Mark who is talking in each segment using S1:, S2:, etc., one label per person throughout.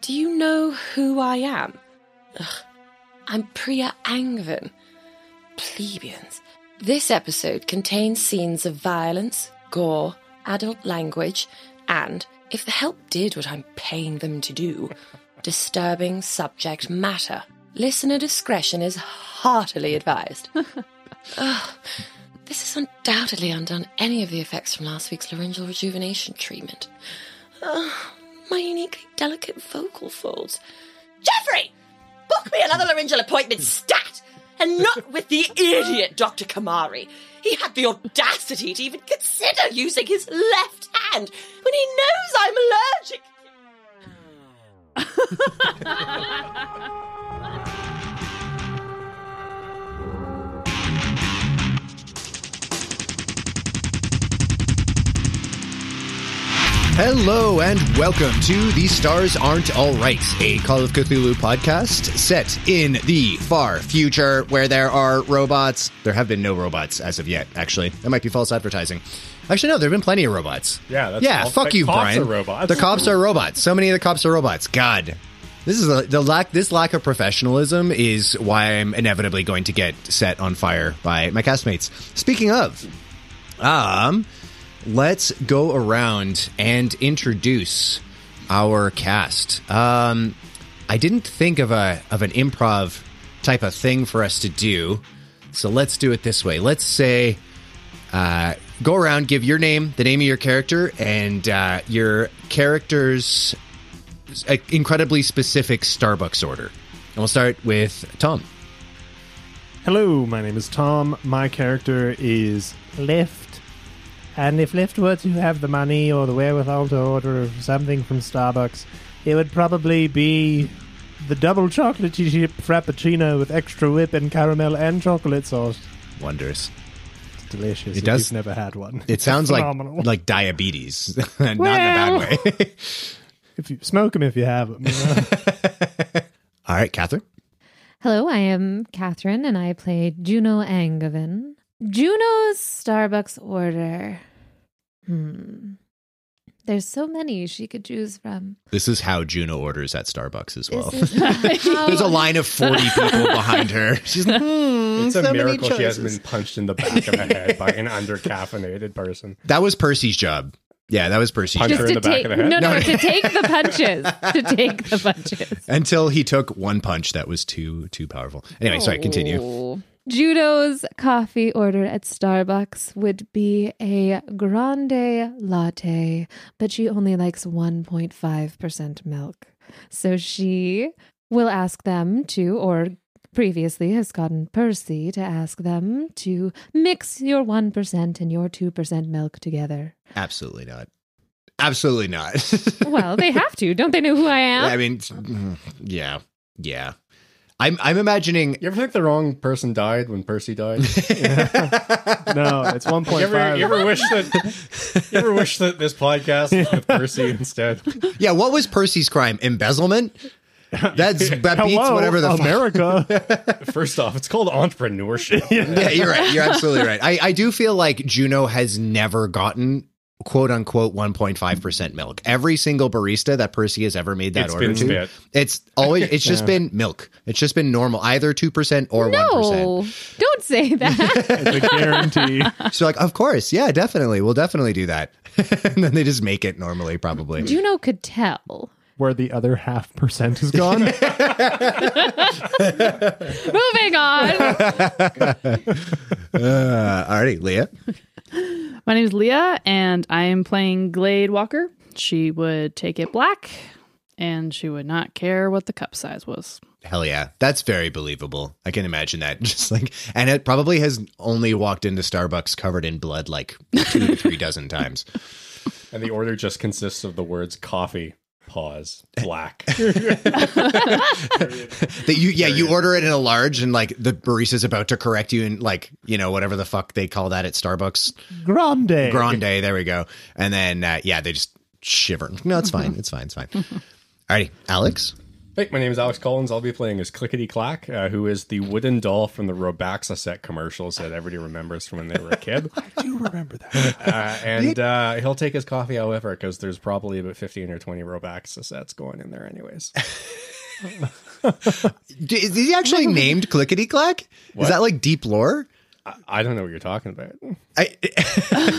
S1: Do you know who I am? Ugh, I'm Priya Angvan. Plebeians. This episode contains scenes of violence, gore, adult language, and, if the help did what I'm paying them to do, disturbing subject matter. Listener discretion is heartily advised. Ugh, this has undoubtedly undone any of the effects from last week's laryngeal rejuvenation treatment. Ugh, my uniquely delicate vocal folds. Jeffrey! Book me another laryngeal appointment stat! And not with the idiot Dr. Kamari. He had the audacity to even consider using his left hand when he knows I'm allergic.
S2: Hello and welcome to The Stars Aren't Alright, a Call of Cthulhu podcast set in the far future where there are robots. There have been no robots as of yet, actually. That might be false advertising. Actually, no, there have been plenty of robots.
S3: Yeah, that's
S2: yeah.
S3: false.
S2: Fuck
S3: The
S2: you,
S3: cops
S2: Brian.
S3: are robots.
S2: The cops are robots. So many of the cops are robots. God, this is the, the lack. This lack of professionalism is why I'm inevitably going to get set on fire by my castmates. Speaking of, um, let's go around and introduce our cast. Um, I didn't think of a of an improv type of thing for us to do, so let's do it this way. Let's say uh, go around, give your name, the name of your character, and uh, your character's uh, incredibly specific Starbucks order. And we'll start with Tom.
S3: Hello, my name is Tom. My character is
S4: Lift. And if Lyft were to have the money or the wherewithal to order something from Starbucks, it would probably be the double chocolate chip frappuccino with extra whip and caramel and chocolate sauce.
S2: Wonders.
S4: It's delicious.
S2: It
S4: if
S2: does-
S4: You've never had one.
S2: It sounds like
S4: Phenomenal.
S2: like diabetes, not in a bad way.
S4: If you smoke them, if you have them.
S2: All right, Catherine.
S5: Hello, I am Catherine and I play Juno Angevin. Juno's Starbucks order. Hmm. There's so many she could choose from.
S2: This is how Juno orders at Starbucks as well.
S5: This is how-
S2: There's a line of forty people behind her. She's like, hmm,
S3: It's a
S2: so many
S3: miracle she hasn't
S2: choices."
S3: been punched in the back of the head by an undercaffeinated person.
S2: That was Percy's job. Yeah, that was Percy's
S3: Punch
S2: job.
S5: just
S3: her in
S5: to
S3: the back
S5: take
S3: of the head.
S5: no, no,
S2: No.
S5: to take the punches, to take the punches.
S2: until he took one punch that was too too powerful. Anyway, sorry, continue.
S5: Oh. Judo's coffee order at Starbucks would be a grande latte, but she only likes 1.5% milk. So she will ask them to, or previously has gotten Percy to ask them to mix your 1% and your 2% milk together.
S2: Absolutely not. Absolutely not.
S5: Well, they have to. Don't they know who I am?
S2: I mean, mm, yeah, yeah. I'm I'm imagining.
S3: You ever think the wrong person died when Percy died?
S4: no,
S2: Uh,
S4: it's
S3: you,
S4: 1.5.
S3: ever, you ever wish that you ever wish that this podcast was with Percy instead?
S2: Yeah, what was Percy's crime? Embezzlement. That's that beats
S4: Hello,
S2: whatever the fuck.
S4: America.
S3: First off, it's called entrepreneurship.
S2: Yeah, you're right. You're absolutely right. I I do feel like Juno has never gotten quote unquote 1.5% milk. Every single barista that Percy has ever made that
S3: It's
S2: order
S3: been
S2: to,
S3: spit.
S2: it's always it's just been milk. It's just been normal, either 2% or 1%.
S5: no, don't say that.
S4: it's a guarantee.
S2: So like, of course, yeah, definitely, we'll definitely do that. and then they just make it normally, probably.
S5: Juno could tell.
S4: Where the other half percent is gone.
S5: Moving on.
S2: Uh, alrighty, Leah.
S6: My name is Leah, and I am playing Glade Walker. She would take it black, and she would not care what the cup size was.
S2: Hell yeah, that's very believable. I can imagine that. Just like, and it probably has only walked into Starbucks covered in blood like two to three dozen times.
S3: And the order just consists of the words coffee, pause, black.
S2: That you, yeah, you order it in a large, and like the barista's about to correct you, and like you know whatever the fuck they call that at Starbucks,
S4: Grande.
S2: grande. There we go. And then uh, yeah, they just shiver. No, it's fine. It's fine. It's fine. Alrighty, Alex.
S3: Hey, my name is Alex Collins. I'll be playing as Clickety Clack, uh, who is the wooden doll from the Robaxa set commercials that everybody remembers from when they were a kid.
S4: I do remember that.
S3: Uh, and uh, he'll take his coffee however, because there's probably about 15 or 20 Robaxa sets going in there, anyways.
S2: D- is he actually named Clickety Clack? Is
S3: What?
S2: that like deep lore?
S3: I, I don't know what you're talking about.
S2: I,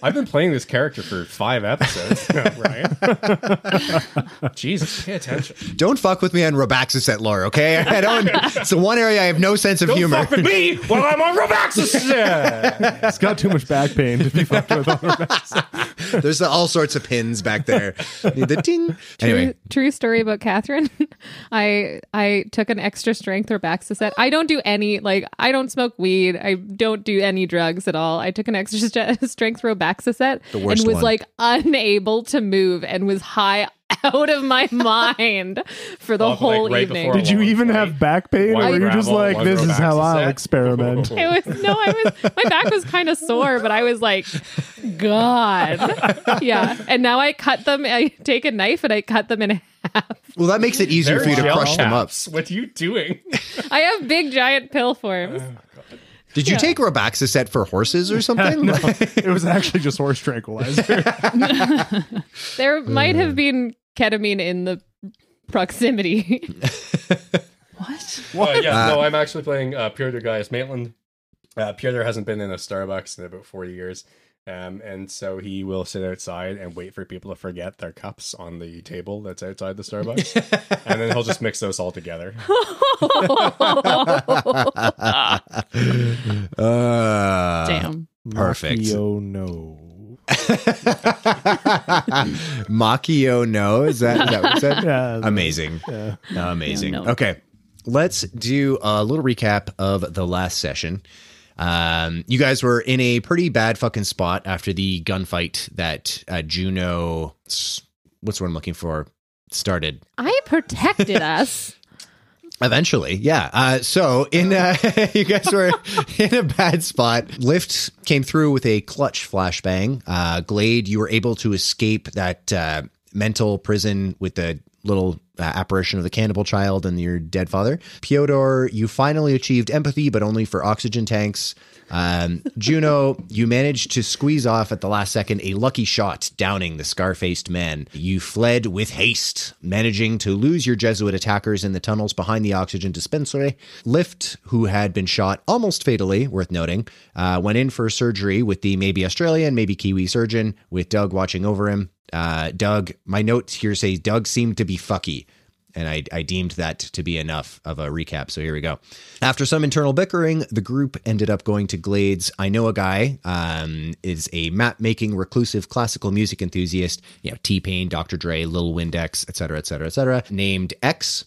S3: I've been playing this character for five episodes, right? Jesus, pay attention.
S2: don't fuck with me on Robaxis at lore, okay? I don't. it's the one area I have no sense of
S3: Don't
S2: humor.
S3: fuck with me while I'm on Robaxa set.
S4: It's got too much back pain to be fucked with. On her back.
S2: There's all sorts of pins back there. the ding. Anyway,
S7: True, true story about Catherine. I I took an extra strength Robaxa set. I don't do any like I don't smoke weed. I don't do any drugs at all. I took an extra st- strength Robaxa set and
S2: worst
S7: was
S2: one.
S7: like unable to move and was high out of my mind for the
S3: Off, like,
S7: whole
S3: right
S7: evening.
S3: before
S4: Did you
S3: Long
S4: even
S3: flight.
S4: have back pain,
S3: One
S4: or were you just
S3: gravel,
S4: like,
S3: one
S4: "This is how
S3: Robaxa
S4: I'll
S3: set.
S4: experiment"?
S7: It was no, I was my back was kind of sore, but I was like, God, yeah. And now I cut them. I take a knife and I cut them in half.
S2: well, that makes it easier for you to
S3: They're
S2: crush
S3: gel
S2: them up.
S3: caps. What are you doing?
S7: I have big giant pill forms.
S2: Did you take Robaxis set for horses or something?
S4: It was actually just horse tranquilizer.
S7: There might have been ketamine in the proximity.
S8: What?
S3: Well, Uh, yeah, no, I'm actually playing uh, Piotr Gaius Maitland. Uh, Piotr hasn't been in a Starbucks in about 40 years. Um, and so he will sit outside and wait for people to forget their cups on the table that's outside the Starbucks. and then he'll just mix those all together.
S2: Uh,
S8: Damn.
S2: Perfect.
S4: Yo, no.
S2: Makio no. Is that, is that what you said?
S4: Yeah.
S2: Amazing. Amazing.
S8: Yeah, no.
S2: Okay. Let's do a little recap of the last session. Um, you guys were in a pretty bad fucking spot after the gunfight that uh, Juno, s- what's the word I'm looking for, started.
S7: I protected us.
S2: Eventually, yeah. Uh, so in uh, you guys were in a bad spot. Lift came through with a clutch flashbang. Uh, Glade, you were able to escape that uh, mental prison with the little uh, apparition of the cannibal child and your dead father. Piotr, you finally achieved empathy, but only for oxygen tanks. Um, Juno, you managed to squeeze off at the last second a lucky shot, downing the scar faced man. You fled with haste, managing to lose your Jesuit attackers in the tunnels behind the oxygen dispensary. Lift, who had been shot almost fatally, worth noting, uh, went in for surgery with the maybe Australian, maybe Kiwi surgeon, with Doug watching over him. Uh, Doug, my notes here say Doug seemed to be fucky and I, I deemed that to be enough of a recap. So here we go. After some internal bickering, the group ended up going to Glades. I know a guy um, is a map making, reclusive, classical music enthusiast. You know, T Pain, Dr. Dre, Lil Windex, et cetera, et cetera, et cetera. Named X.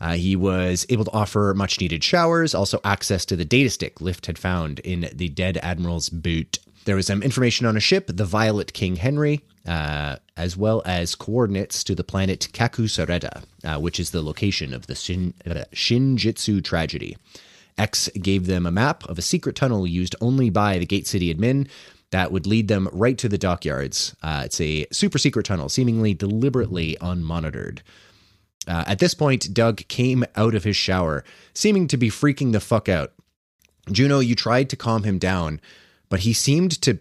S2: Uh, he was able to offer much needed showers, also access to the data stick Lift had found in the dead admiral's boot. There was some information on a ship, the Violet King Henry, uh, as well as coordinates to the planet Kakusareda, uh, which is the location of the Shin, uh, Shinjitsu tragedy. X gave them a map of a secret tunnel used only by the Gate City admin that would lead them right to the dockyards. Uh, it's a super secret tunnel, seemingly deliberately unmonitored. Uh, at this point, Doug came out of his shower, seeming to be freaking the fuck out. Juno, you tried to calm him down, but he seemed to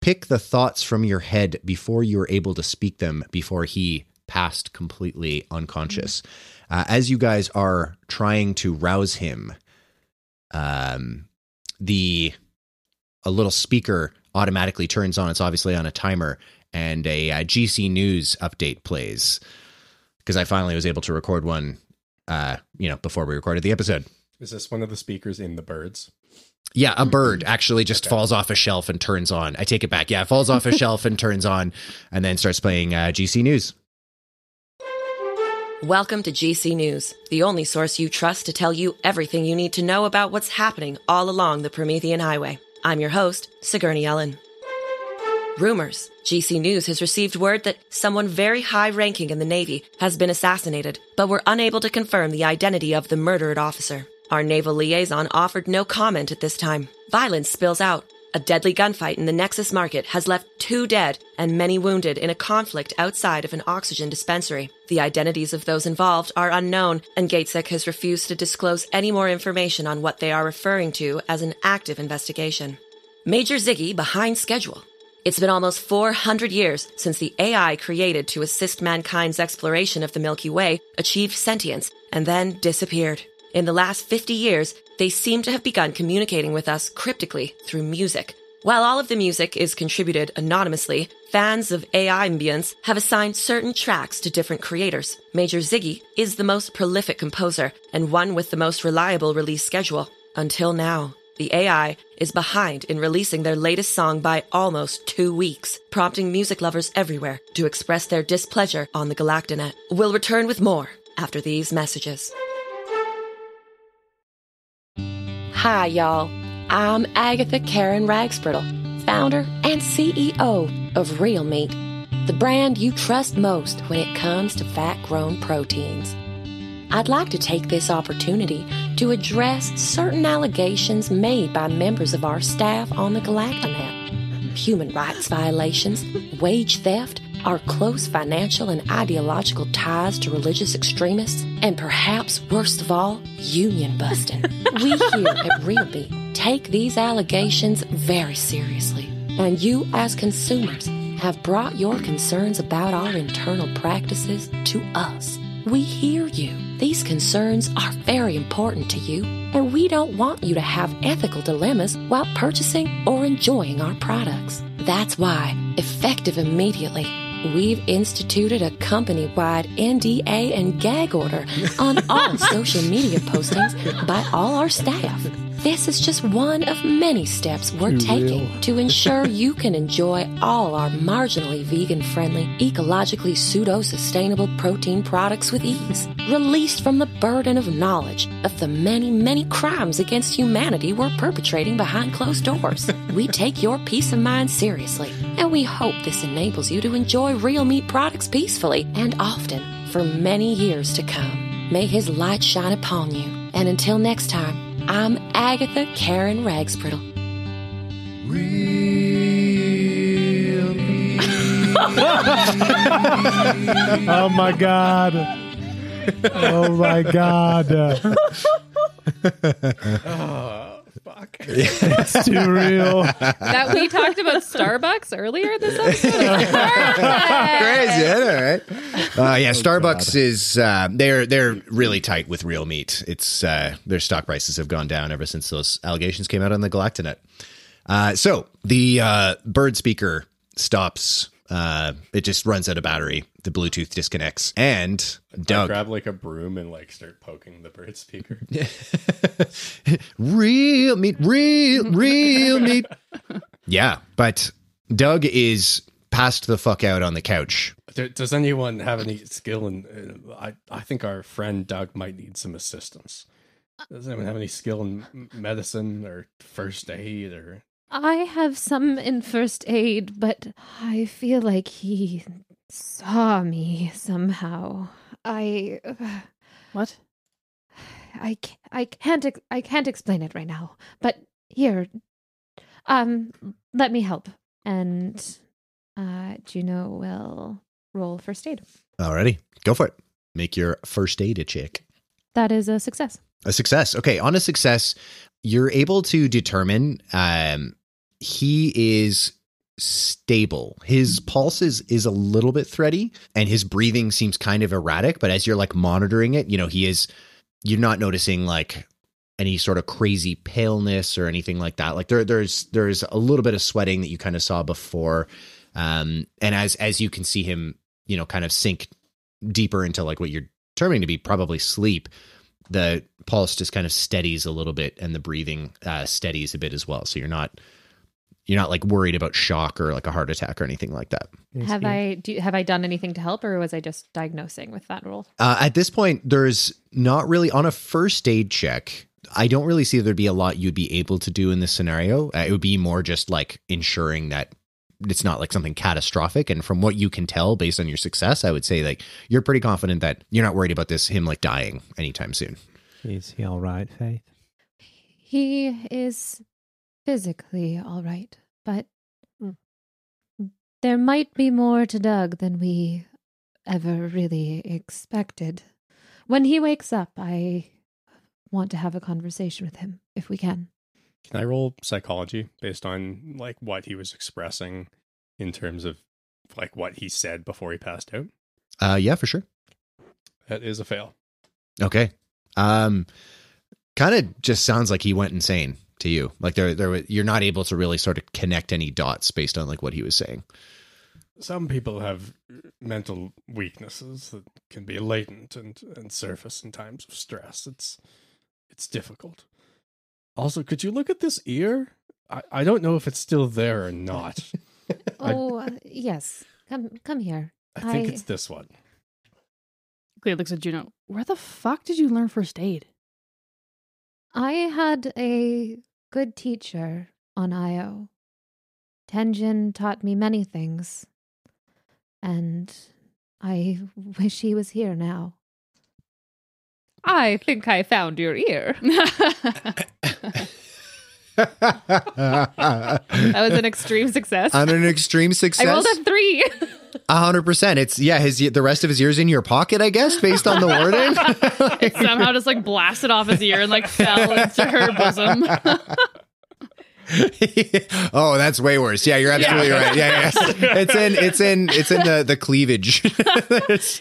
S2: pick the thoughts from your head before you were able to speak them, before he passed completely unconscious. Uh, as you guys are trying to rouse him, um, the a little speaker automatically turns on. It's obviously on a timer, and a uh, GC News update plays because I finally was able to record one. Uh, you know, before we recorded the episode.
S3: Is this one of the speakers in The Birds?
S2: Yeah, a bird actually just falls off a shelf and turns on. I take it back. Yeah, it falls off a shelf and turns on, and then starts playing uh, GC News.
S9: Welcome to GC News, the only source you trust to tell you everything you need to know about what's happening all along the Promethean Highway. I'm your host, Sigourney Ellen. Rumors. GC News has received word that someone very high ranking in the Navy has been assassinated, but were unable to confirm the identity of the murdered officer. Our naval liaison offered no comment at this time. Violence spills out.
S1: A deadly gunfight in the Nexus market has left two dead and many wounded in a conflict outside of an oxygen dispensary. The identities of those involved are unknown, and Gatesek has refused to disclose any more information on what they are referring to as an active investigation. Major Ziggy behind schedule. It's been almost 400 years since the AI created to assist mankind's exploration of the Milky Way achieved sentience and then disappeared. In the last 50 years, they seem to have begun communicating with us cryptically through music. While all of the music is contributed anonymously, fans of AI ambience have assigned certain tracks to different creators. Major Ziggy is the most prolific composer and one with the most reliable release schedule. Until now. The AI is behind in releasing their latest song by almost two weeks, prompting music lovers everywhere to express their displeasure on the Galactinet. We'll return with more after these messages. Hi, y'all. I'm Agatha Karen Ragsbrittle, founder and CEO of Real Meat, the brand you trust most when it comes to fat grown proteins. I'd like to take this opportunity to address certain allegations made by members of our staff on the Galactinet. Human rights violations, wage theft, our close financial and ideological ties to religious extremists, and perhaps worst of all, union busting. we here at Real Beat take these allegations very seriously, and you as consumers have brought your concerns about our internal practices to us. We hear you. These concerns are very important to you, and we don't want you to have ethical dilemmas while purchasing or enjoying our products. That's why, effective immediately, we've instituted a company wide NDA and gag order on all social media postings by all our staff. This is just one of many steps we're taking to ensure you can enjoy all our marginally vegan friendly, ecologically pseudo sustainable protein products with ease, released from the burden of knowledge of the many, many crimes against humanity we're perpetrating behind closed doors. we take your peace of mind seriously, and we hope this enables you to enjoy real meat products peacefully and often for many years to come. May his light shine upon you, and until next time, I'm Agatha Karen Ragsbrittle.
S10: Oh my god. Oh my god. Uh,
S2: Ah.
S3: Fuck.
S10: It's too real.
S7: that we talked about Starbucks earlier this episode.
S2: Crazy, all right. Uh, yeah, Starbucks is uh, they're they're really tight with real meat. It's uh, their stock prices have gone down ever since those allegations came out on the Galactinet. Uh, so the uh, bird speaker stops. Uh, it just runs out of battery. The Bluetooth disconnects, and
S3: I
S2: Doug
S3: grab like a broom and like start poking the bird speaker.
S2: real meat, real, real meat. Yeah, but Doug is passed the fuck out on the couch.
S3: Do- Does anyone have any skill in? Uh, I I think our friend Doug might need some assistance. Does anyone have any skill in m- medicine or first aid or?
S5: I have some in first aid, but I feel like he saw me somehow. I
S7: What?
S5: I ca- I can't ex- I can't explain it right now. But here, um, let me help. And uh, Juno will roll first aid.
S2: Alrighty, go for it. Make your first aid a chick.
S5: That is a success.
S2: A success. Okay, on a success, you're able to determine um, he is stable. His pulse is, is a little bit thready, and his breathing seems kind of erratic. But as you're like monitoring it, you know he is. You're not noticing like any sort of crazy paleness or anything like that. Like there, there's there's a little bit of sweating that you kind of saw before, um, and as as you can see him, you know, kind of sink deeper into like what you're determining to be probably sleep the pulse just kind of steadies a little bit and the breathing uh, steadies a bit as well so you're not you're not like worried about shock or like a heart attack or anything like that
S5: Have I do have I done anything to help, or was I just diagnosing with that roll?
S2: uh, at this point there's not really on a first aid check i don't really see there'd be a lot you'd be able to do in this scenario uh, it would be more just like ensuring that it's not like something catastrophic and from what you can tell based on your success i would say like you're pretty confident that you're not worried about this him like dying anytime soon
S10: Is he all right, Faith?
S5: He is physically all right, but
S3: Hmm.
S5: there might be more to Doug than we ever really expected. When he wakes up, I want to have a conversation with him if we can.
S3: Can I roll psychology based on like what he was expressing in terms of like what he said before he passed out?
S2: Uh, yeah, for sure.
S3: That is a fail.
S2: Okay. Um, kind of just sounds like he went insane to you. Like there, there, wa- you're not able to really sort of connect any dots based on like what he was saying.
S3: Some people have mental weaknesses that can be latent and, and surface in times of stress. It's it's difficult. Also, could you look at this ear? I, I don't know if it's still there or not. I-
S5: Oh, uh, yes. Come come here.
S3: I think
S5: I-
S3: it's this one.
S6: Clea looks at Juno. Where the fuck did you learn first aid?
S5: I had a good teacher on IO. Tenjin taught me many things, and I wish he was here now. I think I found your ear.
S2: that
S5: That was an extreme success.
S2: on an extreme
S5: I
S2: success.
S5: rolled a three.
S2: A hundred percent. It's yeah. His the rest of his ears in your pocket, I guess, based on the wording.
S6: it somehow just like blasted off his ear and like fell into her bosom.
S2: oh, that's way worse. Yeah, you're absolutely right. Yeah, yeah. It's in it's in it's in the the cleavage. Uh,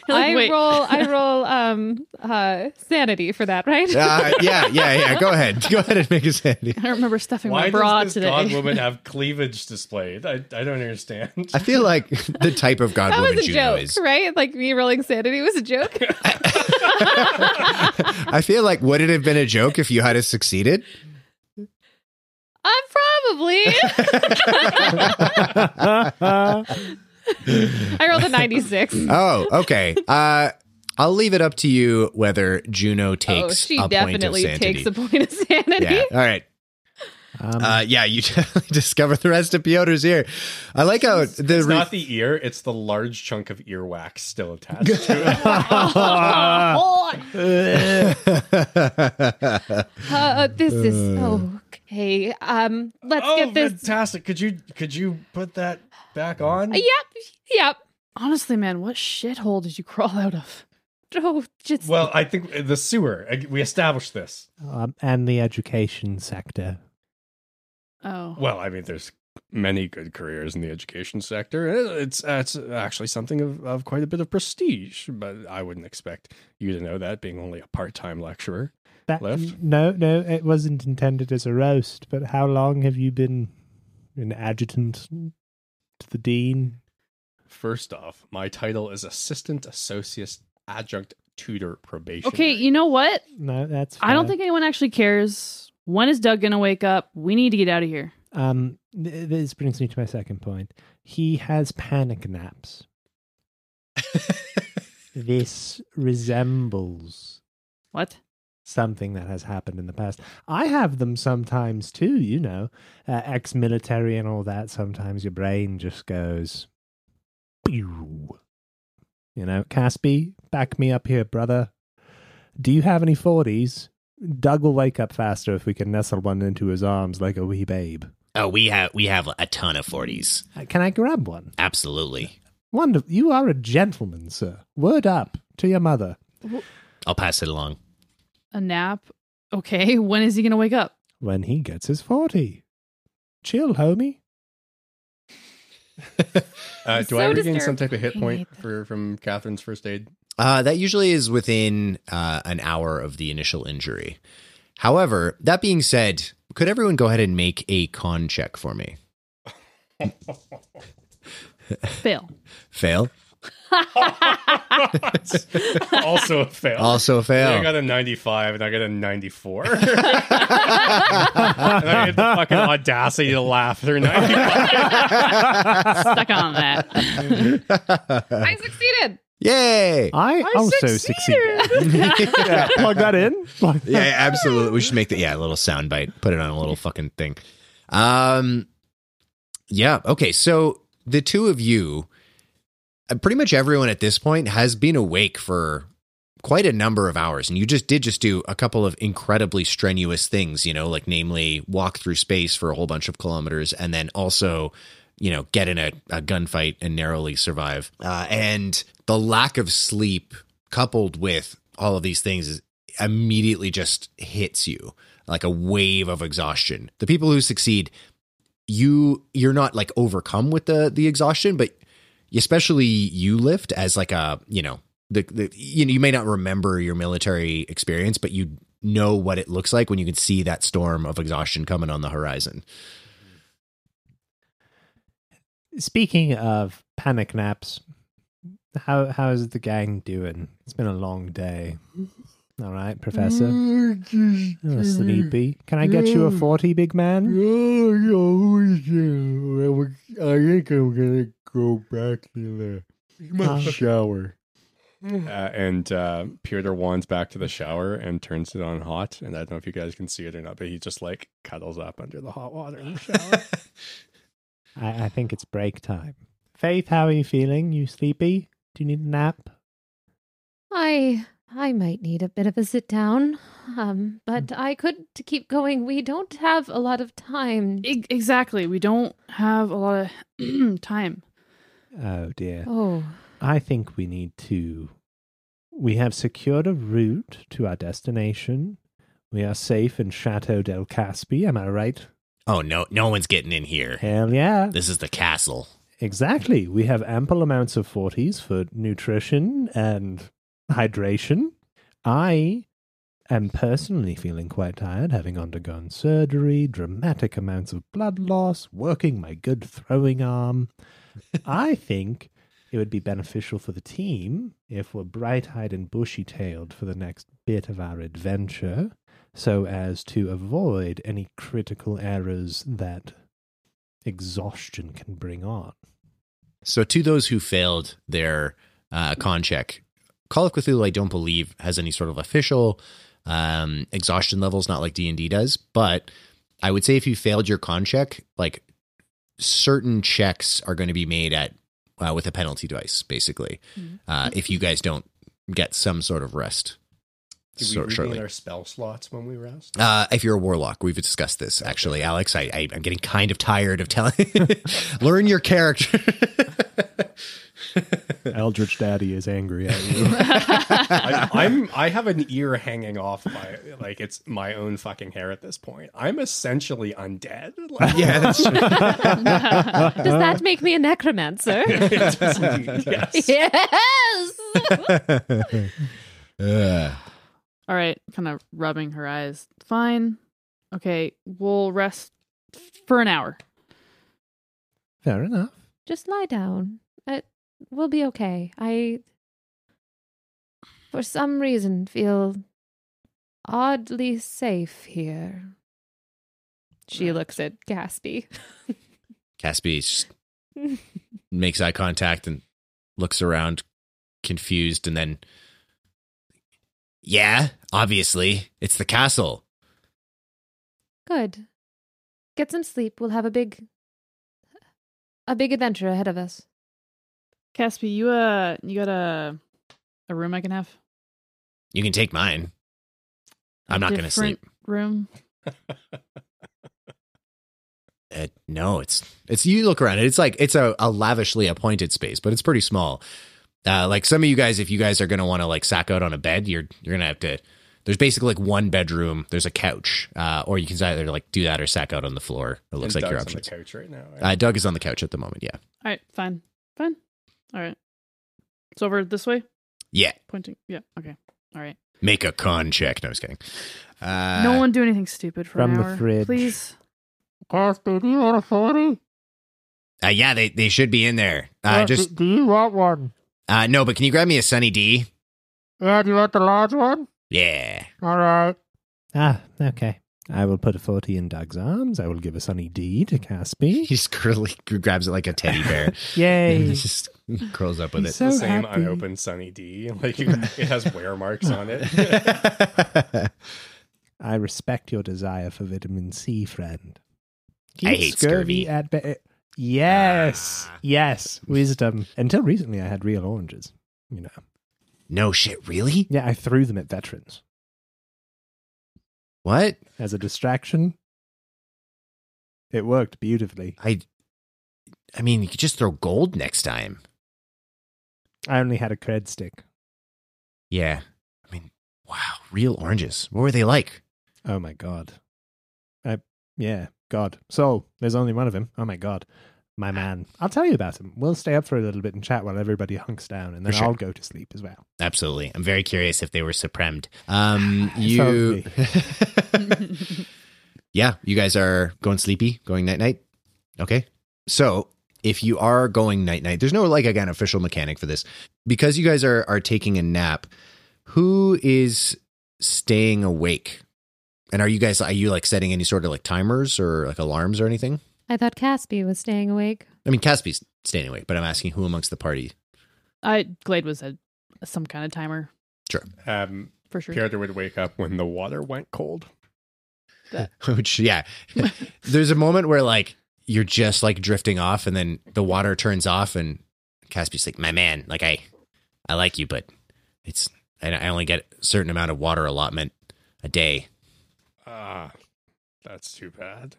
S6: Like, wait.
S5: roll. I roll um uh sanity for that, right?
S2: Uh, yeah, yeah, yeah. Go ahead. Go ahead and make a sanity.
S6: I remember stuffing
S3: Why
S6: my bra
S3: does this
S6: today.
S3: god woman have cleavage displayed? I, I don't understand.
S2: I feel like the type of god
S5: That
S2: woman
S5: was a
S2: Juno
S5: joke,
S2: is.
S5: right? Like me rolling sanity was a joke. Uh,
S2: I feel like would it have been a joke if you had have succeeded?
S5: I'm probably. I rolled a 96.
S2: Oh, okay. Uh, I'll leave it up to you whether Juno
S5: oh,
S2: takes
S5: she
S2: a point of
S5: definitely
S2: sanity.
S5: takes a point of sanity.
S2: yeah. All right.
S4: Um,
S2: Uh, yeah, you discover the rest of Piotr's ear. I like how the
S3: It's
S2: re-
S3: not the ear, it's the large chunk of earwax still attached to it.
S5: Uh, uh, this is
S10: Oh,
S5: okay. Um, let's
S3: oh,
S5: get this.
S3: fantastic. Could you could you put that back on?
S5: Yep, yep.
S6: Honestly, man, what shithole did you crawl out of?
S5: Oh, just
S3: Well, I think the sewer. I- We established this.
S4: um, and the education sector.
S6: Oh.
S3: Well, I mean, there's many good careers in the education sector. It's it's actually something of, of quite a bit of prestige, but I wouldn't expect you to know that being only a part-time lecturer.
S4: That,
S3: Left?
S4: No, no, it wasn't intended as a roast. But how long have you been an adjutant to the dean?
S3: First off, my title is assistant associate adjunct tutor probation.
S6: Okay, you know what?
S4: No, that's.
S6: I don't
S4: fair.
S6: think anyone actually cares. When is Doug gonna wake up? We need to get out of here.
S4: Um, th- this brings me to my second point. He has panic naps. this resembles
S6: What?
S4: something that has happened in the past. I have them sometimes too, you know, uh, ex military and all that. Sometimes your brain just goes, pew. You know, Caspi, back me up here, brother. Do you have any 40s? Doug will wake up faster if we can nestle one into his arms like a wee babe.
S11: Oh, we have we have a ton of forties.
S4: Uh, Can I grab one?
S11: Absolutely.
S4: Wonderful. You are a gentleman, sir. Word up to your mother.
S11: I'll pass it along.
S6: A nap? Okay, when is he gonna wake up?
S4: when he gets his 40. Chill, homie.
S3: Uh, do
S5: So
S3: I regain
S5: disturbed.
S3: some type of hit
S5: I
S3: point
S5: hate that.
S3: for from Catherine's first aid?
S2: Uh, that usually is within uh, an hour of the initial injury. However, that being said, could everyone go ahead and make a con check for me?
S10: Uh.
S6: Fail.
S2: Fail.
S3: also a fail.
S2: Also
S3: I
S2: fail.
S3: got a 95 and I got a 94. and I had the fucking audacity to laugh through 95.
S6: Stuck on that.
S2: Uh,
S5: I succeeded.
S2: Yay!
S4: I, also succeeded. Yeah, plug that in. Plug that-
S2: Yeah, absolutely. We should make that. Yeah, a little sound bite. Put it on a little fucking thing. Um, yeah. Okay. So the two of you, uh, pretty much everyone at this point has been awake for
S7: quite a number of hours and you just did just do a couple of incredibly strenuous things you know like namely walk through space for a whole bunch of kilometers and then also you know get in a, a gunfight and narrowly survive uh, and the lack of sleep coupled with all of these things is immediately just hits you like a wave of exhaustion the people who succeed you you're not like overcome with the the exhaustion but especially you lift as like a you know the, the you know you may not remember your military experience but you know what it looks like when you can see that storm of exhaustion coming on the horizon
S4: Speaking of panic naps, how how is the gang doing? It's been a long day. All right, Professor. You're sleepy. Can I get you a forty, big
S3: Oh,
S4: man?
S3: I think I'm gonna go back to the shower. Uh, and uh, Peter wands back to the shower and turns it on hot. And I don't know if you guys can see it or not, but he just like cuddles up under the hot water in the shower.
S4: I, I think it's break time. Faith, how are you feeling? You sleepy? Do you need a nap?
S5: I I might need a bit of a sit down,
S6: Hmm.
S5: um, but I could keep going. We don't have a lot of time.
S6: E- exactly. We don't have a lot of time.
S4: Oh dear.
S5: Oh,
S4: I think we need to. We have secured a route to our destination. We are safe in Chateau del Caspi. Am I right?
S2: Oh no, no one's getting in here.
S4: Hell yeah.
S2: This is the castle.
S4: Exactly. We have ample amounts of 40s for nutrition and hydration. I am personally feeling quite tired, having undergone surgery, dramatic amounts of blood loss, working my good throwing arm. I think it would be beneficial for the team if we're bright eyed and bushy tailed for the next bit of our adventure so as to avoid any critical errors that exhaustion can bring on.
S2: So to those who failed their uh, con check, Call of Cthulhu, I don't believe has any sort of official um, exhaustion levels, not like D and D does. But I would say if you failed your con check, like certain checks are going to be made at uh, with a penalty dice, basically, uh, if you guys don't get some sort of rest.
S3: Do we
S2: so-
S3: regain
S2: shortly.
S3: our spell slots when we rest?
S2: Uh, if you're a warlock, we've discussed this actually, Alex. I, I I'm getting kind of tired of telling. Learn your character.
S10: Eldritch Daddy is angry at you.
S3: I, I'm I have an ear hanging off my like it's my own fucking hair at this point. I'm essentially undead. Like,
S7: yeah that's true.
S5: does that make me a necromancer?
S3: it's just like, yes.
S5: yes.
S7: Ugh.
S6: All right, kind of rubbing her eyes. Fine. Okay, we'll rest for an hour.
S4: Fair enough.
S5: Just lie down. Uh, we'll be okay. I, for some reason, feel oddly safe here. She looks at Gaspy.
S2: Caspi just makes eye contact and looks around, confused, and then, yeah, obviously, it's the castle.
S5: Good. Get some sleep. We'll have a big, a big adventure ahead of us.
S6: Caspi, you uh, you got a a room I can have?
S2: You can take mine. I'm not going to
S6: Different
S2: sleep.
S6: Room.
S2: Uh, no, it's it's you look around. It's like it's a, a lavishly appointed space, but it's pretty small. Uh, like some of you guys, if you guys are going to want to like sack out on a bed, you're you're gonna have to. There's basically like one bedroom. There's a couch, uh, or you can either like do that or sack out on the floor. It looks
S3: And
S2: like your
S3: Doug's
S2: options.
S3: on the couch right now. right?
S2: Uh, Doug is on the couch at the moment. Yeah.
S6: All right, fine, fine. All right, it's over this way.
S2: Yeah.
S6: Pointing. Yeah. Okay. All right.
S2: Make a con check. No, I was kidding. Uh,
S6: no one do anything stupid for
S4: from
S6: an
S4: the
S6: hour,
S4: fridge.
S6: please.
S12: Caspi, do you want a 40?
S2: uh, yeah, they, they should be in there.
S12: Yeah,
S2: Uh,
S12: do-
S2: just
S12: do, you want one?
S2: uh, no, but can you grab me a Sunny D?
S12: Yeah, Uh, do you want the large one?
S2: Yeah.
S12: All right.
S4: Ah, okay. I will put a 40 in Doug's arms. I will give a sunny D to
S2: He
S4: Caspi.
S2: just curly grabs it like a teddy bear.
S4: Yay.
S2: He just curls up with
S4: He's
S2: it.
S4: so
S3: the same
S4: happy.
S3: unopened Sunny D. Like you- it has wear marks on it.
S4: I respect your desire for vitamin C, friend.
S2: I hate scurvy.
S4: at ba- Yes.
S2: Ah.
S4: Yes. Wisdom. Until recently, I had real oranges. You know.
S2: No shit, really?
S4: Yeah, I threw them at veterans
S2: What?
S4: as a distraction. It worked beautifully.
S2: I I mean, you could just throw gold next time.
S4: I only had a cred stick.
S2: Yeah. I mean, wow, real oranges. What were they like?
S4: Oh my god. I yeah, God. So there's only one of him. Oh my god. My man. I'll tell you about him. We'll stay up for a little bit and chat while everybody hunks down and then
S2: For sure.
S4: I'll go to sleep as well.
S2: Absolutely. I'm very curious if they were supremed. Um you
S4: Probably.
S2: Yeah, you guys are going sleepy, going night night. Okay. So if you are going night night, there's no like again official mechanic for this. Because you guys are are taking a nap, who is staying awake? And are you guys are you like setting any sort of like timers or like alarms or anything?
S5: I thought Caspi was staying awake.
S2: I mean Caspi's staying awake, but I'm asking who amongst the party.
S6: I Glade was a some kind of timer
S3: Um,
S6: for sure.
S3: Piotr would wake up when the water went cold.
S2: Which yeah. There's a moment where like you're just like drifting off and then the water turns off and Caspi's like, My man, like I I like you, but it's I, I only get a certain amount of water allotment a day.
S3: Ah, that's too bad.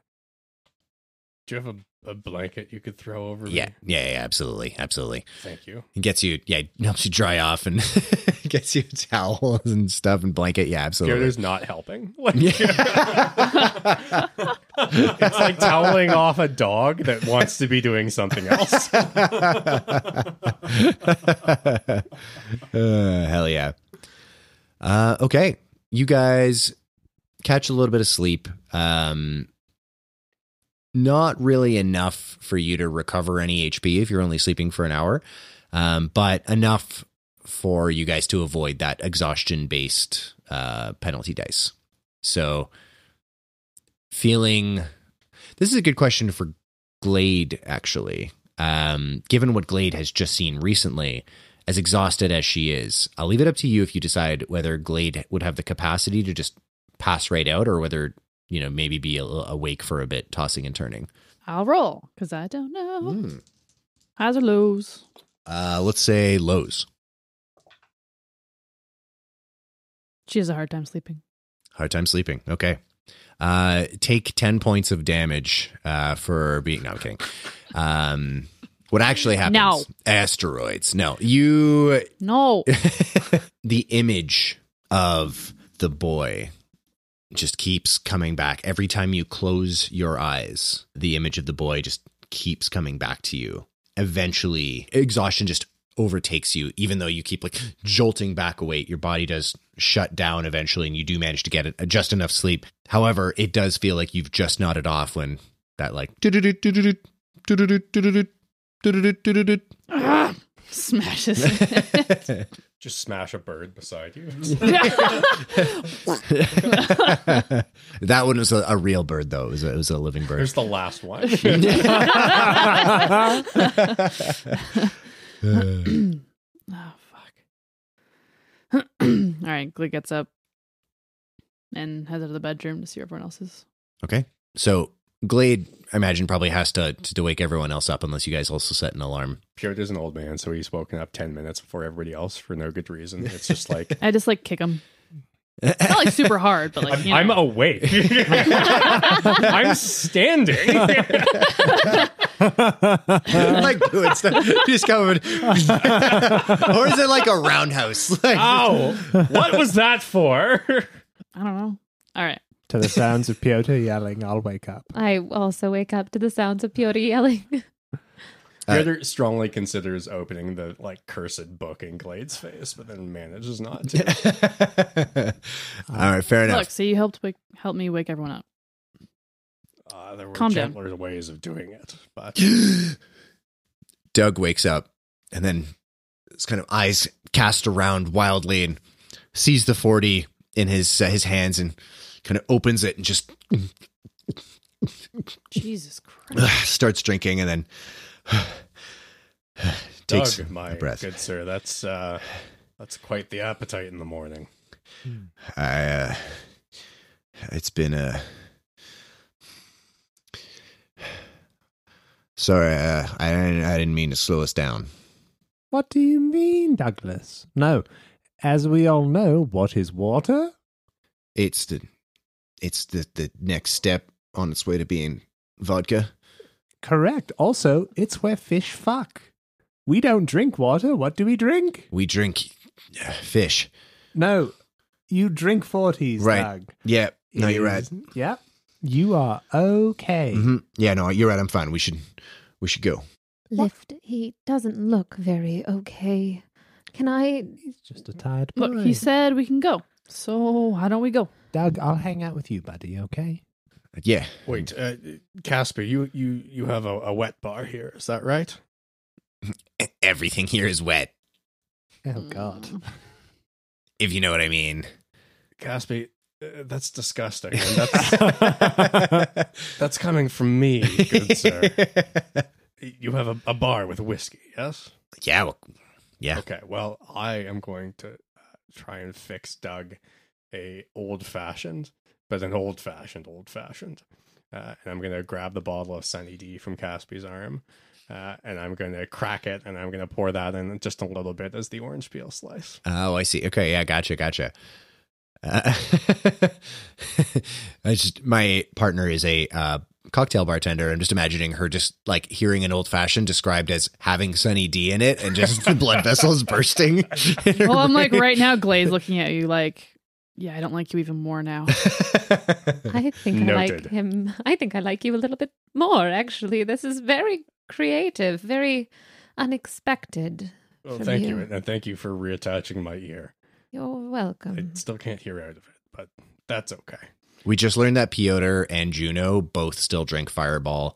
S3: Do you have a, a blanket you could throw over
S2: Yeah,
S3: me?
S2: yeah, yeah, absolutely. Absolutely.
S3: Thank you.
S2: It gets you yeah, helps you dry off and gets you towels and stuff and blanket. Yeah, absolutely.
S3: Piotr's not helping. Like,
S2: Yeah.
S3: it's like toweling off a dog that wants to be doing something else.
S2: Uh, hell yeah. Uh, okay. You guys catch a little bit of sleep. Um, not really enough for you to recover any HP if you're only sleeping for an hour, um, but enough for you guys to avoid that exhaustion based uh, penalty dice. So, feeling this is a good question for Glade, actually. Um, given what Glade has just seen recently, as exhausted as she is, I'll leave it up to you if you decide whether Glade would have the capacity to just pass right out or whether, you know, maybe be a, little awake for a bit, tossing and turning.
S6: I'll roll because I don't know.
S2: Hmm.
S6: Highs or lows?
S2: Uh, let's say lows.
S6: She has a hard time sleeping.
S2: Hard time sleeping. Okay. Uh, take 10 points of damage uh, for being. No, I'm kidding. Um, what actually happens?
S6: No.
S2: Asteroids. No. You
S6: No.
S2: the image of the boy just keeps coming back every time you close your eyes the image of the boy just keeps coming back to you eventually exhaustion just overtakes you even though you keep like jolting back awake your body does shut down eventually and you do manage to get it, just enough sleep however it does feel like you've just nodded off when that like
S4: Ah,
S6: Smashes.
S3: Just smash a bird beside you.
S2: that one was a, a real bird though. It was a, it was a living bird.
S3: There's the last one.
S6: Oh fuck. Mm, All right, Glee gets up and heads out of the bedroom to see where everyone else is.
S2: okay. So Glade, I imagine, probably has to to wake everyone else up unless you guys also set an alarm.
S3: Piotr's an old man, so he's woken up 10 minutes before everybody else for no good reason. It's just like,
S6: I just like kick him. Not like super hard, but like
S3: I'm,
S6: you know.
S3: I'm awake. I'm standing.
S2: like good stuff. Just covered. or is it like a roundhouse? Like,
S3: Ow. What was that for?
S6: I don't know. All right.
S4: To the sounds of Piotr yelling, I'll wake up.
S5: I also wake up to the sounds of Piotr yelling.
S2: Uh,
S3: Piotr strongly considers opening the like cursed book in Glade's face, but then manages not to.
S2: All right, fair enough.
S6: Look, so you helped wake, help me wake everyone up.
S3: Uh, there were
S6: Calm down.
S3: gentler ways of doing it, but
S2: Doug wakes up and then his kind of eyes cast around wildly and sees the 40 in his uh, his hands and kind of opens it and just
S6: Jesus Christ.
S2: starts drinking and then takes
S3: Doug, my
S2: a breath.
S3: good sir, that's uh, that's quite the appetite in the morning.
S4: Hmm.
S2: I uh, it's been uh Sorry, uh, I didn't I didn't mean to slow us down.
S4: What do you mean, Douglas? No, as we all know, what is water?
S7: It's the it's the, the next step on its way to being vodka.
S4: Correct. Also, it's where fish fuck. We don't drink water. What do we drink?
S7: We drink uh, fish.
S4: No, you drink 40s,
S7: Right.
S4: Doug.
S7: Yeah. No, you're right.
S4: Yeah. You are okay.
S2: Mm-hmm.
S7: hmm Yeah, no, you're right. I'm fine. We should we should go.
S5: Lift, he doesn't look very okay. Can I?
S4: He's just a tired boy.
S6: Look, he said we can go. So why don't we go?
S4: Doug, I'll hang out with you, buddy, okay?
S7: Yeah.
S3: Wait, uh, Casper, you you you have a, a wet bar here. Is that right?
S2: Everything here is wet,
S4: Oh, God.
S2: if you know what I mean.
S3: Casper, uh, that's disgusting. And that's that's coming from me, good sir. You have a, a bar with whiskey, yes?
S2: yeah, well, yeah.
S3: Okay, well, I am going to uh, try and fix Doug a old fashioned, but an old fashioned, old fashioned. Uh, and I'm going to grab the bottle of Sunny D from Caspi's arm, uh, and I'm going to crack it, and I'm going to pour that in just a little bit as the orange peel slice.
S2: Oh, I see. Okay, yeah, gotcha, gotcha. Uh, I just my partner is a uh, cocktail bartender. I'm just imagining her just like hearing an old fashioned described as having Sunny D in it, and just the blood vessels bursting.
S6: Well, I'm like right now, Glade's looking at you like, yeah, I don't like you even more now.
S5: I think I like
S3: Noted.
S5: him. I think I like you a little bit more, actually. This is very creative, very unexpected.
S3: Well,
S5: From
S3: Oh, thank you.
S5: you.
S3: and- and thank you for reattaching my ear.
S5: You're
S3: I
S5: welcome.
S3: still can't hear out of it, but that's okay.
S2: we just learned that Piotr and Juno both still drink Fireball.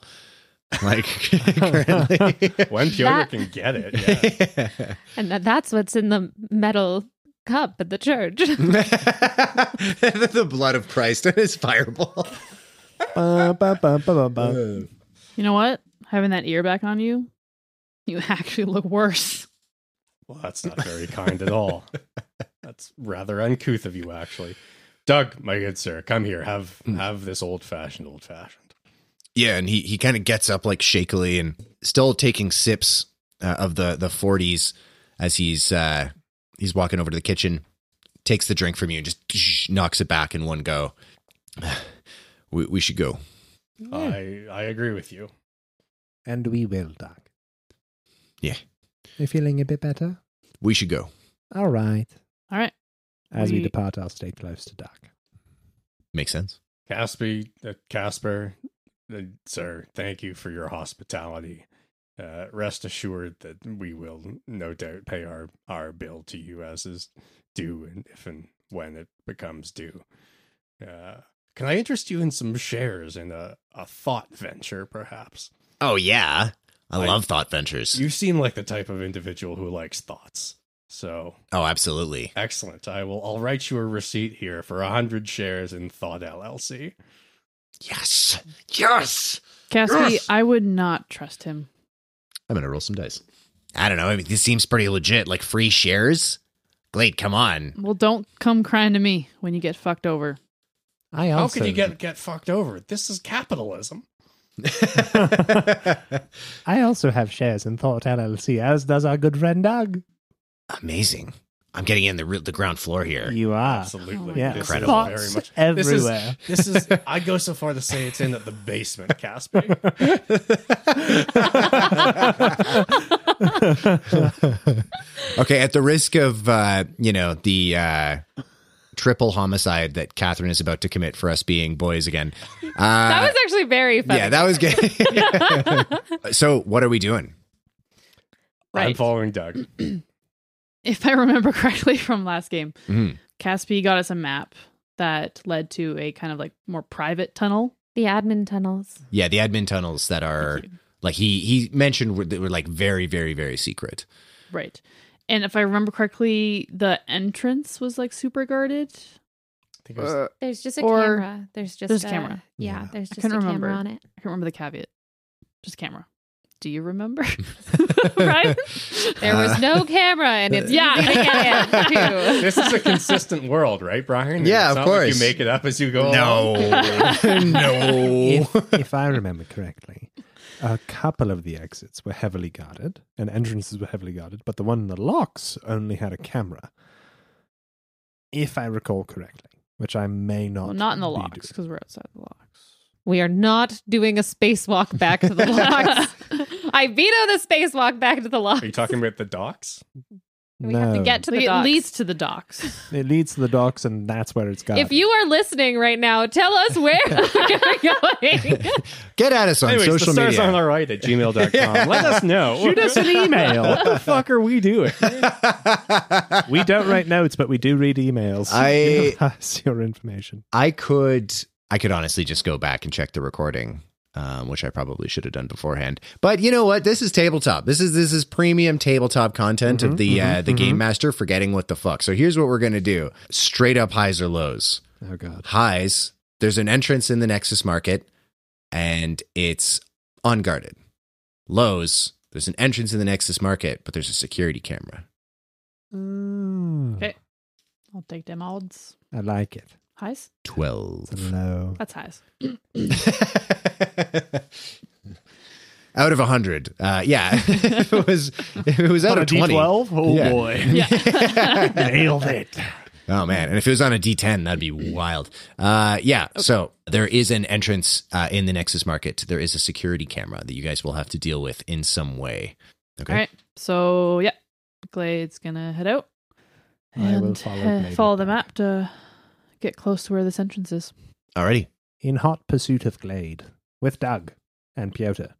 S2: Like currently.
S3: When Piotr
S5: That-
S3: can get it, yeah.
S5: And tha- that's what's in the metal cup at the church.
S7: the blood of Christ and his fireball.
S4: Ba, ba, ba, ba, ba, ba.
S7: Uh.
S6: You know what? Having that ear back on you, you actually look worse.
S3: Well, that's not very kind at all. That's rather uncouth of you, actually. Doug, my good sir, come here. Have have this old fashioned, old fashioned.
S2: Yeah, and he he kind of gets up like shakily and still taking sips uh, of the the forties as he's uh he's walking over to the kitchen, takes the drink from you and just knocks it back in one go. We we should go.
S3: I I agree with you.
S4: And we will, Doug.
S2: Yeah.
S4: You feeling a bit better?
S2: We should go.
S4: All right.
S6: All right.
S4: As we,
S6: We-
S4: depart, I'll stay close to Doug.
S2: Makes sense.
S3: Caspi, uh, Casper, uh, sir, thank you for your hospitality. Uh, rest assured that we will no doubt pay our, our bill to you as is due, and if and when it becomes due. Uh, can I interest you in some shares in a, a thought venture, perhaps?
S2: Oh yeah. I,
S3: I-
S2: love thought ventures.
S3: You seem like the type of individual who likes thoughts. So
S2: oh, absolutely.
S3: excellent. I will. I'll write you a receipt here for a hundred shares in Thought LLC.
S2: Yes. Yes.
S6: Caspi,
S2: Yes!
S6: I would not trust him.
S2: I'm going to roll some dice. I don't know. I mean, this seems pretty legit like free shares. Glade, come on.
S6: Well, don't come crying to me when you get fucked over.
S4: I
S3: How
S4: also,
S3: could you get get fucked over? This is capitalism.
S4: I also have shares in Thought LLC, as does our good friend Doug.
S2: Amazing. I'm getting in the re- the ground floor here.
S4: You are.
S3: Absolutely,
S4: Yeah.
S3: This is
S2: Incredible.
S3: very
S4: Thoughts
S3: much This is-
S4: everywhere.
S3: This is. I go so far to say it's in at the basement, Casper.
S2: Okay, at the risk of uh, you know the uh, triple homicide that Catherine is about to commit for us being boys again. Uh,
S5: that was actually very funny.
S2: yeah, that was good. so, what are we doing?
S3: I'm
S6: Right.
S3: following Doug.
S6: If I remember correctly from last game,
S2: Mhm.
S6: Caspi got us a map that led to a kind of like more private tunnel.
S5: the admin tunnels.
S2: Yeah, the admin tunnels that are like he he mentioned were, that were like very very very secret.
S6: Right. And if I remember correctly, the entrance was like super guarded.
S3: I think it was-
S12: Uh,
S5: There's just a
S6: Or-
S5: camera. There's just
S6: there's a
S5: a
S6: camera.
S5: Yeah,
S4: Yeah.
S5: there's just a
S6: couldn't
S5: camera
S6: remember.
S5: on it.
S6: I can't remember the caveat. Just camera. Do you remember? right?
S5: There was
S2: Uh,
S5: no camera, and
S3: uh,
S5: it's
S6: Yeah.
S5: easy to get in, too.
S3: this is a consistent world, right, Brian?
S7: Yeah,
S3: It's
S7: of
S3: not like
S7: course.
S3: you make it up as you go. along.
S2: no.
S4: if, if I remember correctly, a couple of the exits were heavily guarded and entrances were heavily guarded, but the one in the locks only had a camera. if I recall correctly, which I may not.
S6: Well, not in the
S4: be
S6: locks
S4: doing.
S6: because we're outside the locks.
S5: We are not doing a spacewalk back to the locks. I veto the spacewalk back to the locks.
S3: Are you talking about the docks?
S5: We have to
S4: No.
S5: get to the
S6: it
S5: docks.
S6: leads to the docks.
S4: It leads to the docks, and that's where it's got.
S5: if you are listening right now, tell us where we're going.
S2: Get at us on
S3: Anyways,
S2: social
S3: the stars
S2: media.
S3: on our right at gmail.com. Let us know.
S4: shoot us an email.
S10: what the fuck are we doing?
S4: we don't write notes, but we do read emails.
S2: I-
S4: Give us your information.
S2: I could I could honestly just go back and check the recording, um, which I probably should have done beforehand. But you know what? This is tabletop. This is this is premium tabletop content
S4: Mm-hmm,
S2: of the uh, the game master forgetting what the fuck. So here's what we're gonna do: straight up highs or lows.
S10: Oh god.
S2: Highs. There's an entrance in the Nexus Market, and it's unguarded. Lows. There's an entrance in the Nexus Market, but there's a security camera.
S6: Okay. Mm. I'll take them odds.
S4: I like it.
S6: Highs?
S2: Twelve.
S4: Hello.
S6: That's highs.
S2: out of 100 uh yeah if it was if it was out of 20
S10: 12? Oh
S2: Yeah.
S10: boy.
S4: Nailed it.
S2: oh man and if it was on a d10 that'd be wild uh yeah so there is an entrance uh in the nexus market there is a security camera that you guys will have to deal with in some way okay
S6: All right. So, yeah. Glade's going to head out
S4: I
S6: and
S4: will follow
S6: uh,
S4: Glade
S6: follow the
S4: back.
S6: map to get close to where this entrance is.
S2: alrighty
S4: In hot pursuit of Glade with Doug and Piotr.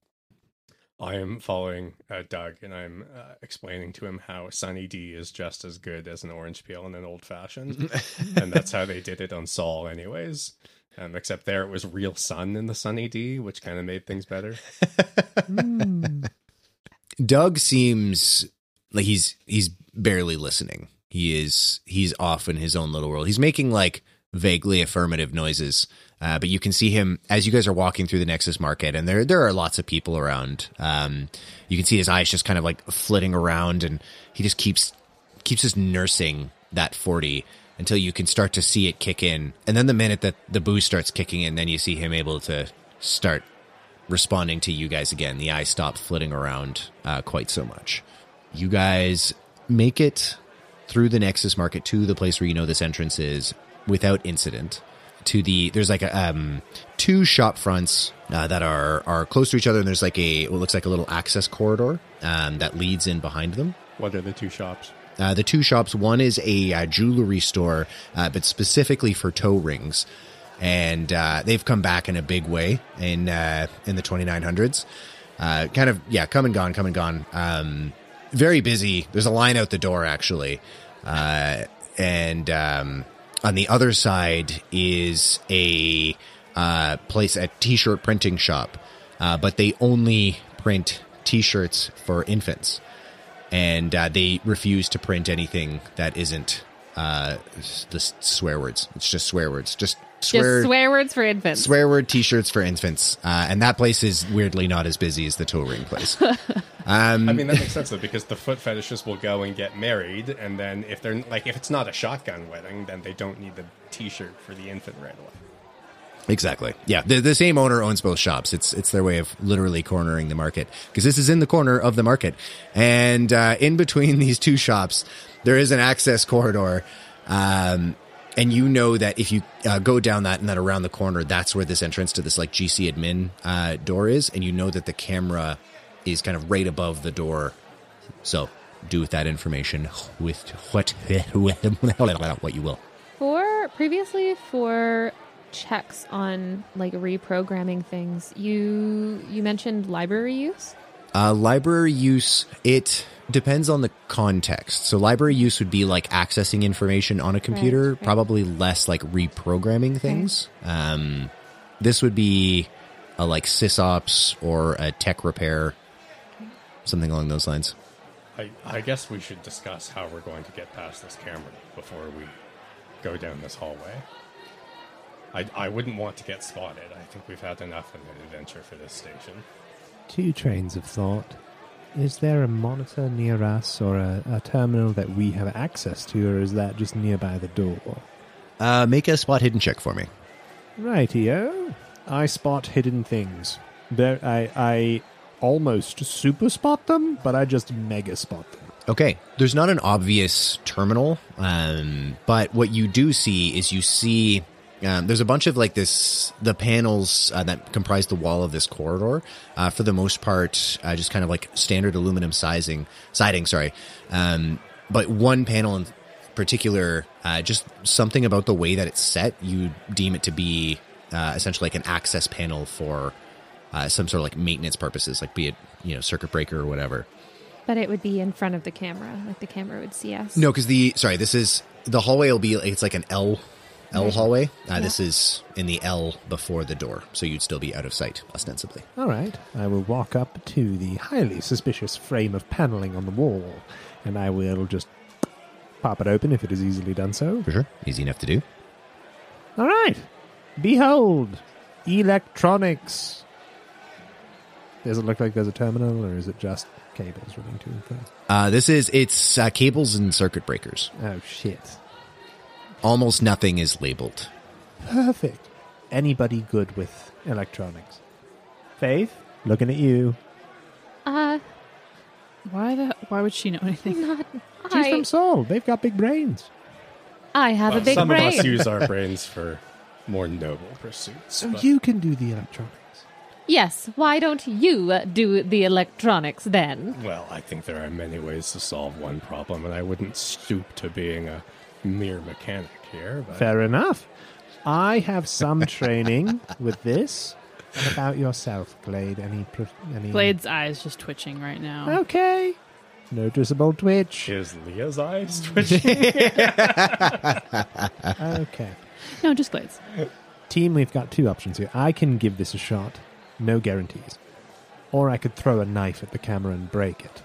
S3: I am following uh, Doug and I'm uh, explaining to him how Sunny D is just as good as an orange peel and an old fashioned. and that's how they did it on Saul, anyways. Um, except there it was real sun in the Sunny D, which kind of made things better.
S2: doug seems like he's he's barely listening he is he's off in his own little world he's making like vaguely affirmative noises uh, but you can see him as you guys are walking through the Nexus Market, and there there are lots of people around. Um, you can see his eyes just kind of like flitting around, and he just keeps keeps just nursing that forty until you can start to see it kick in. And then the minute that the boost starts kicking in, then you see him able to start responding to you guys again. The eyes stop flitting around uh, quite so much. You guys make it through the Nexus Market to the place where you know this entrance is without incident. To the there's like a, um, two shop fronts uh, that are are close to each other, and there's like a what looks like a little access corridor um, that leads in behind them.
S3: What are the two shops?
S2: Uh, the two shops. One is a uh, jewelry store, uh, but specifically for toe rings, and uh, they've come back in a big way in uh, in the 2900s. Uh, kind of, yeah, come and gone, come and gone. Um, very busy. There's a line out the door actually, uh, and um, on the other side is a uh, place, a t-shirt printing shop, uh, but they only print t-shirts for infants and uh, they refuse to print anything that isn't uh, the s- swear words. It's just swear words, just swear
S5: Just swear words for infants.
S2: swear word T-shirts for infants. Uh, and that place is weirdly not as busy as the toe ring place. Um,
S3: I mean, that makes sense though, because the foot fetishists will go and get married, and then if they're like, if it's not a shotgun wedding, then they don't need the T-shirt for the infant right away.
S2: exactly. Yeah, the, the same owner owns both shops. It's it's their way of literally cornering the market because this is in the corner of the market, and uh, in between these two shops, there is an access corridor. Um, and you know that if you uh, go down that and then around the corner, that's where this entrance to this like GC admin uh, door is, and you know that the camera is kind of right above the door. So do with that information with what what you will.
S5: For previously for checks on like reprogramming things, you you mentioned library use.
S2: Uh, library use, it depends on the context. So, library use would be like accessing information on a computer,
S5: right.
S2: probably less like reprogramming things. Um, this would be a like sysops or a tech repair, something along those lines.
S3: I, I guess we should discuss how we're going to get past this camera before we go down this hallway. I, I wouldn't want to get spotted. I think we've had enough of an adventure for this station.
S4: Two trains of thought. Is there a monitor near us or a, a terminal that we have access to, or is that just nearby the door?
S2: Uh, make a spot hidden check for me.
S4: Rightio. I spot hidden things. There, I, I almost super spot them, but I just mega spot them.
S7: Okay.
S2: There's not an obvious terminal, um, but what you do see is you see um, there's a bunch of like this the panels uh, that comprise the wall of this corridor. Uh, for the most part, uh, just kind of like standard aluminum sizing siding. Sorry, um, but one panel in particular, uh, just something about the way that it's set, you deem it to be uh, essentially like an access panel for uh, some sort of like maintenance purposes, like be it you know circuit breaker or whatever.
S5: But it would be in front of the camera, like the camera would see us.
S2: No, because the sorry, this is the hallway will be it's like an L
S4: Mm-hmm.
S2: L hallway. Uh, This is in the L before the door, so you'd still be out of sight ostensibly.
S4: All right. I will walk up to the highly suspicious frame of paneling on the wall, and I will just pop it open if it is easily done so.
S2: For sure, easy enough to do.
S4: All right. Behold, electronics. Does it look like there's a terminal, or is it just cables running to and fro?
S2: Uh, this is it's uh, cables and circuit breakers.
S4: Oh shit!
S2: Almost nothing is labeled.
S4: Perfect. Anybody good with electronics? Faith, looking at you.
S5: Uh,
S6: Why the? Why would she know anything?
S5: not
S4: She's from
S5: I.
S4: Seoul. They've got big brains.
S5: I have a
S3: Well,
S5: big
S3: some
S5: brain.
S3: of us use our brains for more noble pursuits.
S4: So
S3: but-
S4: you can do the electronics.
S5: Yes, why don't you uh, do the electronics then?
S3: Well, I think there are many ways to solve one problem, and I wouldn't stoop to being a mere mechanic here. But
S4: Fair enough. I have some training with this. What about yourself, Glade? Any, pro- any?
S6: Blade's eyes just twitching right now.
S4: Okay. Noticeable twitch.
S3: is Leah's eyes twitching?
S4: Okay.
S6: No, just Blade's.
S4: Team, we've got two options here. I can give this a shot, no guarantees. Or I could throw a knife at the camera and break it.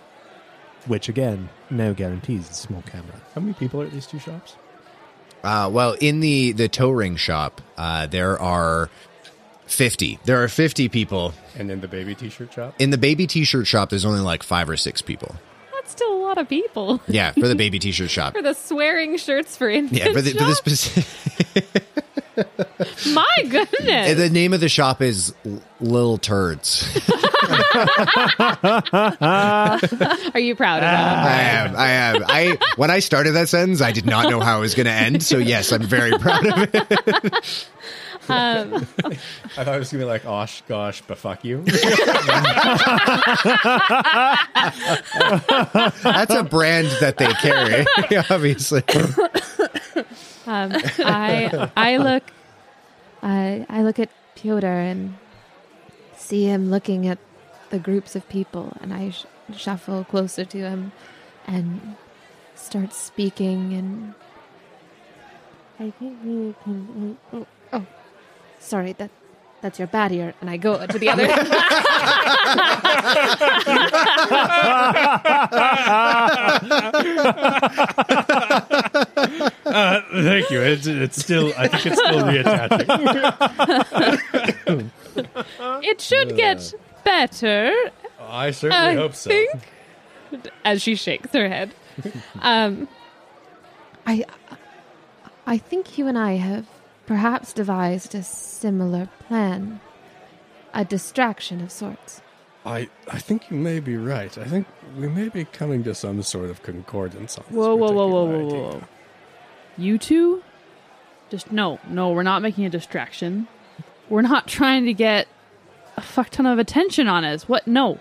S4: Which, again, no guarantees. It's a small camera.
S3: How many people are at these two shops?
S2: Uh, well, in the the tow ring shop, uh, there are fifty. There are fifty people
S3: And then the baby T-shirt shop.
S2: in the baby T-shirt shop. There's only like five or six people.
S5: That's still a lot of people.
S2: Yeah, for the baby T-shirt shop.
S5: For the swearing shirts for infants.
S2: Yeah, for the, for the specific.
S5: My goodness.
S2: The name of the shop is L- Little Turds.
S5: Are you proud of that?
S2: I am. I am. I when I started that sentence, I did not know how it was going to end. So yes, I'm very proud of it.
S5: Um,
S3: I thought it was gonna be like, "Osh, gosh, but fuck you."
S2: That's a brand that they carry, obviously.
S5: um, I, I look, I, I look at Piotr and see him looking at the groups of people, and I sh- shuffle closer to him and start speaking. And I think you can. Oh, oh, sorry that that's your bad ear. And I go to the other.
S3: uh, thank you. It's, it's still. I think it's still reattaching.
S5: it should get better
S3: I certainly
S5: I
S3: hope so.
S5: think- as she shakes her head. um, I, I think you and I have perhaps devised a similar plan, a distraction of sorts.
S3: I I think you may be right. I think we may be coming to some sort of concordance on this
S6: Whoa, whoa, whoa, whoa,
S3: particular
S6: whoa, whoa,
S3: idea.
S6: whoa! You two, just no, no. We're not making a distraction. We're not trying to get a fuck ton of attention on us. What? No,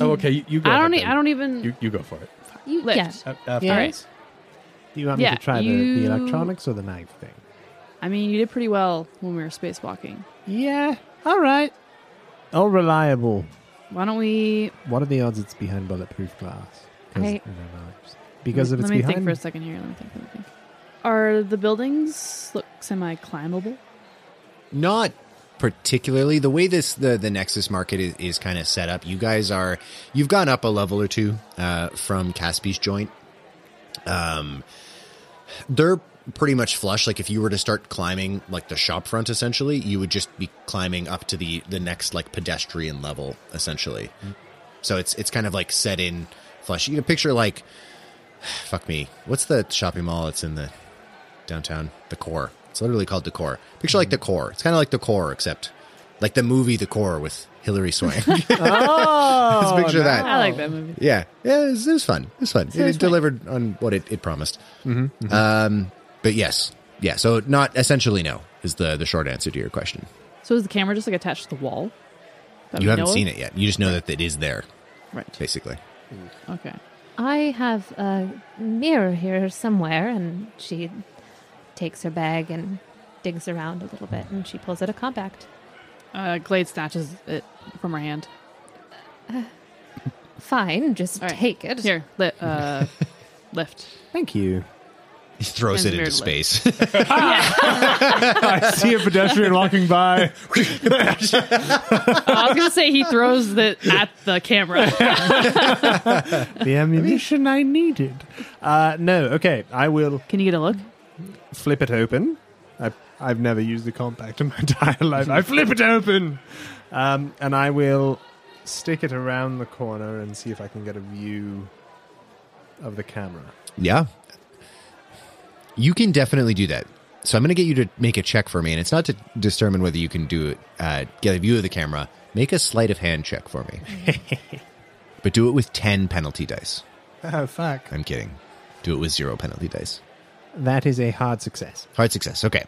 S3: Oh, okay. You, you go
S6: I
S3: ahead
S6: don't. E-
S3: then.
S6: I don't even.
S3: You, you go for it. Uh,
S5: You,
S6: Lift.
S5: yeah,
S3: A- after
S6: Yeah.
S3: us.
S4: Do you want
S6: Yeah,
S4: me to try the,
S6: you-
S4: the electronics or the knife thing?
S6: I mean, you did pretty well when we were spacewalking.
S4: Yeah. All right. Oh, reliable.
S6: Why don't we?
S4: What are the odds it's behind bulletproof glass? 'Cause,
S5: I-
S4: you know, knives. Because if
S6: let
S4: it's
S6: me
S4: behind,
S6: think for a second here. Let me think. Let me think. Are the buildings look semi-climbable?
S2: Not particularly the way this the the Nexus market is, is kind of set up. You guys are you've gone up a level or two uh, from Caspi's joint. Um, they're pretty much flush. Like if you were to start climbing like the shop front, essentially, you would just be climbing up to the the next like pedestrian level, essentially. So it's it's kind of like set in flush. You can picture like, fuck me, what's the shopping mall? It's in the downtown, the core. It's literally called the core. Picture like the core. It's kind of like the core, except like the movie The Core with Hillary Swank.
S4: Oh,
S2: Let's picture that.
S6: I like that movie.
S2: yeah, yeah, it was, it was fun. It was fun. it
S6: was fun. Mm-hmm,
S2: delivered on what it, it promised. Um, but yes, yeah. So not essentially no is the the short answer to your question.
S6: So is the camera just like attached to the wall?
S2: you haven't seen it yet. You just know that it is there,
S6: Right.
S2: basically.
S6: Okay.
S5: I have a mirror here somewhere, and she takes her bag and digs around a little bit, and she pulls out a compact.
S6: Uh, Glade snatches it from her hand.
S5: Fine, just
S6: All right.
S5: take it.
S6: Here, li- uh, lift.
S10: Thank you.
S7: He throws it
S6: Hands
S7: into
S6: weirdly.
S7: space.
S10: I see a pedestrian walking by.
S6: I was gonna say he throws it at the camera.
S4: the ammunition I needed. Uh, no, okay, I will
S6: Can you get a look?
S4: flip it open. I, I've never used the compact in my entire life. I flip it open, um, and I will stick it around the corner and see if I can get a view of the camera.
S2: Yeah. You can definitely do that. So I'm going to get you to make a check for me, and it's not to determine whether you can do it, uh, get a view of the camera. Make a sleight of hand check for me. but do it with 10 penalty dice.
S4: Oh fuck!
S2: I'm kidding. Do it with zero penalty dice.
S4: That is a hard success.
S2: Hard success. Okay.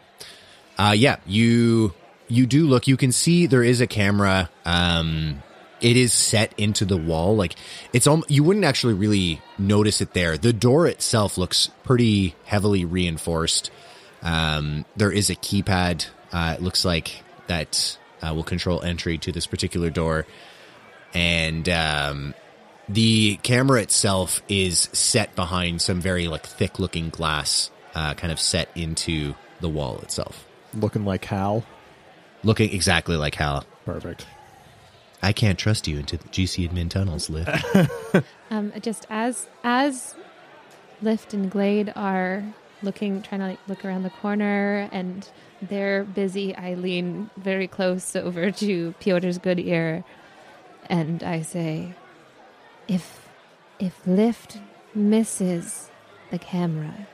S2: Uh, yeah, you you do look. You can see there is a camera. Um, it is set into the wall. Like it's al- you wouldn't actually really notice it there. The door itself looks pretty heavily reinforced. Um, there is a keypad. Uh, it looks like that uh, will control entry to this particular door, and um, the camera itself is set behind some very like thick looking glass, uh, kind of set into the wall itself,
S10: Looking like Hal.
S2: looking exactly like Hal.
S10: Perfect.
S2: I can't trust you into the GC admin tunnels, Liv.
S5: Um, just as as Lift and Glade are looking, trying to like, look around the corner, and they're busy. I lean very close over to Piotr's good ear, and I say, "If if Lift misses the camera,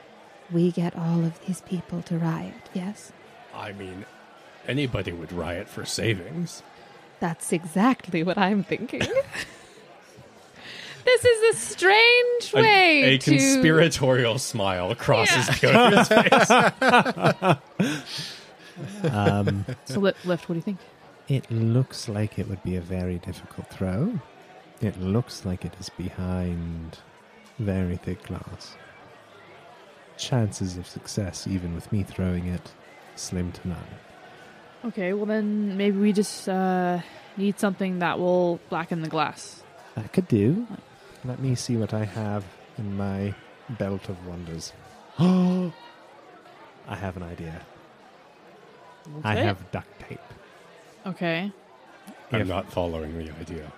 S5: we get all of these people to riot. Yes,
S3: I mean, anybody would riot for savings.
S5: that's exactly what I'm thinking." This is a strange
S3: A-
S5: way
S3: a,
S5: to
S3: conspiratorial smile crosses Piotr's face.
S10: Um,
S6: So li- lift. What do you think?
S4: It looks like it would be a very difficult throw. It looks like it is behind very thick glass. Chances of success, even with me throwing it, slim to none.
S6: Okay. Well, then maybe we just uh, need something that will blacken the glass.
S4: That could do. Let me see what I have in my belt of wonders. I have an idea. I
S6: Okay.
S4: have duct tape.
S6: Okay.
S3: I'm not following the idea.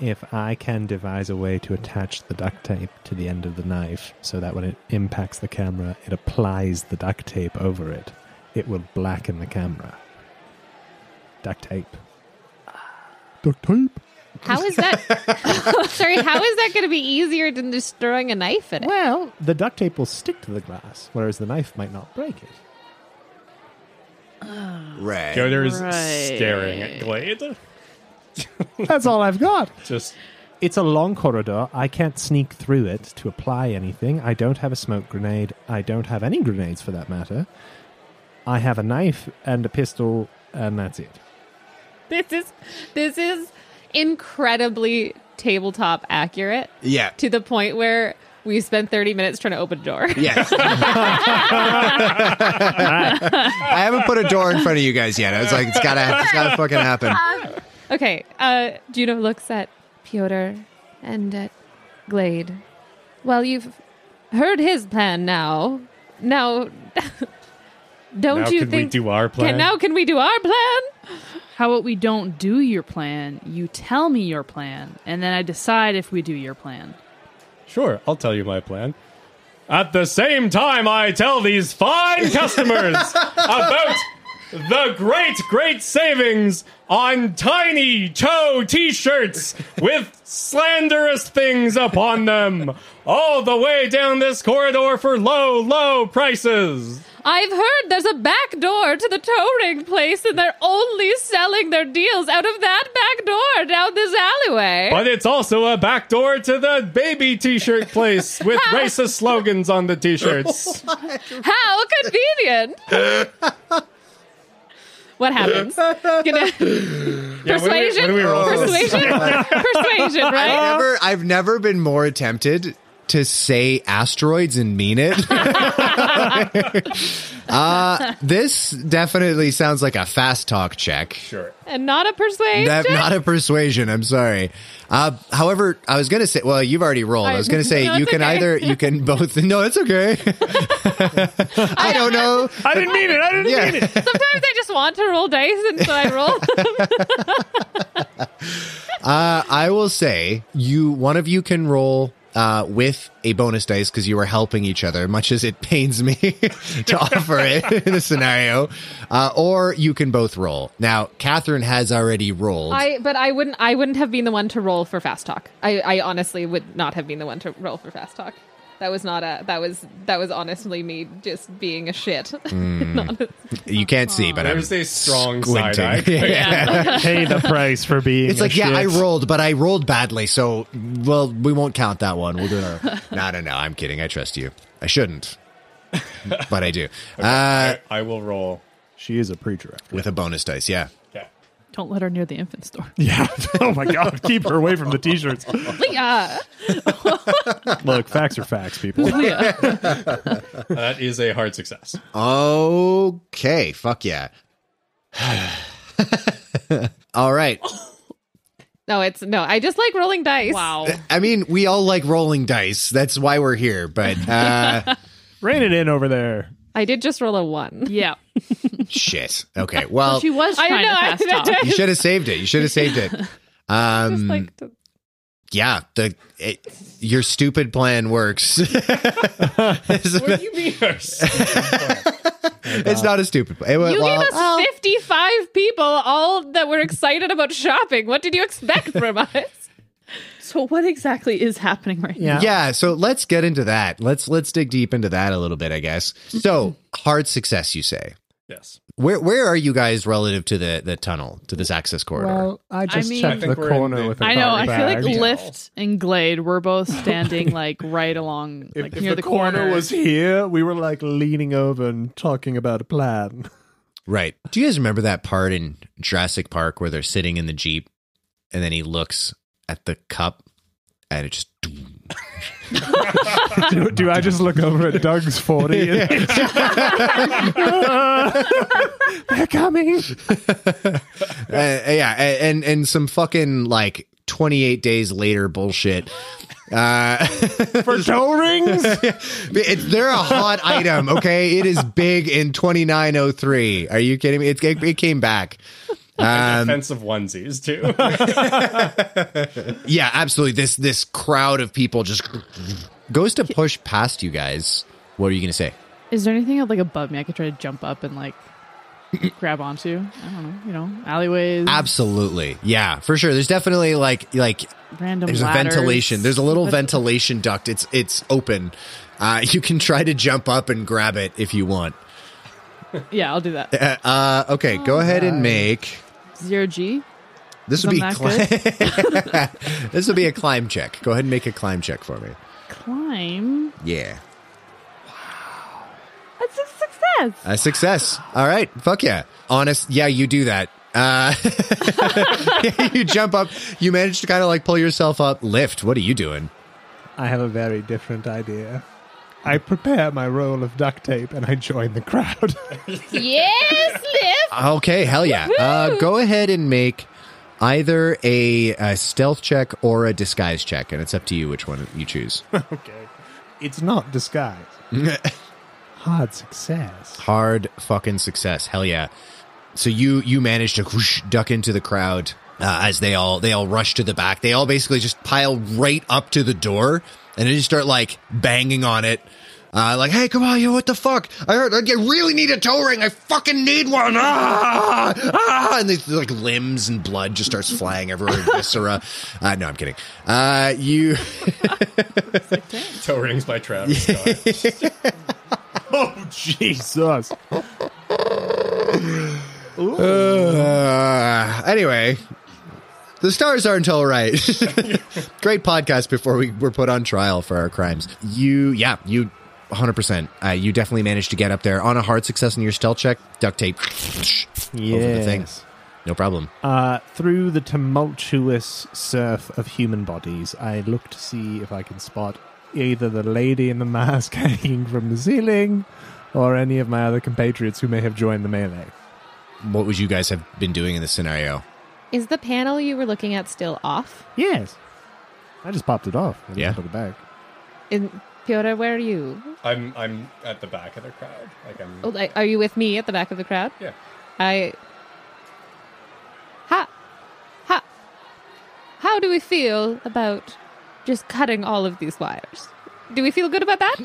S4: If I can devise a way to attach the duct tape to the end of the knife so that when it impacts the camera, it applies the duct tape over it, it will blacken the camera. Duct tape.
S10: Duct tape.
S5: How is that? Sorry, how is that going to be easier than just throwing a knife in it?
S4: Well, the duct tape will stick to the glass, whereas the knife might not break it.
S2: right.
S3: Piotr's
S6: Right.
S3: staring at Glade.
S4: That's all I've got.
S3: Just
S4: It's a long corridor. I can't sneak through it to apply anything. I don't have a smoke grenade. I don't have any grenades for that matter. I have a knife and a pistol, and that's it.
S5: This is this is incredibly tabletop accurate
S7: yeah.
S5: to the point where we spent 30 minutes trying to open a door.
S7: Yes. I haven't put a door in front of you guys yet. I was like, it's gotta, it's gotta fucking happen.
S5: Okay, uh, Juno looks at Piotr and at Glade. Well, you've heard his plan now. Now, don't
S3: now
S5: you
S3: can
S5: think?
S3: we do our plan?
S5: Can, now can we do our plan?
S6: How about we don't do your plan? You tell me your plan, and then I decide if we do your plan.
S3: Sure, I'll tell you my plan. At the same time, I tell these fine customers about the great, great savings on tiny toe t shirts with slanderous things upon them, all the way down this corridor for low, low prices.
S7: I've heard there's a back door to the toe ring place, and they're only selling their deals out of that back door down this alleyway.
S3: But it's also a backdoor to the baby t shirt place with racist slogans on the t shirts.
S7: How convenient! what happens? Gonna- persuasion,
S3: do we roll for this?
S7: persuasion, persuasion, right?
S2: Never, I've never been more tempted to say asteroids and mean it. uh, this definitely sounds like a fast talk check.
S3: Sure.
S7: And not a persuasion.
S2: That- not a persuasion. I'm sorry. Uh, however, I was gonna say. Well, you've already rolled. I was gonna say
S7: No,
S2: you
S7: it's
S2: can
S7: okay.
S2: either you can both. No, it's okay. I don't know.
S10: I didn't mean it. I didn't
S2: Yeah.
S10: mean it.
S7: Sometimes I just want to roll dice, and so I roll.
S2: Uh, I will say you one of you can roll uh, with a bonus dice because you are helping each other, much as it pains me to offer it in the scenario. Uh, or you can both roll. Now, Catherine has already rolled.
S7: I, but I wouldn't. I wouldn't have been the one to roll for fast talk. I, I honestly would not have been the one to roll for fast talk. That was not a. That was that was honestly me just being a shit. Not-
S2: Mm. you can't see, but
S3: There's
S2: I'm
S3: a strong
S2: squinting.
S3: side eye.
S10: Pay the price for being.
S2: It's
S10: a
S2: like, yeah,
S10: shit.
S2: I rolled, but I rolled badly, so well, we won't count that one. We'll do another. no, no, no. I'm kidding. I trust you. I shouldn't, but I do. Uh,
S3: I, I will roll.
S10: She is a preacher. After.
S2: with a bonus dice, yeah.
S3: Okay.
S6: Don't let her near the infant store.
S10: Yeah. oh my god. Keep her away from the t-shirts.
S7: yeah.
S10: Look, facts are facts, people.
S2: Oh,
S6: Leah.
S3: That is a hard success.
S2: Okay, fuck yeah. all right.
S7: No, it's no. I just like rolling dice.
S6: Wow.
S2: I mean, we all like rolling dice. That's why we're here. But uh,
S10: Rein it in over there.
S7: I did just roll a one.
S6: Yeah.
S2: shit. Okay. Well,
S6: She was
S7: I
S6: trying
S7: know,
S6: to
S7: I-
S6: fast talk.
S2: you should have saved it. You should have saved it. Um,
S7: Like, t-
S2: yeah. The it, your stupid plan works. it's,
S3: What do you mean?
S2: it's not a stupid plan. It went-
S7: you
S2: well,
S7: gave us fifty-five people, all that were excited about shopping. What did you expect from us?
S6: So what exactly is happening right now?
S2: yeah so let's get into that let's let's dig deep into that a little bit i guess so hard success you say
S3: yes.
S2: where where are you guys relative to the the tunnel to this access corridor
S4: I
S6: just mean-
S3: checked I think the we're in corner the- with a
S6: I know. I
S3: Sorry,
S6: feel like
S3: bags.
S6: Lyft and Glade were both standing like right along,
S10: If,
S6: like
S10: if
S6: near
S10: the, corner, was
S6: It
S10: here, we were like leaning over and talking about a plan.
S2: Right. Do you guys remember that part in Jurassic Park where they're sitting in the Jeep and then he looks at the cup and it just
S10: do, do I just look over at Doug's 40? And, they're coming.
S2: uh, yeah, a- and and some fucking like 28 days later bullshit. Uh
S10: For toe rings?
S2: it's, they're a hot item, okay? It is big in 2903. Are you kidding me? It, it, it came back. Um,
S3: Offensive onesies too.
S2: Yeah, absolutely. This this crowd of people just goes to push past you guys. What are you going to say?
S6: Is there anything like above me I could try to jump up and like grab onto? I don't know. You know, alleyways,
S2: Absolutely. Yeah, for sure. There's definitely like like
S6: random.
S2: There's
S6: ladders.
S2: a ventilation. There's a little
S6: But-
S2: ventilation duct. It's it's open. Uh, you can try to jump up and grab it if you want.
S6: Yeah, I'll do that.
S2: Uh, uh, okay, go
S6: Oh,
S2: ahead and make.
S6: Zero G.
S2: This would be
S6: Isn't
S2: cli-
S6: that
S2: this would be a climb check. Go ahead and make a climb check for me.
S6: Climb.
S2: Yeah,
S6: That's a success.
S2: a Uh, success. All right, fuck yeah. Honest, yeah, you do that. Uh, you jump up. You manage to kind of like pull yourself up. Lift. What are you doing?
S4: I have a very different idea. I prepare my roll of duct tape and I join the crowd.
S7: yes, Liv.
S2: Okay, hell yeah. Uh, go ahead and make either a, a stealth check or a disguise check, and it's up to you which one you choose.
S4: okay. It's not disguise. Hard success.
S2: Hard fucking success. Hell yeah. So you you manage to whoosh, duck into the crowd uh, as they all they all rush to the back. They all basically just pile right up to the door and then you start like banging on it.
S7: Uh, like, hey, come on, yo, what the fuck? I heard I really need a toe ring. I fucking need one. Ah, ah! And these like limbs and blood just starts flying everywhere, viscera. Uh, no, I'm kidding. Uh, you.
S3: Toe rings by Travis Scott.
S10: Oh, Jesus.
S7: Uh, anyway, the stars aren't all right. Great podcast before we were put on trial for our crimes. You, yeah, you. 100%. Uh, you definitely managed to get up there on a hard success in your stealth check. Duct tape over the thing.
S4: Yes.
S7: No problem.
S4: Uh, through the tumultuous surf of human bodies, I look to see if I can spot either the lady in the mask hanging from the ceiling or any of my other compatriots who may have joined the melee.
S2: What would you guys have been doing in this scenario?
S5: Is the panel you were looking at still off?
S4: Yes. I just popped it off. and
S2: Yeah.
S4: Put it back.
S5: In Piotr, where are you?
S3: I'm I'm at the back of the crowd. Like I'm.
S5: Oh, like, Are you with me at the back of the crowd?
S3: Yeah.
S5: I. Ha! Ha! How do we feel about just cutting all of these wires? Do we feel good about that?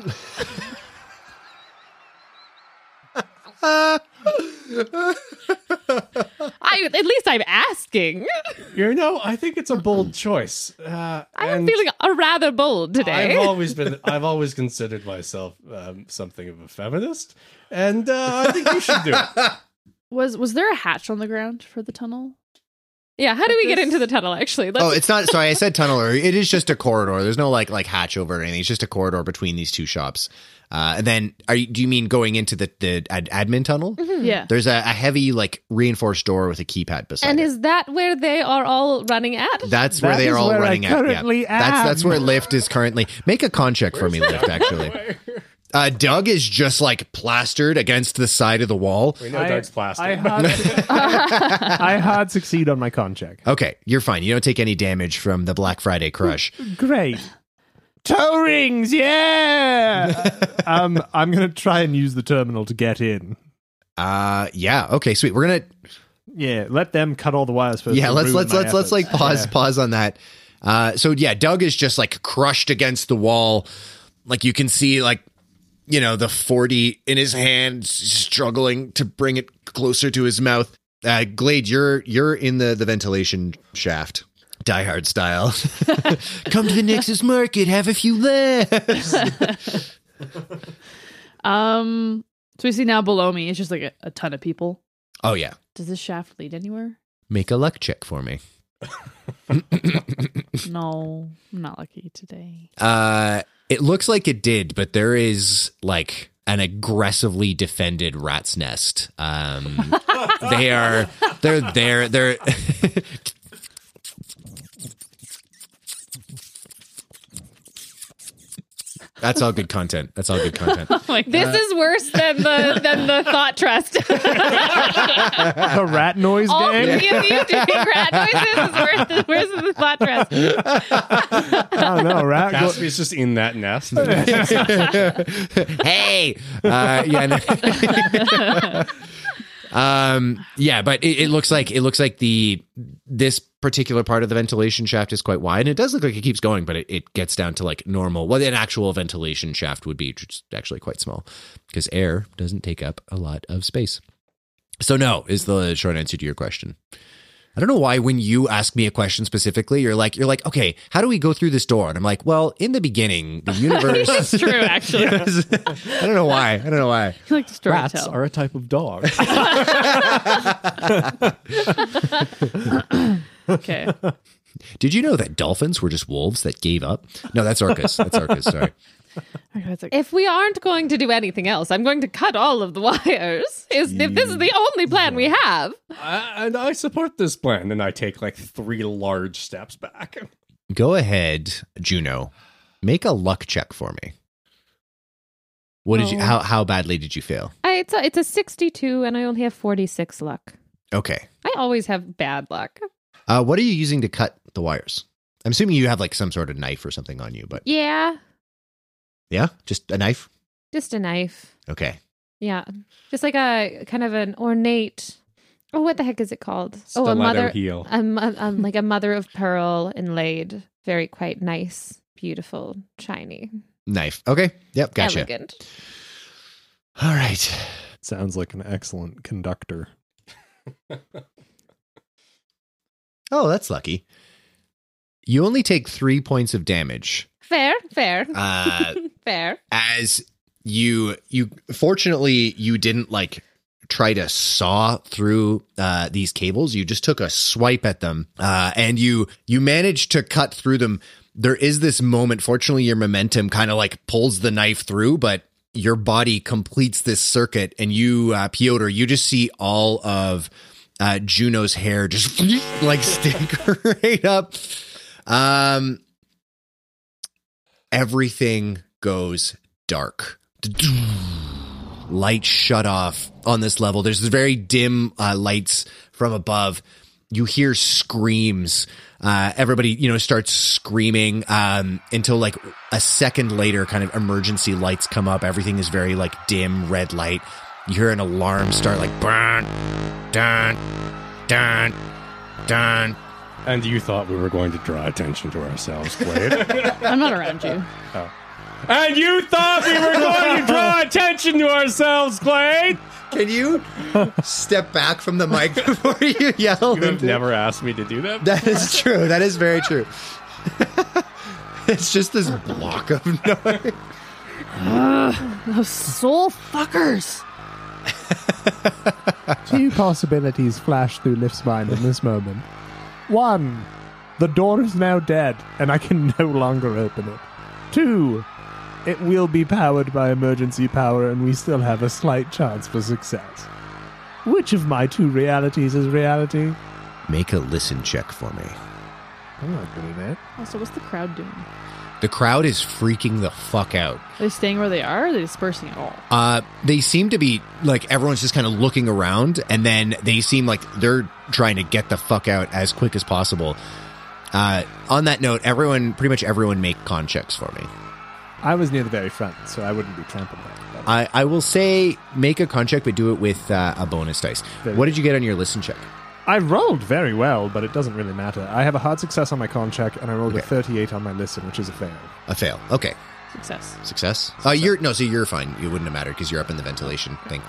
S5: I, at least I'm asking.
S3: You know, I think it's a bold choice. Uh,
S5: I'm
S3: and
S5: feeling uh, rather bold today.
S3: I've always been. I've always considered myself um, something of a feminist, and uh, I think you should do it.
S6: Was was there a hatch on the ground for the tunnel?
S5: yeah, how do we get
S6: This-
S5: into the tunnel, actually? Let's,
S2: Oh, it's not. Sorry, I said tunnel. area. It is just a corridor. There's no like like hatch over or anything. It's just a corridor between these two shops. Uh, and then, are you, do you mean going into the the ad, admin tunnel?
S6: Yeah.
S2: There's a, a heavy like reinforced door with a keypad beside.
S5: and
S2: it.
S5: is that where they are all running at?
S2: That's where
S4: That
S2: they
S4: is
S2: are all
S4: where I
S2: running at.
S4: currently
S2: yeah. That's that's
S4: am.
S2: where Lyft is currently. Make a con check for me, Lyft. Actually, uh, Doug is just like plastered against the side of the wall.
S3: We know Doug's plastic.
S4: I hard, I hard succeed on my con check.
S2: Okay, you're fine. You don't take any damage from the Black Friday crush.
S4: Great. Toe rings, yeah. um, I'm gonna try and use the terminal to get in.
S2: Uh, yeah. Okay, sweet. We're gonna
S4: Yeah, let them cut all the wires first.
S2: yeah
S4: and
S2: let's
S4: ruin
S2: let's
S4: my
S2: let's let's like
S4: efforts.
S2: pause pause on that uh so yeah doug is just like crushed against the wall like you can see like you know the 40 in his hand s- struggling to bring it closer to his mouth uh glade you're you're in the the ventilation shaft Die Hard style. Come to the Nexus Market, have a few laughs.
S6: Um. So we see now below me, it's just like a, a ton of people.
S2: Oh yeah,
S6: Does this shaft lead anywhere?
S2: make a luck check for me.
S6: No, I'm not lucky today.
S2: Uh, it looks like it did, but there is like an aggressively defended rat's nest. Um, they are they're there they're That's all good content. That's all good content.
S6: Like
S5: This is worse than the than the thought trust.
S6: Oh
S4: the rat noise
S5: All
S4: gang.
S5: three of you doing rat noises is worse than, worse than the thought trust.
S4: I don't know, rat. go-
S3: Caspi's just in that nest.
S2: hey, uh, yeah, no- um, yeah, but it, it looks like it looks like the this particular part of the ventilation shaft is quite wide, and it does look like it keeps going, but it, it gets down to like normal. Well, an actual ventilation shaft would be just actually quite small because air doesn't take up a lot of space. So no is the short answer to your question. I don't know why when you ask me a question specifically, you're like you're like, okay, how do we go through this door? And I'm like, well, in the beginning, the universe.
S6: It's true, actually.
S2: I don't know why. I don't know why.
S6: I like to story
S10: Rats
S6: tell.
S10: are a type of dog.
S6: okay.
S2: Did you know that dolphins were just wolves that gave up? No, that's orcas. That's orcas. Sorry.
S6: Okay, that's okay.
S5: If we aren't going to do anything else, I'm going to cut all of the wires. Is if this is the only plan we have?
S3: I, and I support this plan, and I take like three large steps back.
S2: Go ahead, Juno. Make a luck check for me. What did you?
S6: Oh.
S2: How how badly did you fail?
S5: I, it's a, it's a 62, and I only have 46 luck.
S2: Okay.
S5: I always have bad luck.
S2: Uh, what are you using to cut the wires? I'm assuming you have like some sort of knife or something on you, but
S5: Yeah,
S2: yeah, just a knife.
S5: just a knife.
S2: Okay.
S5: Yeah, just like a kind of an ornate. Oh, what the heck is it called? oh, a
S3: Stiletto
S5: mother,
S3: heel.
S5: a, mo- um, like a mother of pearl inlaid, very quite nice, beautiful, shiny.
S7: knife. Okay. Yep. Gotcha.
S5: Elegant.
S7: All right.
S10: Sounds like an excellent conductor.
S7: Oh, that's lucky. You only take three points of damage.
S5: Fair, fair,
S7: Uh,
S5: fair.
S7: as you you fortunately you didn't like try to saw through uh, these cables you just took a swipe at them uh, and you you managed to cut through them there is this moment fortunately your momentum kind of like pulls the knife through but your body completes this circuit and you uh, Piotr you just see all of uh, Juno's hair just like stick right up um everything goes dark. Lights shut off on this level. There's very dim uh, lights from above. You hear screams. Uh, everybody, you know, starts screaming um, until like a second later, kind of emergency lights come up. Everything is very like dim red light. You hear an alarm start like burn, dun, dun, dun.
S3: And you thought we were going to draw attention to ourselves, Blade. Oh.
S6: I'm not around you.
S3: and you thought we were going to draw attention to ourselves, Blade.
S7: Can you step back from the mic before you yell?
S3: You have never asked me to do that.
S7: That is true. That is very true. it's just this block of noise.
S6: Those soul fuckers.
S4: Two possibilities flash through Lift's mind in this moment. One, the door is now dead and I can no longer open it. Two, it will be powered by emergency power and we still have a slight chance for success. Which of my two realities is reality?
S7: Make a listen check for me.
S4: I'm not doing that.
S6: Also, what's the crowd doing?
S2: The crowd is freaking the fuck out.
S6: Are they staying where they are? Or are they dispersing at all?
S2: Uh, they seem to be like everyone's just kind of looking around, and then they seem like they're trying to get the fuck out as quick as possible. Uh, on that note, everyone, pretty much everyone, make con checks for me.
S4: I was near the very front, so I wouldn't be trampled by it.
S2: I, I will say make a con check, but do it with uh, a bonus dice. What did you get on your listen check?
S4: I rolled very well, but it doesn't really matter. I have a hard success on my con check, and I rolled a
S2: Okay.
S4: 38 on my listen, which is a fail.
S2: A fail. Okay,
S6: Success.
S2: success. Uh, you're no, so you're fine. It wouldn't have mattered because you're up in the ventilation thing.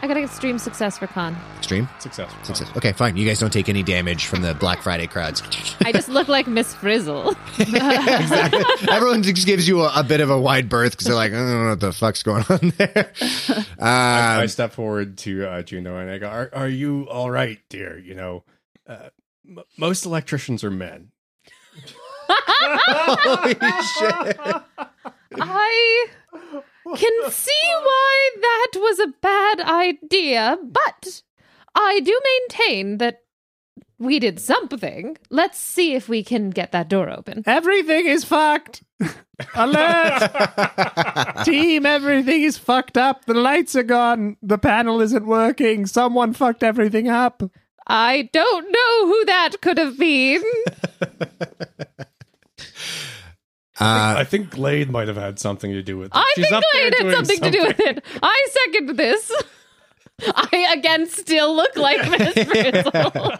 S5: I got extreme success for con.
S2: Extreme
S3: Successful.
S2: success. Okay, fine. You guys don't take any damage from the Black Friday crowds.
S5: I just look like Miss Frizzle.
S2: exactly. Everyone just gives you a, a bit of a wide berth because they're like, I don't know what the fuck's going on there.
S3: I
S2: Um,
S3: step forward to uh, Juno and I go, "Are are you all right, dear? You know, uh, m- most electricians are men.
S7: Holy shit.
S5: I can see why that was a bad idea, but I do maintain that we did something. Let's see if we can get that door open.
S4: Everything is fucked. Alert! Team, everything is fucked up. The lights are gone. The panel isn't working. Someone fucked everything up.
S5: I don't know who that could have been.
S2: Uh,
S3: I think Glade might have had something to do with. It.
S5: I
S3: She's
S5: think
S3: up there
S5: Glade had
S3: doing
S5: something, to do with it. I second this. I again still look like Miss Frizzle.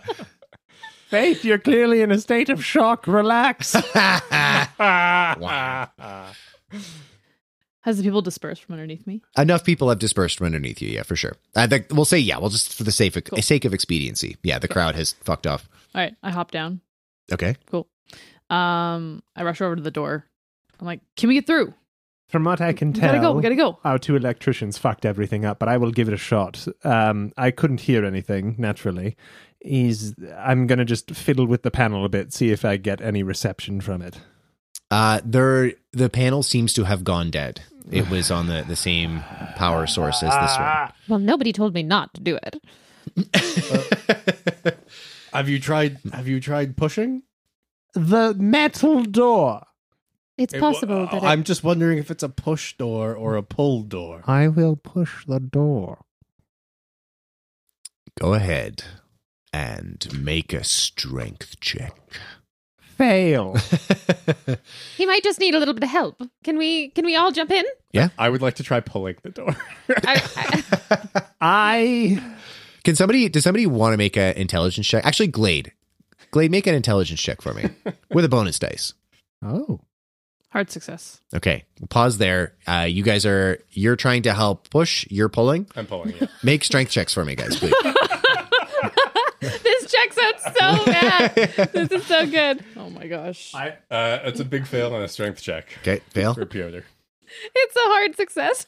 S4: Faith, you're clearly in a state of shock. Relax.
S3: Uh,
S6: Has the people dispersed from underneath me?
S2: Enough people have dispersed from underneath you, yeah, for sure. I think we'll say yeah. We'll just for the sake of, sake of expediency. Yeah, the crowd has fucked off.
S6: All right, I hop down.
S2: Okay,
S6: Cool. Um, I rush over to the door. I'm like, can we get through?
S4: From what I can
S6: We
S4: tell,
S6: gotta go. We gotta go.
S4: our two electricians fucked everything up, but I will give it a shot. Um, I couldn't hear anything, naturally. Is I'm going to just fiddle with the panel a bit, see if I get any reception from it.
S2: uh, there the panel seems to have gone dead. It was on the the same power source as this one.
S5: well, nobody told me not to do it.
S3: Have you tried? Have you tried pushing?
S4: The metal door.
S5: It's possible that it-
S3: I'm just wondering if it's a push door or a pull door.
S4: I will push the door.
S2: Go ahead and make a strength check.
S4: Fail.
S5: he might just need a little bit of help. Can we? Can we all jump in?
S3: I would like to try pulling the door.
S5: I, I,
S4: I
S2: Can somebody? Does somebody want to make an intelligence check? Actually, Glade, Glade, make an intelligence check for me with a bonus dice.
S4: oh
S6: Hard success.
S2: Okay, we'll pause there. Uh, you guys are you're trying to help push. You're pulling.
S3: I'm pulling it.
S2: Make strength checks for me, guys, please.
S6: This checks out so bad. this is so good. Oh my gosh.
S3: I, uh, it's a big fail on a strength check
S2: Okay, fail.
S3: for Piotr.
S6: It's a hard success.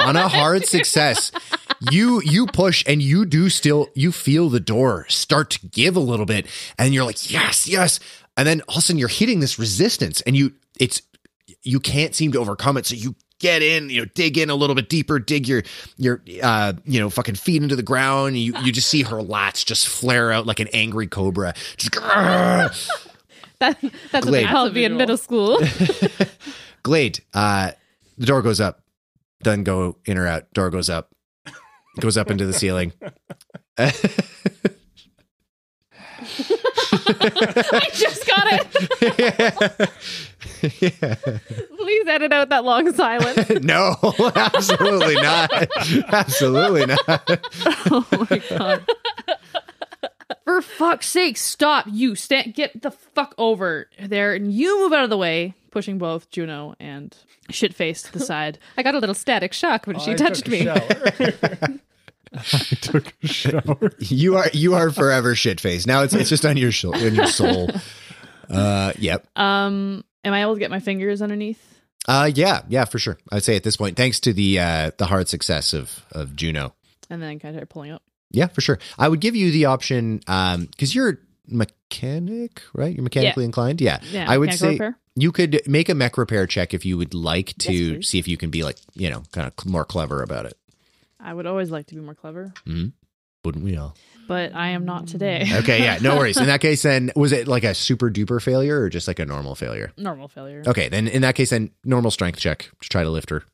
S2: on a hard success you you push and you do still you feel the door start to give a little bit and you're like yes yes and then all of a sudden you're hitting this resistance and you it's you can't seem to overcome it so you get in you know dig in a little bit deeper dig your your uh you know fucking feet into the ground and you you just see her lats just flare out like an angry cobra just grrr.
S6: that, that's what they
S2: Glade.
S6: call it being middle school.
S2: Glade, uh, the door goes up. Doesn't go in or out. Door goes up. Goes up into the ceiling.
S6: I just got it. Please edit out that long silence.
S2: no, absolutely not. Absolutely not.
S6: oh my god. For fuck's sake, stop you. Stand get the fuck over there and you move out of the way, pushing both Juno and shitface to the side.
S5: I got a little static shock
S2: Oh,
S5: when she
S3: I
S5: touched
S3: took a
S5: me.
S3: shower.
S10: took a shower.
S2: You are you are forever shit faced. Now it's it's just on your sh- on your soul. Uh, yep.
S6: Um am I able to get my fingers underneath?
S2: Uh, yeah, yeah, for sure. I'd say at this point, thanks to the uh the hard success of of Juno.
S6: And then kind of pulling up.
S2: Yeah, for sure. I would give you the option um because you're a mechanic, right? You're mechanically inclined. Yeah.
S6: Yeah,
S2: I would
S6: mechanical
S2: say
S6: repair?
S2: you could make a mech repair check if you would like to
S6: Yes, please.
S2: see if you can be like, you know, kind of more clever about it.
S6: I would always like to be more clever,
S2: Wouldn't we all?
S6: but I am not today.
S2: Okay, yeah, no worries. In that case then was it like a super duper failure or just like a normal failure?
S6: Normal failure.
S2: Okay, then in that case then normal strength check to try to lift her.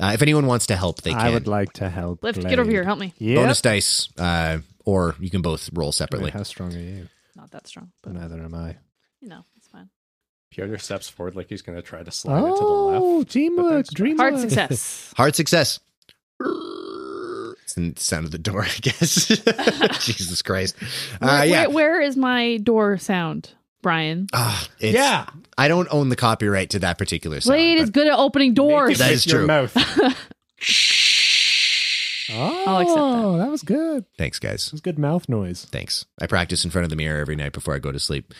S2: Uh, if anyone wants to help, they can.
S4: I would like to help.
S6: Lift,
S4: Glade.
S6: get over here, help me.
S4: Yep.
S2: Bonus dice uh or you can both roll
S4: I mean,
S2: separately.
S4: how strong are you?
S6: Not that strong, but
S4: But neither am I.
S6: you know, it's fine.
S3: Piotr steps forward like he's going to try to slide it to the left.
S4: Oh, teamwork, dreamwork.
S6: Hard success.
S2: Hard success. It's in the sound of the door, I guess. Jesus Christ. Uh,
S6: Where-
S2: yeah.
S6: where- where is my door sound, Brian?
S2: Ah, it's- I don't own the copyright to that particular sound.
S6: Blade is
S2: but-
S6: good at opening
S3: Make
S6: doors.
S3: it
S2: That
S3: with
S2: is
S3: your
S2: true.
S3: Mouth.
S4: Oh,
S6: I'll accept that.
S4: that. was good. That
S2: Thanks, guys.
S4: was good mouth noise.
S2: Thanks. I practice in front of the mirror every night before I go to sleep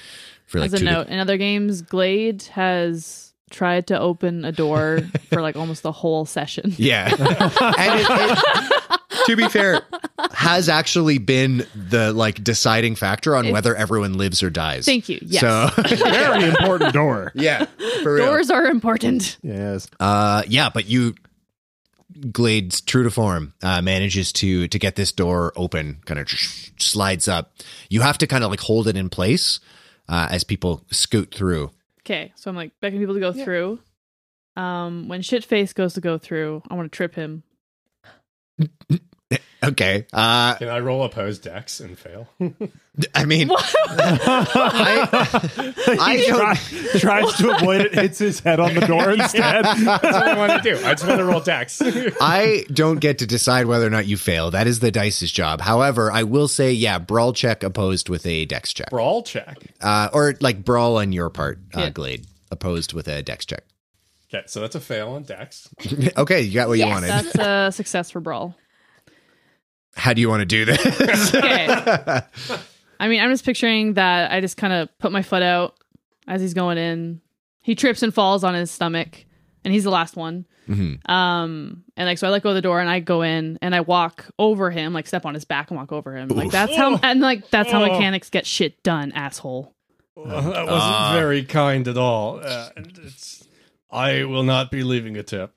S2: for like
S6: As a
S2: two to-
S6: note, in other games, Glade has tried to open a door for like almost the whole session.
S2: Yeah. and it, it- to be fair, has actually been the like deciding factor on
S6: It's-
S2: whether everyone lives or dies.
S6: Thank you. Yes.
S2: So,
S10: Very important door.
S2: yeah. For real.
S6: Doors are important.
S4: Yes.
S2: Uh, yeah, but you, Glades, true to form, uh, manages to to get this door open. Kind of slides up. You have to kind of like hold it in place uh, as people scoot through.
S6: Okay, so I'm like begging people to go through. Um, when Shitface goes to go through, I want to trip him.
S2: Okay. Uh,
S3: Can I roll opposed dex and fail?
S2: I mean, I, I don't.
S4: Try- tries to avoid it, hits his head on the door instead.
S3: That's what I want to do. I just want to roll dex.
S2: I don't get to decide whether or not you fail. That is the dice's job. However, I will say, yeah, brawl check opposed with a dex check,
S3: Brawl check.
S2: uh, or like brawl on your part, uh,
S6: Yeah.
S2: Glade, opposed with a dex check.
S3: Okay, so that's a fail on dex.
S2: okay, you got what you wanted.
S6: That's a success for Brawl.
S2: How do you want to do this?
S6: Okay. I mean, I'm just picturing that I just kind of put my foot out as he's going in. He trips and falls on his stomach, and he's the last one. Um, and like so, I let go of the door and I go in and I walk over him, like step on his back and walk over him. Like that's how and like that's how mechanics get shit done, asshole.
S3: that wasn't
S7: Ah.
S3: very kind at all. Uh, it's, I will not be leaving a tip.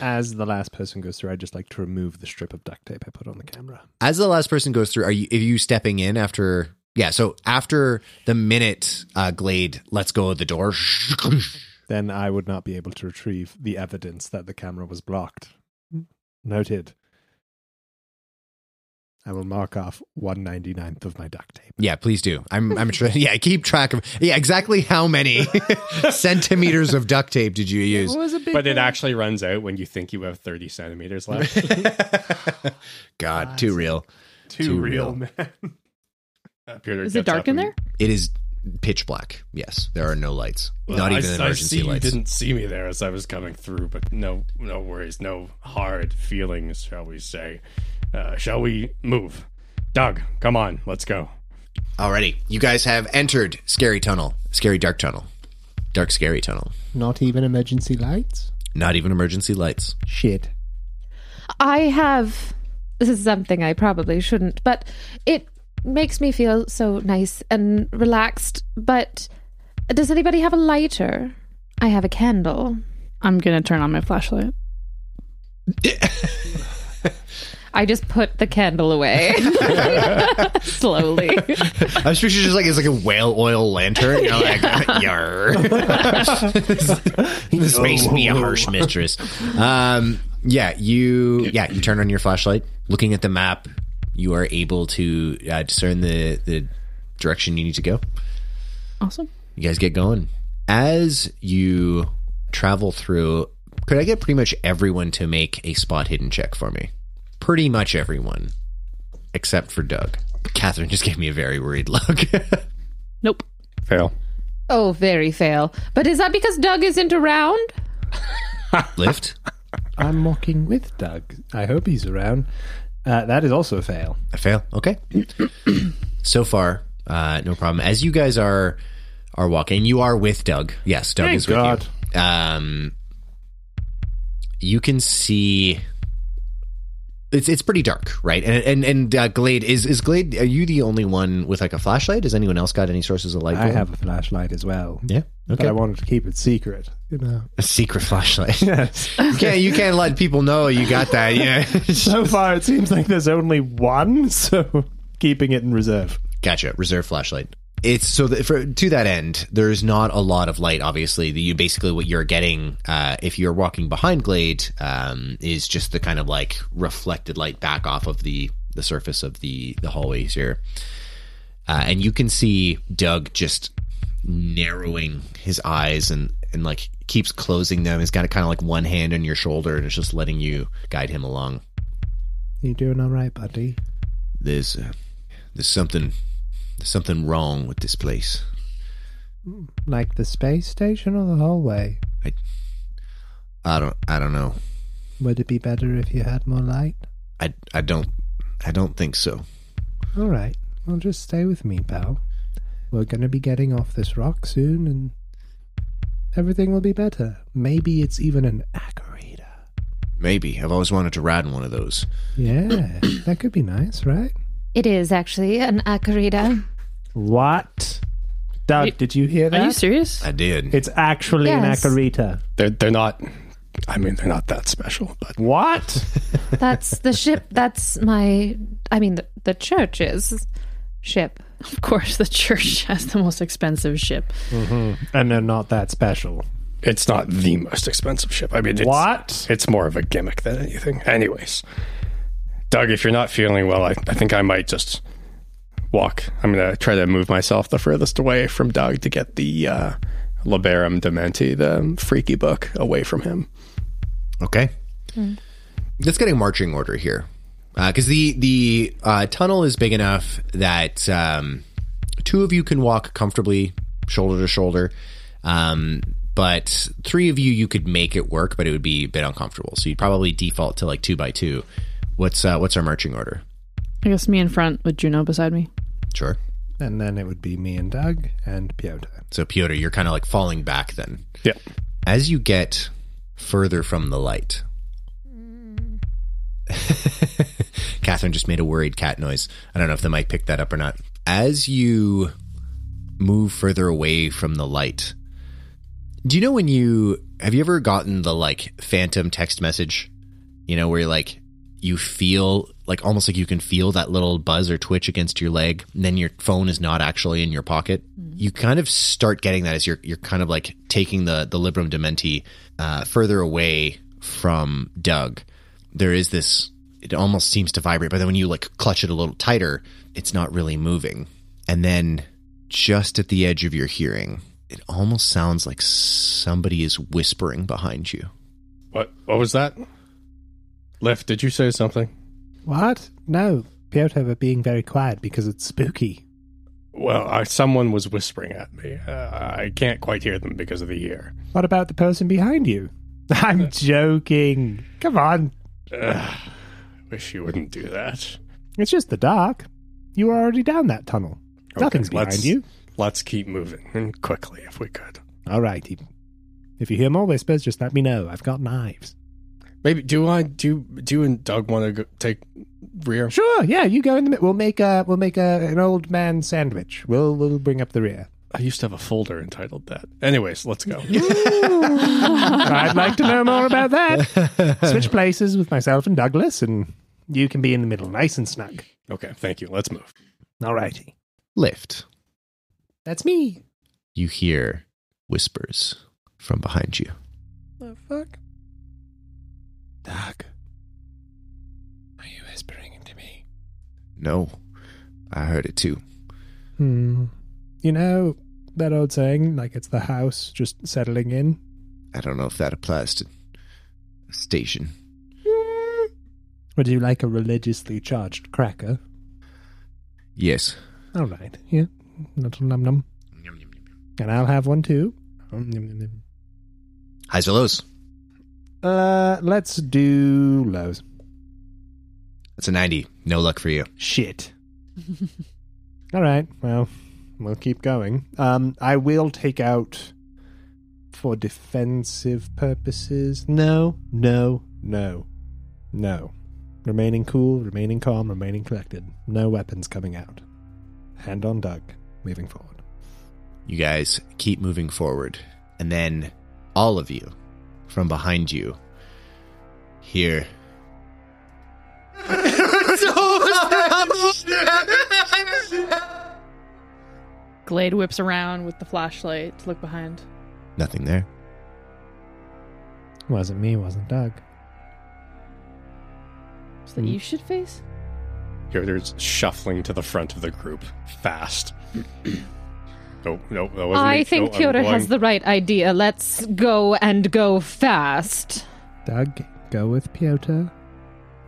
S4: As the last person goes through, I just like to remove the strip of duct tape I put on the camera.
S2: As the last person goes through, are you are you stepping in after? Yeah, so after the minute uh, Glade lets go of the door,
S4: Then I would not be able to retrieve the evidence that the camera was blocked.
S10: Mm.
S4: Noted. I will mark off 199th of my duct tape.
S2: yeah, please do. I'm I'm trying. Yeah, keep track of. Yeah, exactly how many centimeters of duct tape did you use?
S4: was a big
S3: But it actually runs out when you think you have 30 centimeters left.
S2: God, too real.
S10: Too,
S2: real.
S10: man.
S3: Uh, Peter
S6: Is
S3: gets
S6: it dark
S3: up
S6: in
S3: and-
S6: there?
S2: It is
S7: pitch black. Yes, there are no lights, not even
S3: I,
S7: emergency
S3: I see
S7: lights.
S3: You didn't see me there as I was coming through, but no, no worries, no hard feelings, shall we say? Uh, shall we move? Doug, come on, let's go.
S2: Alrighty, you guys have entered Scary Tunnel, Scary Dark Tunnel, Dark Scary Tunnel.
S10: Not even emergency lights?
S2: Not even emergency lights.
S10: Shit.
S5: I have. This is something I probably shouldn't, but it makes me feel so nice and relaxed. But does anybody have a lighter? I have a candle.
S6: I'm gonna turn on my flashlight.
S5: I just put the candle away slowly.
S7: I was picturing just like it's like a whale oil lantern. You're like, yar.
S2: this makes me a harsh mistress. Um, yeah, you yeah you turn on your flashlight. Looking at the map, you are able to uh, discern the the direction you need to go.
S6: Awesome.
S2: You guys get going as you travel through. Could I get pretty much everyone to make a spot hidden check for me? Pretty much everyone, except for Doug. Catherine just gave me a very worried look.
S6: Nope.
S3: Fail.
S5: oh, very fail. But is that because Doug isn't around?
S2: Lift.
S10: I'm mocking with Doug. I hope he's around. Uh, that is also a fail.
S2: I fail. Okay. so far, uh, no problem. As you guys are are walking, you are with Doug. Yes, Doug
S10: Thank
S2: is with
S10: God.
S2: you. Um, you can see it's it's pretty dark, right? And and and uh, Glade is is Glade. Are you the only one with like a flashlight? Has anyone else got any sources of light?
S10: I
S2: going?
S10: have a flashlight as well.
S2: Yeah.
S10: But
S2: Okay.
S10: I wanted to keep it secret. You know.
S2: a secret flashlight.
S10: Yes.
S2: you can't you can't let people know you got that. Yeah.
S10: so far, it seems like there's only one, so keeping it in reserve.
S2: Gotcha. Reserve flashlight. It's so that for, to that end, there's not a lot of light. Obviously, The- you basically what you're getting uh, if you're walking behind Glade um, is just the kind of like reflected light back off of the the surface of the the hallways here, uh, and you can see Doug just narrowing his eyes and and like keeps closing them. He's got kind of like one hand on your shoulder and it's just letting you guide him along.
S10: You doing all right, buddy?
S2: There's uh, there's something there's something wrong with this place.
S10: Like the space station or the hallway?
S2: I don't I don't know.
S10: Would it be better if you had more light?
S2: I I don't I don't think so.
S10: All right. Well, just stay with me, pal. We're going to be getting off this rock soon, and everything will be better. Maybe it's even an acarita.
S2: Maybe. I've always wanted to ride in one of those.
S10: Yeah, that could be nice, right?
S5: It is actually an acarita.
S10: What? Doug,
S6: You-
S10: did you hear
S6: Are
S10: that?
S6: you serious?
S2: I did.
S10: it's actually
S5: Yes.
S10: an acarita.
S3: They're they're not. I mean, they're not that special, but
S10: What?
S5: That's the ship. That's my. I mean, the, the church's ship.
S6: Of course, the church has the most expensive ship.
S10: Hmm. and they're not that special.
S3: it's not the most expensive ship. I mean, it's,
S10: What?
S3: It's more of a gimmick than anything. Anyways, Doug, if you're not feeling well, I, I think I might just walk. I'm going to try to move myself the furthest away from Doug to get the uh, Liberum Dementi, the um, freaky book, away from him.
S2: Okay. Let's get a marching order here. Because the, the uh, tunnel is big enough that um, two of you can walk comfortably shoulder to shoulder. Um, but three of you, you could make it work, but it would be a bit uncomfortable. So you'd probably default to like two by two. What's uh, what's our marching order?
S6: I guess me in front with Juno beside me.
S2: Sure.
S10: And then it would be me and Doug and Piotr.
S2: So Piotr, you're kind of like falling back then.
S3: Yep.
S2: as you get further from the light, Catherine just made a worried cat noise. I don't know if the mic picked that up or not. As you move further away from the light, do you know when you have you ever gotten the like phantom text message? You know, where you're like, you feel like almost like you can feel that little buzz or twitch against your leg, and then your phone is not actually in your pocket. You kind of start getting that as you're you're kind of like taking the the Librum Dementi uh, further away from Doug. There is this. It almost seems to vibrate, but then when you like clutch it a little tighter, it's not really moving. And then just at the edge of your hearing, it almost sounds like somebody is whispering behind you.
S3: What What was that? Lift, did you say something?
S10: What? No, Piotr were being very quiet because it's spooky.
S3: Well, uh, someone was whispering at me. Uh, I can't quite hear them because of the ear.
S4: What about the person behind you?
S13: I'm joking.
S4: Come on.
S3: Ugh, wish you wouldn't do that.
S4: It's just the dark. You were already down that tunnel. Nothing's
S3: Okay,
S4: behind
S3: let's-
S4: you.
S3: Let's keep moving and quickly if we could.
S4: All righty. If you hear more whispers, just let me know. I've got knives.
S3: Maybe do I do do and Doug want to go, take rear?
S4: Sure. Yeah, you go in the. mi- We'll make a. We'll make a, an old man sandwich. We'll we'll bring up the rear.
S3: I used to have a folder entitled that. Anyways, let's go.
S4: I'd like to know more about that. Switch places with myself and Douglas, and you can be in the middle, nice and snug.
S3: okay, thank you. Let's move.
S4: All righty.
S2: Lift.
S4: That's me.
S2: You hear whispers from behind you.
S4: The fuck? Doug. Are you whispering into me?
S2: No, I heard it too.
S4: Hmm. You know that old saying, like it's the house just settling in?
S2: I don't know if that applies to station.
S4: Would you like a religiously charged cracker?
S2: Yes.
S4: All right. Yeah. Little num num. And I'll have one too. Um, num, num, num.
S14: Highs or lows?
S4: Uh, let's do lows.
S14: That's a 90. No luck for you.
S4: Shit. All right. Well, we'll keep going. Um, I will take out for defensive purposes. No, no, no, no. Remaining cool, remaining calm, remaining collected. No weapons coming out. Hand on Doug, moving forward.
S2: You guys keep moving forward, and then all of you from behind you hear
S6: Glade whips around with the flashlight to look behind.
S2: nothing there.
S4: Wasn't me, wasn't Doug.
S6: Is that you should face?
S3: Yoder's shuffling to the front of the group fast. nope, nope, that wasn't
S5: I
S3: me.
S5: think
S3: No, I'm
S5: Kyoto has
S3: going-
S5: the right idea. Let's go and go fast.
S4: Doug, go with Piotr.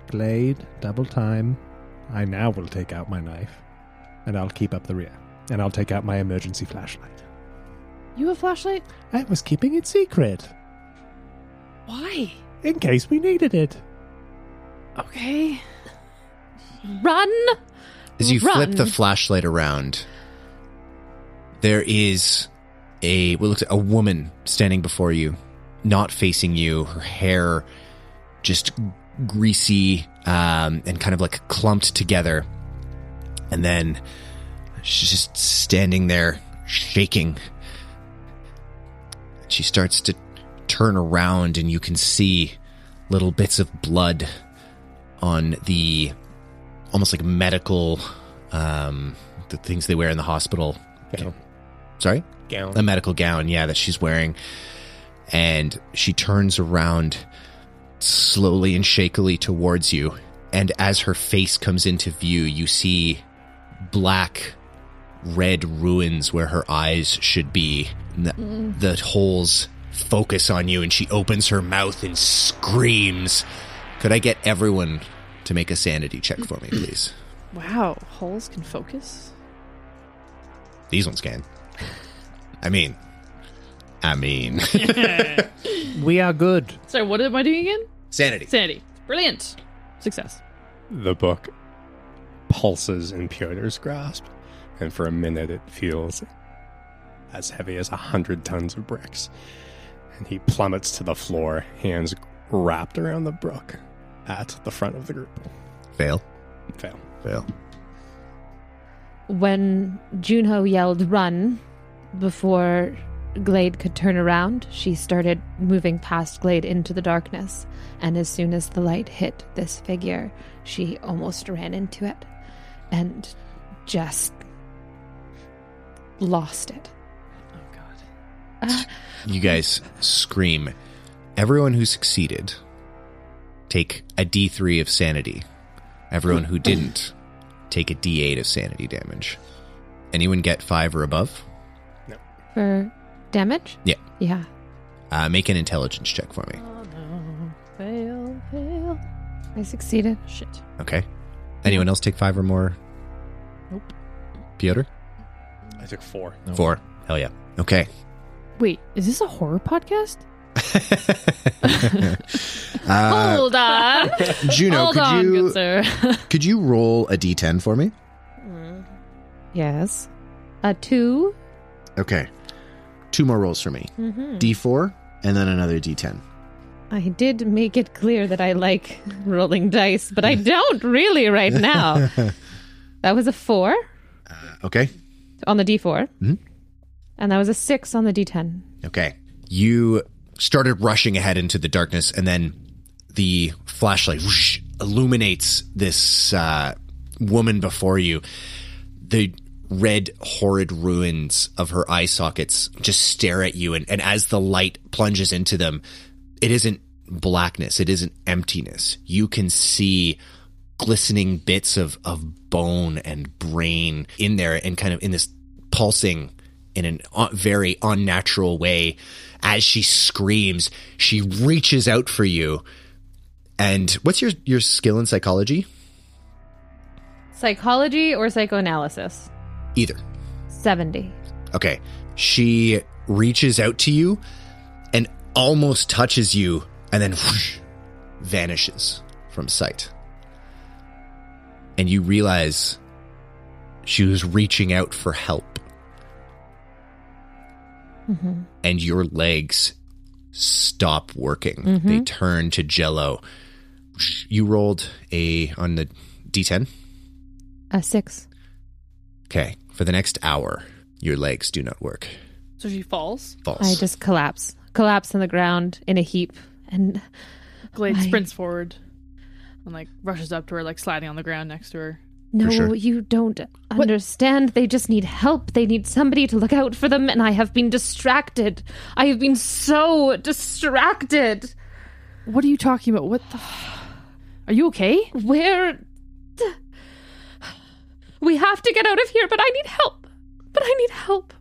S4: Glade, double time. I now will take out my knife, and I'll keep up the rear, and I'll take out my emergency flashlight.
S6: You have flashlight?
S4: I was keeping it secret
S7: Why?
S4: in case we needed it.
S6: Okay.
S5: Run!
S2: As you
S5: Run.
S2: flip the flashlight around, there is a what looks a woman standing before you, not facing you. Her hair just greasy um, and kind of like clumped together, and then she's just standing there shaking. She starts to turn around, and you can see little bits of blood on the almost like medical um the things they wear in the hospital
S3: Gown.
S2: sorry
S3: Gown.
S2: a medical gown yeah that she's wearing and she turns around slowly and shakily towards you and as her face comes into view you see black red ruins where her eyes should be and the, the holes focus on you and she opens her mouth and screams could i get everyone to make a sanity check for me please
S6: Wow, holes can focus.
S2: These ones can. I mean, I mean,
S4: We are good.
S6: Sorry, what am I doing again?
S2: sanity.
S6: Sanity. Brilliant. Success.
S3: The book pulses in Piotr's grasp, and for a minute it feels as heavy as a hundred tons of bricks. And he plummets to the floor, hands wrapped around the brook at the front of the group.
S2: Fail.
S3: Fail.
S2: Fail.
S5: When Junho yelled run before Glade could turn around, she started moving past Glade into the darkness. And as soon as the light hit this figure, she almost ran into it and just lost it.
S6: Oh god.
S2: You guys scream. Everyone who succeeded, take a D3 of sanity. Everyone who didn't, take a D8 of sanity damage. Anyone get five or above?
S5: For damage?
S2: Yeah.
S5: Yeah.
S2: Uh, make an intelligence check for me.
S6: Oh no. Fail, fail.
S5: I succeeded.
S6: Shit.
S2: Okay. Anyone else take five or more?
S6: Nope.
S2: Piotr?
S3: took four.
S2: Four. Hell yeah. Okay.
S6: Wait, is this a horror podcast?
S15: Uh,
S6: Hold on.
S15: Juno,
S6: Hold
S15: could
S6: on,
S15: you
S6: good sir.
S15: could you roll a d10 for me?
S5: Yes. A two.
S15: Okay. Two more rolls for me.
S6: Mm-hmm.
S15: D4 and then another D10.
S5: I did make it clear that I like rolling dice, but I don't really right now. that was a four
S15: Okay.
S5: on the D4,
S2: Hmm?
S15: Mhm.
S5: and that was a six on the D10.
S15: Okay.
S2: you started rushing ahead into the darkness and then the flashlight whoosh, illuminates this uh, woman before you the red horrid ruins of her eye sockets just stare at you and, and as the light plunges into them it isn't blackness it isn't emptiness you can see glistening bits of, of bone and brain in there and kind of in this pulsing in an un- very unnatural way as she screams she reaches out for you and what's your your skill in psychology
S5: Psychology or psychoanalysis?
S2: either
S5: 70.
S2: Okay. She reaches out to you and almost touches you and then whoosh, vanishes from sight. And you realize she was reaching out for help. And your legs stop working. They turn to jello. You rolled a on the D10.
S5: A six.
S2: Okay. For the next hour, your legs do not work.
S6: so she falls.
S2: False.
S5: I just collapse. Collapse on the ground in a heap. And
S6: Glade
S5: I-
S6: sprints forward and like rushes up to her, like sliding on the ground next to her.
S5: no,
S2: sure.
S5: you don't understand. They just need help. They need somebody to look out for them. And I have been distracted. I have been so distracted.
S6: What are you talking about? What the? F- are you okay?
S5: Where. We have to get out of here, but I need help. But I need help.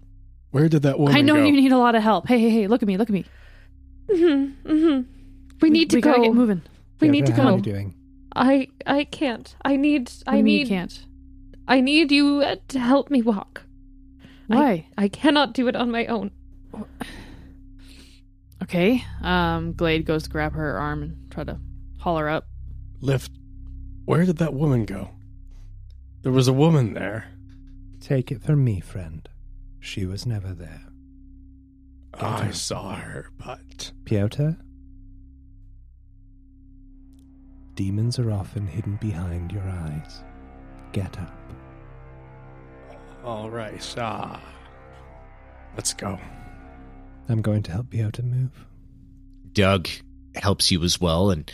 S3: Where did that woman
S6: I know
S3: go?
S6: you need a lot of help. Hey, hey, hey! Look at me! Look at me!
S5: Mm-hmm, mm-hmm. We need to
S6: we
S5: go.
S6: Gotta get moving.
S5: We need to
S4: How are
S5: go.
S4: you doing?
S5: I I can't. I need.
S6: What
S5: I
S6: do you mean
S5: need.
S6: You can't.
S5: I need you uh, to help me walk. I-
S6: Why?
S5: I cannot do it on my own.
S6: Okay. Um, Glade goes to grab her arm and try to haul her up.
S3: Lift. Where did that woman go? There was a woman there.
S4: Take it from me, friend. She was never there.
S3: I saw her, but
S4: Piotr? Demons are often hidden behind your eyes. Get up.
S3: all right. Ah, let's go.
S4: I'm going to help Piotr move.
S2: Doug helps you as well, and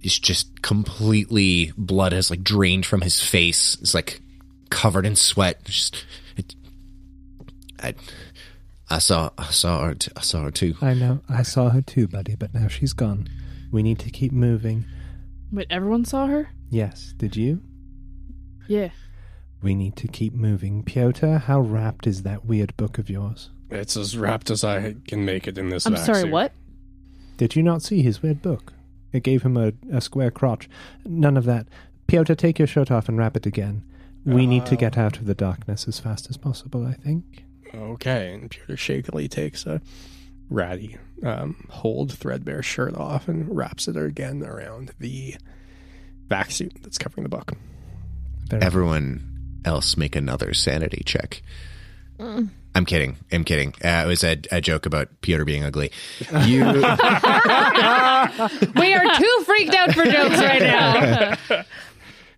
S2: he's just completely blood has like drained from his face. It's like covered in sweat. It's Just, it, I, I saw, I saw her, t- I saw her too.
S4: I know. I saw her too, buddy, but now she's gone. We need to keep moving.
S6: Wait, everyone saw her?
S4: Yes, did you?
S6: Yeah.
S4: We need to keep moving. Piotr, how wrapped is that weird book of yours?
S3: It's as wrapped as I can make it in this.
S6: I'm
S3: vac
S6: sorry.
S3: suit.
S6: What?
S4: Did you not see his weird book? It gave him a, a square crotch. None of that. Piotr, take your shirt off and wrap it again. We need to get out of the darkness as fast as possible, I think.
S3: Okay, and Peter shakily takes a ratty, um, hold threadbare shirt off and wraps it again around the vac suit that's covering the book.
S4: Very
S2: Everyone else make another sanity check. I'm kidding. I'm kidding. Uh, it was a, a joke about Peter being ugly. You.
S5: We are too freaked out for jokes right now.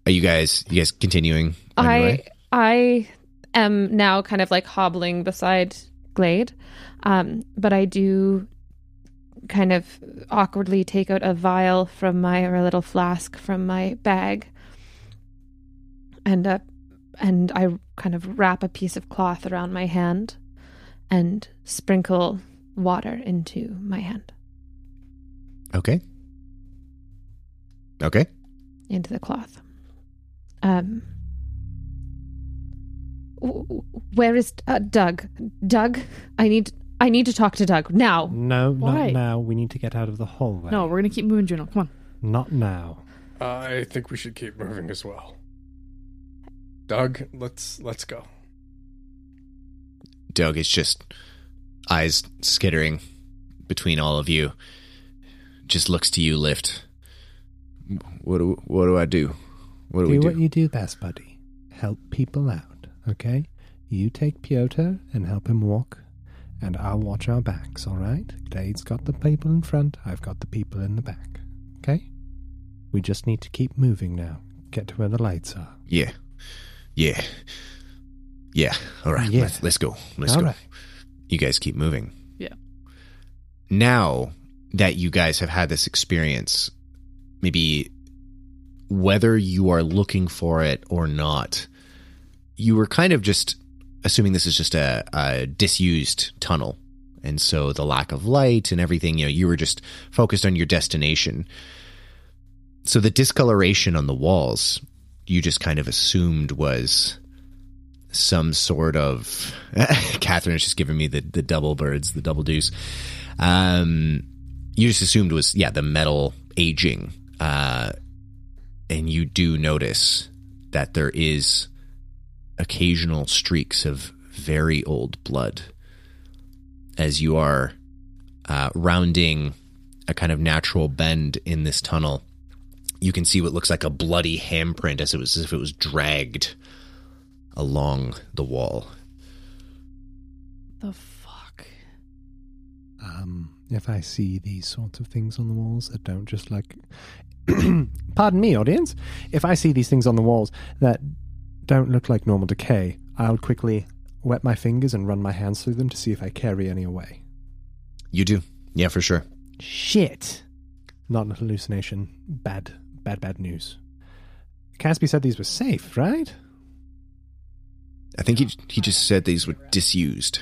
S2: Are you guys? You guys continuing? on your
S5: I
S2: way?
S5: I am now kind of like hobbling beside Glade, um, but I do kind of awkwardly take out a vial from my or a little flask from my bag, and uh, and I kind of wrap a piece of cloth around my hand, and sprinkle water into my hand
S2: Okay. Okay.
S5: into the cloth. Um, w- w- where is uh, Doug? Doug, I need I need to talk to Doug now.
S4: No,
S6: Why?
S4: not now. We need to get out of the hallway.
S6: No, we're gonna keep moving, Juno. Come on.
S4: Not now.
S3: I think we should keep moving as well. Doug, let's let's go.
S2: Doug is just eyes skittering between all of you. Just looks to you, Lift. What do, what do I do? What do,
S4: Do
S2: we do?
S4: what you do best, buddy. Help people out, okay? You take Piotr and help him walk, and I'll watch our backs, all right? Glade's got the people in front, I've got the people in the back, okay? We just need to keep moving now. Get to where the lights are.
S2: yeah. Yeah. Yeah. All right.
S4: Yeah.
S2: Let's, let's go. Let's
S4: All
S2: go.
S4: right.
S2: You guys keep moving.
S6: Yeah.
S2: Now that you guys have had this experience, maybe whether you are looking for it or not, you were kind of just assuming this is just a, a disused tunnel. And so the lack of light and everything, you know, you were just focused on your destination. So the discoloration on the walls, you just kind of assumed was some sort of. Catherine is just giving me the, the double birds, the double deuce. Um, you just assumed was, yeah, the metal aging. Uh, and you do notice that there is occasional streaks of very old blood as you are uh, rounding a kind of natural bend in this tunnel. You can see what looks like a bloody handprint as it was as if it was dragged along the wall.
S6: The fuck?
S4: Um, if I see these sorts of things on the walls that don't just like. Pardon me, audience. If I see these things on the walls that don't look like normal decay, I'll quickly wet my fingers and run my hands through them to see if I carry any away.
S2: You do, yeah, for sure.
S4: Shit. Not an hallucination. Bad, bad, bad news. Caspi said these were safe, right?
S2: I think he he just said these were disused.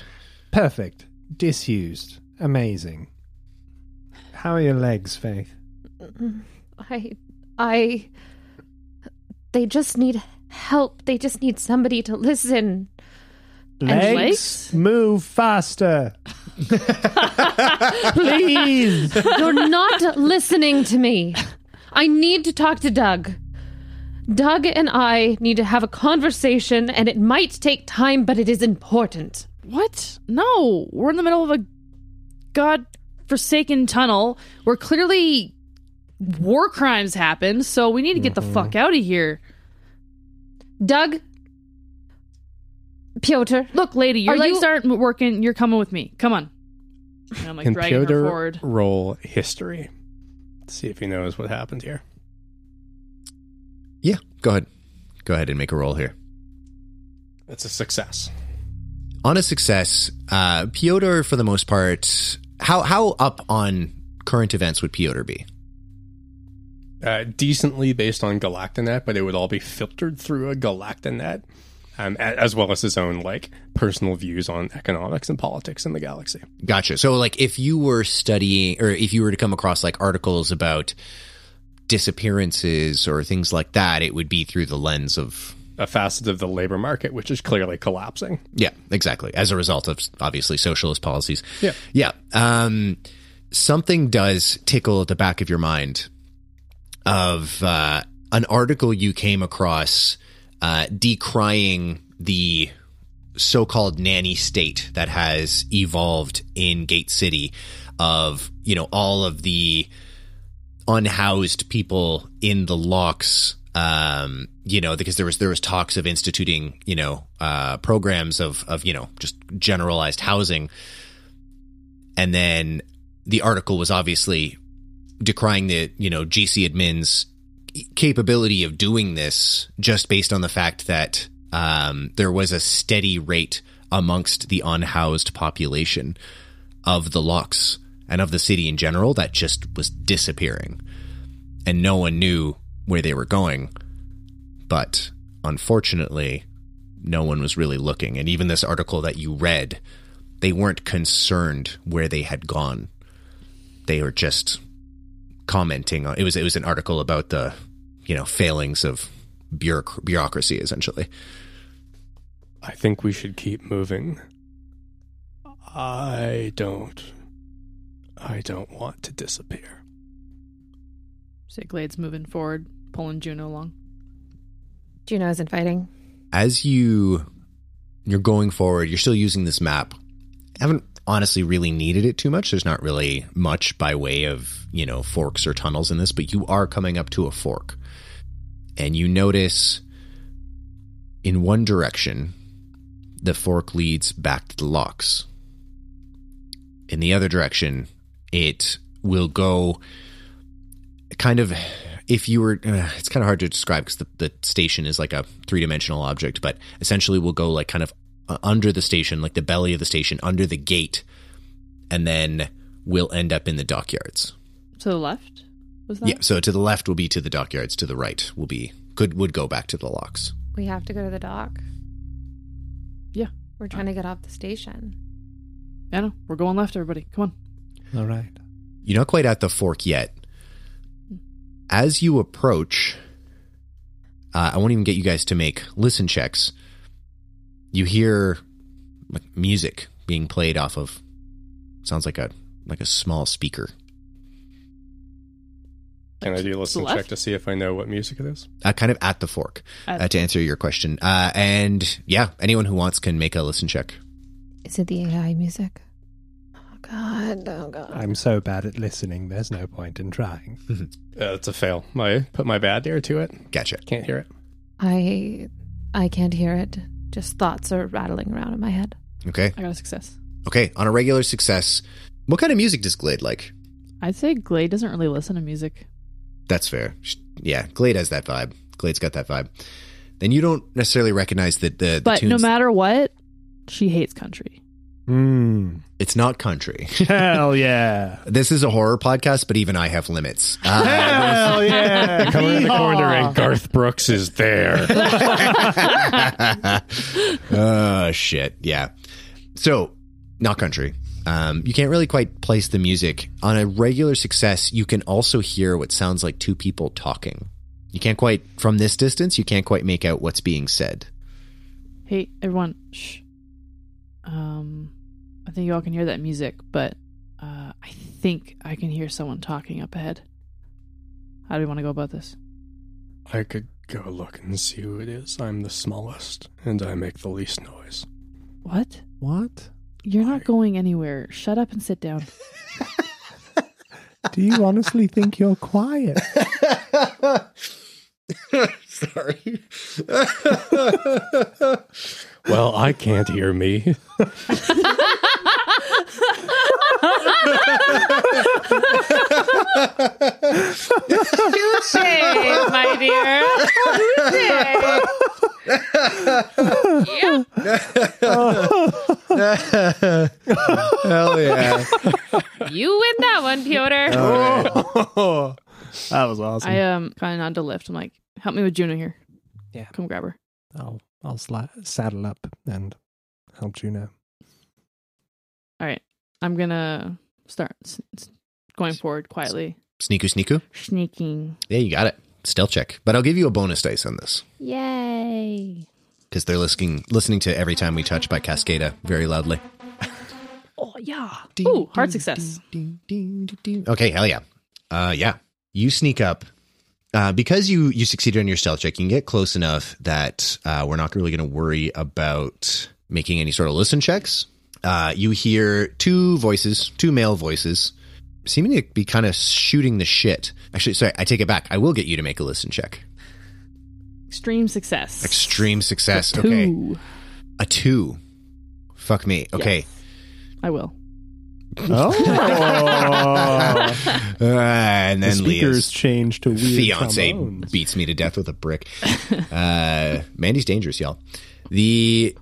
S4: Perfect. Disused. Amazing. How are your legs, Faith?
S5: Mm-hmm. I, I, they just need help. They just need somebody to listen.
S6: legs?
S4: Move faster. Please.
S5: You're not listening to me. I need to talk to Doug. Doug and I need to have a conversation, and it might take time, but it is important.
S6: What? No, we're in the middle of a god-forsaken tunnel where clearly war crimes happen. So we need to get
S2: Mm-hmm.
S6: the fuck out of here.
S5: Doug, Piotr,
S6: Look, lady, your
S5: Are
S6: legs
S5: you-
S6: aren't working. You're coming with me. Come on. And I'm like
S16: Can
S6: dragging
S16: Piotr
S6: her forward.
S16: roll history? See if he knows what happened here.
S2: Yeah, go ahead, go ahead and make a roll here.
S16: That's a success.
S2: On a success, uh, Piotr for the most part. How how up on current events would Piotr be?
S16: uh, decently based on Galactanet, but it would all be filtered through a Galactanet, um, a- as well as his own like personal views on economics and politics in the galaxy.
S2: Gotcha. So, like, if you were studying, or if you were to come across like articles about disappearances or things like that, it would be through the lens of
S16: A facet of the labor market, which is clearly collapsing.
S2: yeah, exactly. As a result of obviously socialist policies.
S16: Yeah.
S2: yeah. Um, something does tickle at the back of your mind of uh, an article you came across uh, decrying the so-called nanny state that has evolved in Gate City of you know all of the unhoused people in the locks um you know because there was there was talks of instituting you know uh programs of of you know just generalized housing and then the article was obviously decrying the you know GC admins capability of doing this just based on the fact that um, there was a steady rate amongst the unhoused population of the locks and of the city in general that just was disappearing and no one knew where they were going but unfortunately no one was really looking and even this article that you read they weren't concerned where they had gone. They were just commenting on it was it was an article about the you know failings of bureauc- bureaucracy essentially.
S16: I think we should keep moving. I don't. I don't want to disappear.
S6: So Glade's moving forward, pulling Juno along.
S5: Juno isn't fighting.
S2: As you you're going forward. You're still using this map. Haven't honestly really needed it too much. There's not really much by way of, you know, forks or tunnels in this, but you are coming up to a fork. And you notice in one direction, the fork leads back to the locks. In the other direction, it will go kind of if you were uh, it's kind of hard to describe because the, the station is like a three-dimensional object but essentially will go like kind of uh, under the station like the belly of the station under the gate and then we'll end up in the dockyards
S6: To the left? Was that?
S2: yeah so to the left will be to the dockyards to the right will be could would go back to the locks
S5: We have to go to the dock.
S6: Yeah.
S5: We're trying to get off the station.
S6: I know. We're going left, everybody. Come on.
S4: All right.
S2: You're not quite at the fork yet. As you approach, uh, I won't even get you guys to make listen checks. You hear like music being played off of sounds like a like a small speaker.
S16: Can I do a listen check
S6: left?
S16: to see if I know what music it is?
S2: Uh, kind of at the fork
S6: At-
S2: uh, to answer your question. Uh, and yeah, anyone who wants can make a listen check.
S5: Is it the AI music? Oh god, oh god.
S10: I'm so bad at listening, there's no point in trying.
S16: Uh, it's a fail. I put my bad there to it.
S2: Gotcha.
S16: Can't hear it.
S5: I I can't hear it. Just thoughts are rattling around in my head.
S2: Okay.
S6: I got a success.
S2: Okay. On a regular success, what kind of music does Glade like?
S6: I'd say Glade doesn't really listen to music.
S2: That's fair. Sh- Yeah, Glade has that vibe. Glade's got that vibe. Then you don't necessarily recognize that the, the
S6: but
S2: tunes.
S6: no matter what, she hates country.
S10: Hmm.
S2: it's not country.
S10: Hell yeah.
S2: this is a horror podcast, but even I have limits. Uh,
S10: Hell yeah.
S16: Come around the corner and Garth Brooks is there.
S2: oh shit! Yeah. So not country. Um, you can't really quite place the music on a regular success. You can also hear what sounds like two people talking. You can't quite from this distance. You can't quite make out what's being said.
S6: Hey, everyone. Shh. Um, I think you all can hear that music, but uh, I think I can hear someone talking up ahead. How do we want to go about this?
S16: I could go look and see who it is. I'm the smallest, and I make the least noise.
S6: What?
S10: What?
S6: You're not going anywhere. Shut up and sit down.
S10: Do you honestly think you're quiet?
S2: Sorry.
S16: Well, I can't hear me.
S6: my dear.
S2: Hell yeah.
S5: You win that one, Piotr.
S10: Oh, that was awesome.
S6: I um kind of nod to lift. I'm like, help me with Juno here.
S10: Yeah.
S6: Come grab her.
S10: I'll I'll sla- saddle up and help Juno.
S6: All right. I'm gonna start s- s- going forward quietly,
S2: Sneaku, sneaku.
S6: sneaking.
S2: Yeah, you got it. Stealth check. But I'll give you a bonus dice on this
S5: Yay.
S2: because they're listening listening to Every Time We Touch by Cascada very loudly.
S6: Oh yeah. Ooh, hard success.
S2: Okay, hell yeah. Uh, yeah. You sneak up. Uh, because you, you succeeded on your stealth check, you can get close enough that uh, we're not really going to worry about making any sort of listen checks. Uh, you hear two voices, two male voices, seeming to be kind of shooting the shit. Actually, sorry, I take it back. I will get you to make a listen check.
S6: Extreme success.
S2: Extreme success.
S6: Two.
S2: Okay. A two. Fuck me. Okay.
S6: I will.
S10: Oh,
S2: Uh, and
S10: the
S2: then
S10: speakers
S2: Leah's
S10: changed to weird
S2: fiance
S10: trombones.
S2: beats me to death with a brick. Uh, Mandy's dangerous, y'all. The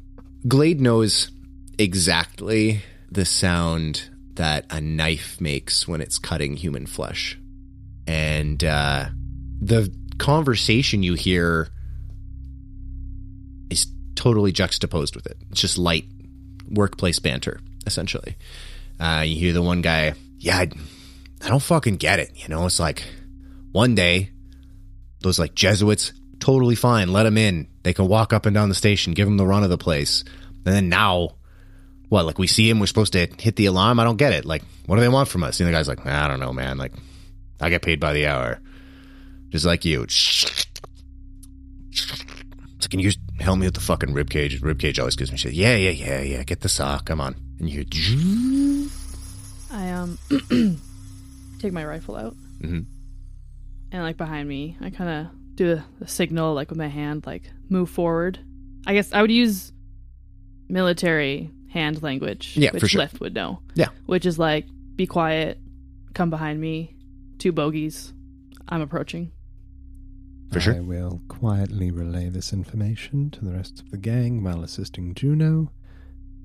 S2: Glade knows exactly the sound that a knife makes when it's cutting human flesh. And uh, the conversation you hear is totally juxtaposed with it. It's just light workplace banter, essentially. Uh, you hear the one guy, yeah, I, I don't fucking get it. You know, it's like one day, those like Jesuits, totally fine, let them in. They can walk up and down the station, give them the run of the place. And then now, what? Like we see him, we're supposed to hit the alarm. I don't get it. Like, what do they want from us? And the guy's like, I don't know, man. Like, I get paid by the hour, just like you. So can you help me with the fucking ribcage. Ribcage always gives me shit. Yeah, yeah, yeah, yeah. Get the sock. Come on. And you hear,
S6: I um take my rifle out,
S2: Mhm.
S6: and like behind me, I kind of do a, a signal like with my hand, like move forward. I guess I would use military hand language,
S2: Yeah, for
S6: which
S2: sure.
S6: Left would know,
S2: Yeah.
S6: which is like be quiet, come behind me, two bogeys, I'm approaching.
S2: for sure.
S10: I will quietly relay this information to the rest of the gang while assisting Juno.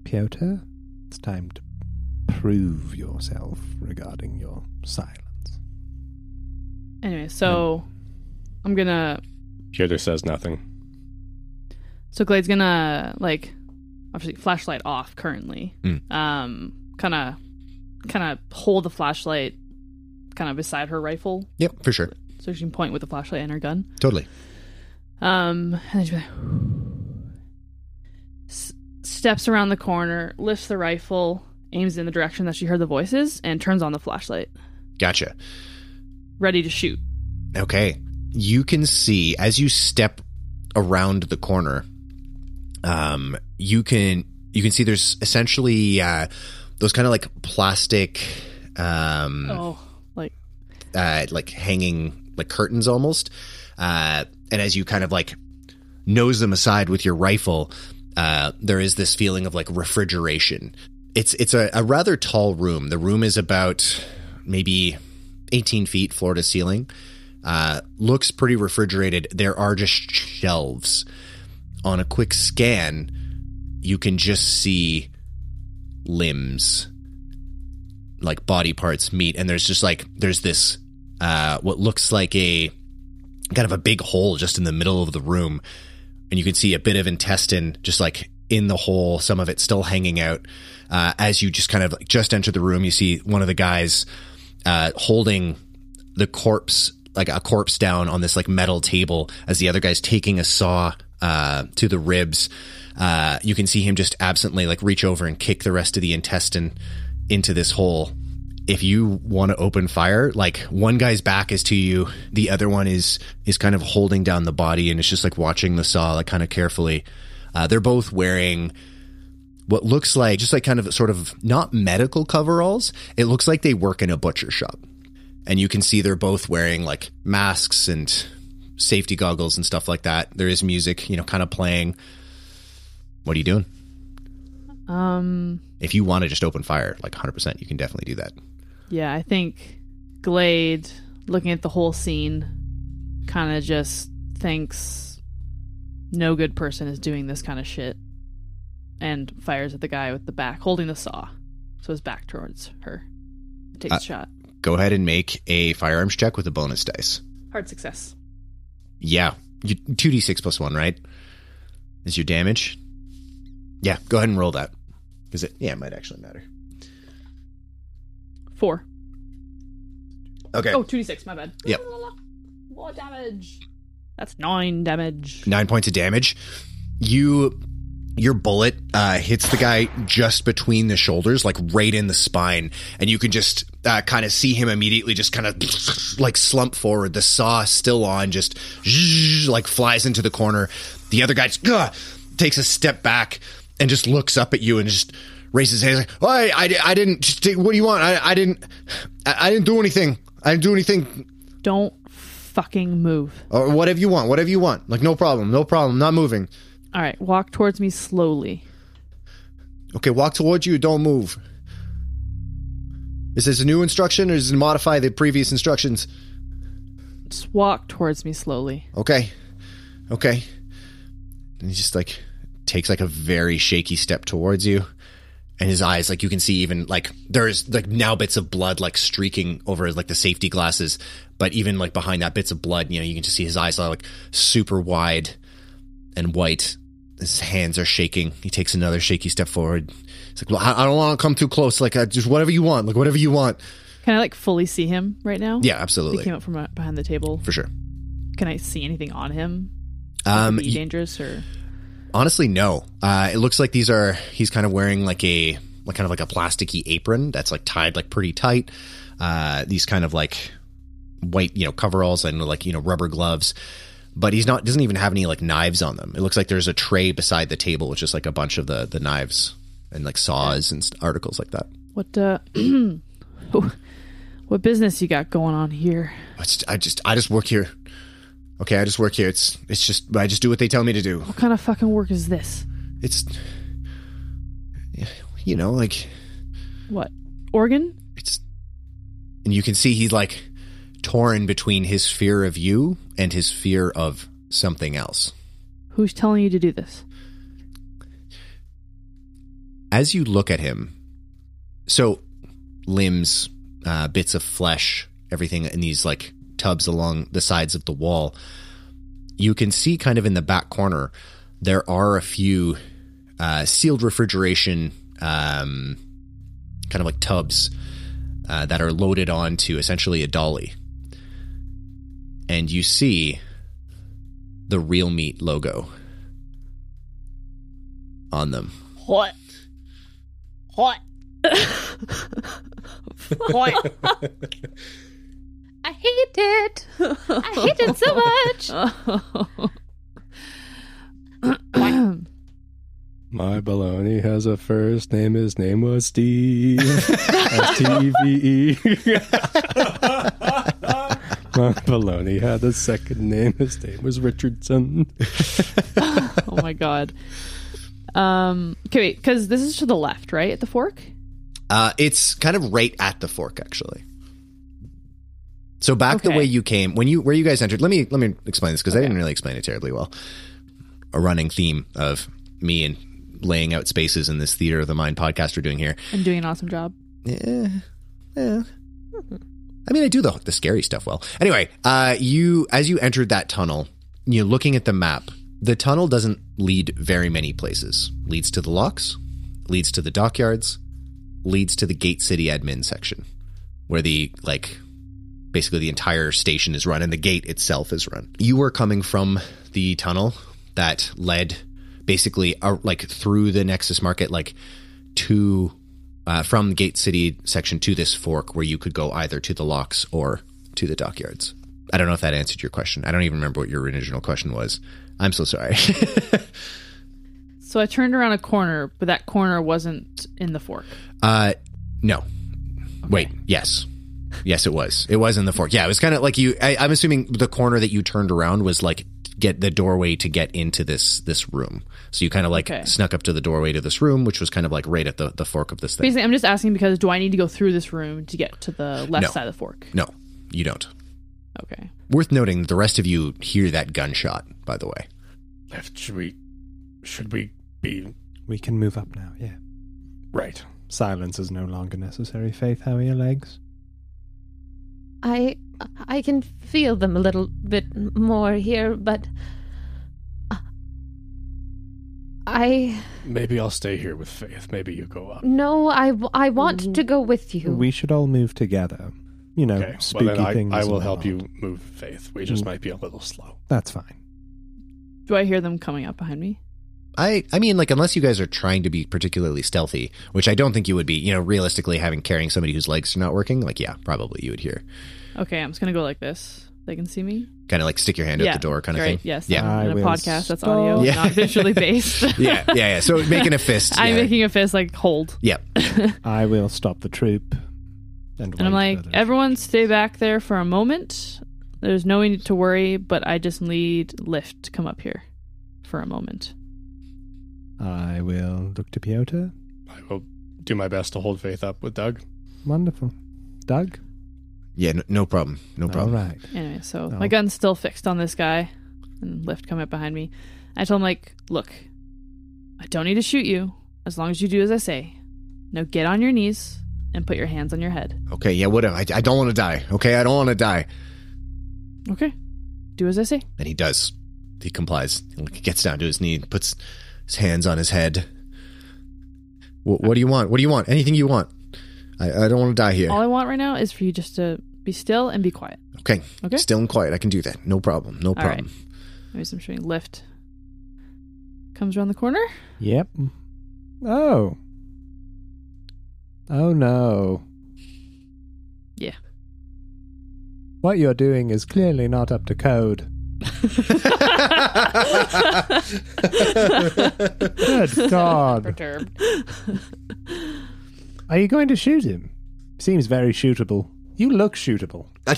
S10: Piotr, it's time to prove yourself regarding your silence.
S6: Anyway, so I'm gonna
S16: Piotr says nothing.
S6: So Glade's gonna like obviously flashlight off currently.
S2: Mm.
S6: Um kind of kind of hold the flashlight kind of beside her rifle
S2: Yep, for sure.
S6: so she can point with the flashlight and her gun.
S2: Totally.
S6: Um and then she like, S- steps around the corner, lifts the rifle, aims in the direction that she heard the voices and turns on the flashlight,
S2: Gotcha.
S6: ready to shoot.
S2: Okay. You can see as you step around the corner, um, you can you can see there's essentially uh, those kind of like plastic, um,
S6: Oh, like
S2: uh, like hanging like curtains almost. Uh, and as you kind of like nose them aside with your rifle, uh, there is this feeling of like refrigeration. It's it's a, a rather tall room. The room is about maybe 18 feet floor to ceiling. Uh, looks pretty refrigerated. There are just shelves. On a quick scan, you can just see limbs like body parts meet and there's just like there's this uh what looks like a kind of a big hole just in the middle of the room and you can see a bit of intestine just like in the hole some of it still hanging out uh as you just kind of like just enter the room you see one of the guys uh holding the corpse like a corpse down on this like metal table as the other guy's taking a saw uh to the ribs uh you can see him just absently like reach over and kick the rest of the intestine into this hole if you want to open fire like one guy's back is to you the other one is is kind of holding down the body and it's just like watching the saw like kind of carefully uh they're both wearing what looks like just like kind of sort of not medical coveralls it looks like they work in a butcher shop and you can see they're both wearing like masks and safety goggles and stuff like that. There is music, you know, kind of playing. What are you doing?
S6: um
S2: If you want to just open fire, like 100%, you can definitely do that.
S6: Yeah, I think Glade, looking at the whole scene, kind of just thinks no good person is doing this kind of shit and fires at the guy with the back, holding the saw. So his back towards her. Takes
S2: Uh,
S6: a shot.
S2: Go ahead and make a firearms check with a bonus dice.
S6: Hard success.
S2: Yeah. You, 2d6 plus 1, right? Is your damage? Yeah, go ahead and roll that. Because it, yeah, it might actually matter.
S6: Four.
S2: Okay.
S6: Oh, 2d6, my bad.
S2: Yep.
S6: More damage. That's nine damage.
S2: nine points of damage. You, your bullet uh, hits the guy just between the shoulders, like right in the spine, and you can just uh, kind of see him immediately, just kind of like slump forward. The saw still on, just zzzz, like flies into the corner. The other guy just, ugh, takes a step back and just looks up at you and just raises his hands. Like, oh, I, I, I didn't. Just, what do you want? I, I didn't. I, I didn't do anything. I didn't do anything
S6: Don't fucking move.
S2: or whatever you want, whatever you want. Like, no problem, no problem, not moving.
S6: All right, walk towards me slowly.
S2: Okay, walk towards you, don't move. Is this a new instruction or does it modify the previous instructions?
S6: Just walk towards me slowly.
S2: Okay. Okay. And he just like takes like a very shaky step towards you. And his eyes, like you can see even like there's like now bits of blood like streaking over like the safety glasses, but even like behind that bits of blood, you know, you can just see his eyes are like super wide and white. His hands are shaking. He takes another shaky step forward. He's like, "Well, I, I don't want to come too close. Like, uh, just whatever you want. Like, whatever you want."
S6: Can I like fully see him right now?
S2: Yeah,
S6: He came
S2: absolutely,
S6: up from uh, behind the table.
S2: for sure.
S6: Can I see anything on him?
S2: Um,
S6: be dangerous or
S2: Honestly, no. Uh, it looks like these are. He's kind of wearing like a like kind of like a plasticky apron that's like tied like pretty tight. Uh, these kind of like white, you know, coveralls and like you know rubber gloves. but he's not doesn't even have any like knives on them. It looks like there's a tray beside the table with just like a bunch of the the knives and like saws and st- articles like that.
S6: What uh, what business you got going on here?
S2: I just, I just I just work here. Okay, I just work here. It's it's just I just do what they tell me to do.
S6: What kind of fucking work is this?
S2: It's you know like
S6: What organ?
S2: it's and you can see he's like torn between his fear of you and his fear of something else.
S6: Who's telling you to do this?
S2: as you look at him, so limbs, uh, bits of flesh, everything in these like tubs along the sides of the wall, you can see kind of in the back corner, there are a few uh, sealed refrigeration um, kind of like tubs uh, that are loaded onto essentially a dolly. And you see the Real Meat logo on them.
S6: What? What? what?
S5: I hate it. I hate it so much.
S3: My baloney has a first name. His name was Steve. S T V E. My baloney had a second name. His name was Richardson.
S6: oh my god. Um. Okay, wait. Because this is to the left, right? At the fork.
S2: Uh, it's kind of right at the fork, actually. So back the
S6: Okay.
S2: way you came when you where you guys entered. Let me let me explain this because I didn't really explain it terribly well. A running theme of me and laying out spaces in this theater of the mind podcast we're doing here.
S6: I'm doing an awesome job.
S2: Yeah, yeah. I mean, I do the the scary stuff well. Anyway, uh, you as you entered that tunnel, you're looking at the map. The tunnel doesn't lead very many places. Leads to the locks, leads to the dockyards, leads to the Gate City admin section, where the like basically the entire station is run and the gate itself is run. You were coming from the tunnel that led basically out, like through the Nexus Market, like to uh, from Gate City section to this fork where you could go either to the locks or to the dockyards. I don't know if that answered your question. I don't even remember what your original question was. I'm so sorry.
S6: So I turned around a corner, but that corner wasn't in the fork.
S2: Uh, no. Wait. Yes. Yes, it was. It was in the fork. Yeah, it was kind of like you. I, I'm assuming the corner that you turned around was like get the doorway to get into this this room. So you kind of like
S6: Okay.
S2: snuck up to the doorway to this room, which was kind of like right at the the fork of this thing.
S6: Basically, I'm just asking because do I need to go through this room to get to the left
S2: No.
S6: side of the fork?
S2: No, you don't.
S6: Okay.
S2: Worth noting, the rest of you hear that gunshot. By the way,
S3: Left. Should we? Should we be
S4: We can move up now, yeah.
S3: right?
S4: Silence is no longer necessary. Faith, how are your legs?
S5: I I can feel them a little bit more here, but uh, I
S3: Maybe I'll stay here with Faith. Maybe you go up.
S5: no, I I want to go with you.
S4: We should all move together. You know,
S3: Okay. Well,
S4: spooky
S3: then I,
S4: things.
S3: I
S4: and
S3: will help
S4: whatnot.
S3: you move Faith. We just
S4: Mm.
S3: might be a little slow.
S4: That's fine.
S6: Do I hear them coming up behind me?
S2: I I mean, like unless you guys are trying to be particularly stealthy, which I don't think you would be. You know, realistically, having carrying somebody whose legs are not working, like yeah, probably you would hear.
S6: Okay, I'm just gonna go like this. They can see me.
S2: kind of like stick your hand out
S6: Yeah,
S2: the door kind of
S6: Right.
S2: thing.
S6: Yes.
S2: Yeah.
S6: I'm
S4: I
S6: in a
S4: will
S6: podcast. That's
S4: stop.
S6: audio,
S2: Yeah.
S6: not visually based.
S2: yeah, yeah, yeah. So making a fist.
S6: I'm
S2: yeah.
S6: making a fist like hold.
S2: Yeah.
S4: I will stop the troop. And,
S6: And I'm
S4: wait
S6: like,
S4: for them.
S6: everyone stay back there for a moment. There's no need to worry, but I just need Lyft to come up here for a moment.
S4: I will look to Piotr.
S3: I will do my best to hold Faith up with Doug.
S4: Wonderful. Doug?
S2: Yeah, no, no problem. No problem.
S4: All right.
S6: Anyway, so
S4: No.
S6: my gun's still fixed on this guy, and Lyft come up behind me. I told him like, "Look, I don't need to shoot you as long as you do as I say. Now get on your knees and put your hands on your head.
S2: Okay, yeah, whatever. I, I don't want to die. Okay, I don't want to die.
S6: Okay, do as I say.
S2: And he does. He complies. He gets down to his knee and puts his hands on his head. What, what do you want? What do you want? Anything you want. I, I don't want to die here.
S6: All I want right now is for you just to be still and be quiet."
S2: Okay.
S6: Okay.
S2: Still and quiet. I can do that. No problem. No
S6: right.
S2: problem.
S6: Anyways, I'm shooting Lyft. Comes around the corner.
S4: Yep. Oh. Oh no.
S6: Yeah.
S4: What you're doing is clearly not up to code. Good God.
S6: Perturbed.
S4: Are you going to shoot him? Seems very shootable. You look shootable.
S7: I,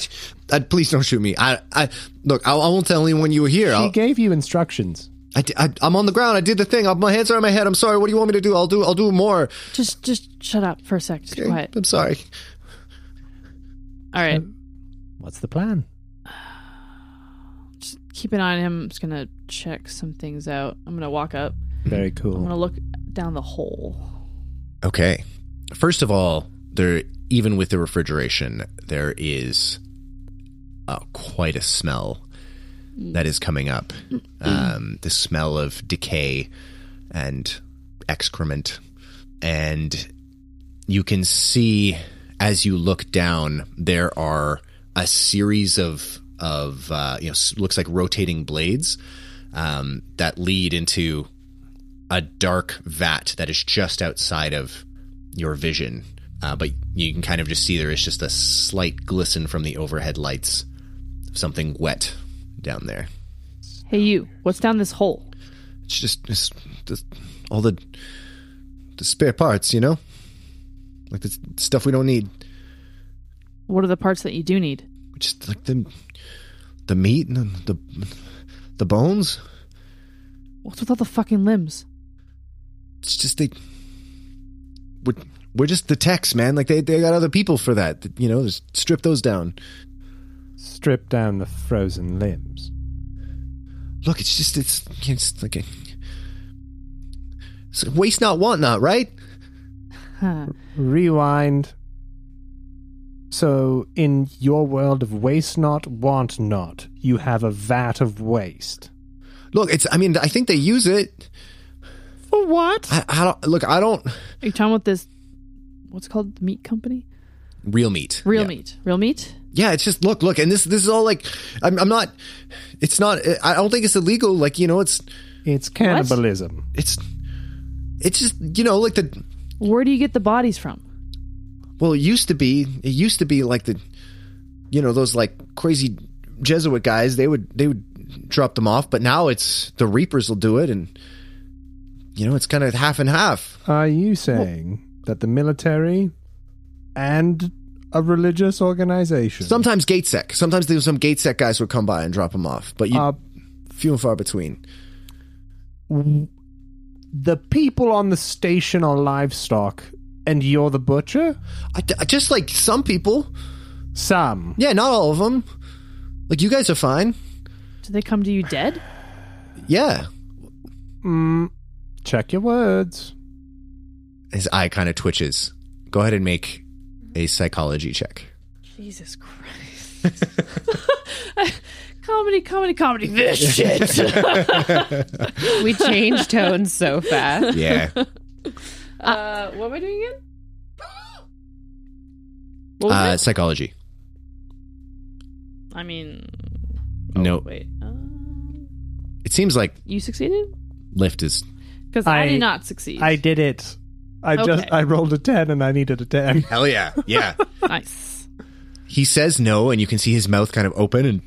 S7: I, Uh, please don't shoot me. I, I look. I, I won't tell anyone you were here.
S4: He
S7: I'll,
S4: gave you instructions.
S7: I, am on the ground. I did the thing. I, my hands are on my head. I'm sorry. What do you want me to do? I'll do. I'll do more.
S6: Just just shut up for a sec. Just quiet.
S7: I'm sorry.
S6: All right.
S4: What's the plan?
S6: Just keep an eye on him. I'm just gonna check some things out. I'm gonna walk up.
S4: Very
S6: I'm
S4: cool.
S6: gonna look down the hole.
S2: Okay. First of all, there even with the refrigeration, there is uh, quite a smell that is coming up. Um, the smell of decay and excrement, and you can see as you look down, there are a series of of uh, you know s- looks like rotating blades um, that lead into a dark vat that is just outside of your vision. Uh, but you can kind of just see there is just a slight glisten from the overhead lights of something wet down there.
S6: Hey you, what's down this hole?
S7: It's just, it's just all the the spare parts, you know, like the s- stuff we don't need.
S6: What are the parts that you do need?
S7: Just like the the meat and the the bones.
S6: What's with all the fucking limbs?
S7: It's just they we're, we're just the techs, man. Like they they got other people for that. You know, just strip those down.
S4: Strip down the frozen limbs.
S7: Look, it's just it's it's like a, it's like waste not, want not, right?
S6: Huh.
S4: Rewind. So, in your world of waste not, want not, you have a vat of waste.
S7: Look, it's. I mean, I think they use it.
S4: For what?
S7: I, I don't look. I don't
S6: Are you talking about this? What's it called the meat company?
S2: Real meat.
S6: Real
S2: Yeah.
S6: meat. Real meat.
S7: yeah it's just look look and this this is all like i'm, I'm not it's not i don't think it's illegal like you know it's
S4: It's cannibalism.
S7: it's it's just you know like the
S6: Where do you get the bodies from?
S7: well it used to be it used to be like the you know those like crazy jesuit guys they would they would drop them off but now it's the reapers will do it and you know it's kind of half and half
S4: Are you saying that the military and a religious organization
S7: sometimes gatesec sometimes there some gatesec guys would come by and drop them off but you
S4: are
S7: few and far between
S4: the people on the station are livestock and you're the butcher?
S7: I, I just like some people
S4: Some.
S7: yeah not all of them like you guys are fine
S6: Do they come to you dead?
S7: yeah
S4: Mm, check your words.
S2: His eye kind of twitches. Go ahead and make a psychology check.
S6: Jesus Christ. comedy, comedy, comedy. This shit.
S5: We change tones so fast.
S2: Yeah.
S6: uh, what am I doing again? What was
S2: uh,
S6: it?
S2: psychology.
S6: I mean,
S2: no,
S6: Oh, wait. Um
S2: it seems like
S6: you succeeded?
S2: lift is
S6: Because I,
S4: I-
S6: did not succeed.
S4: I did it. I
S6: Okay.
S4: just I rolled a 10 and I needed a 10.
S2: hell yeah, yeah.
S6: nice.
S2: he says no, and you can see his mouth kind of open, and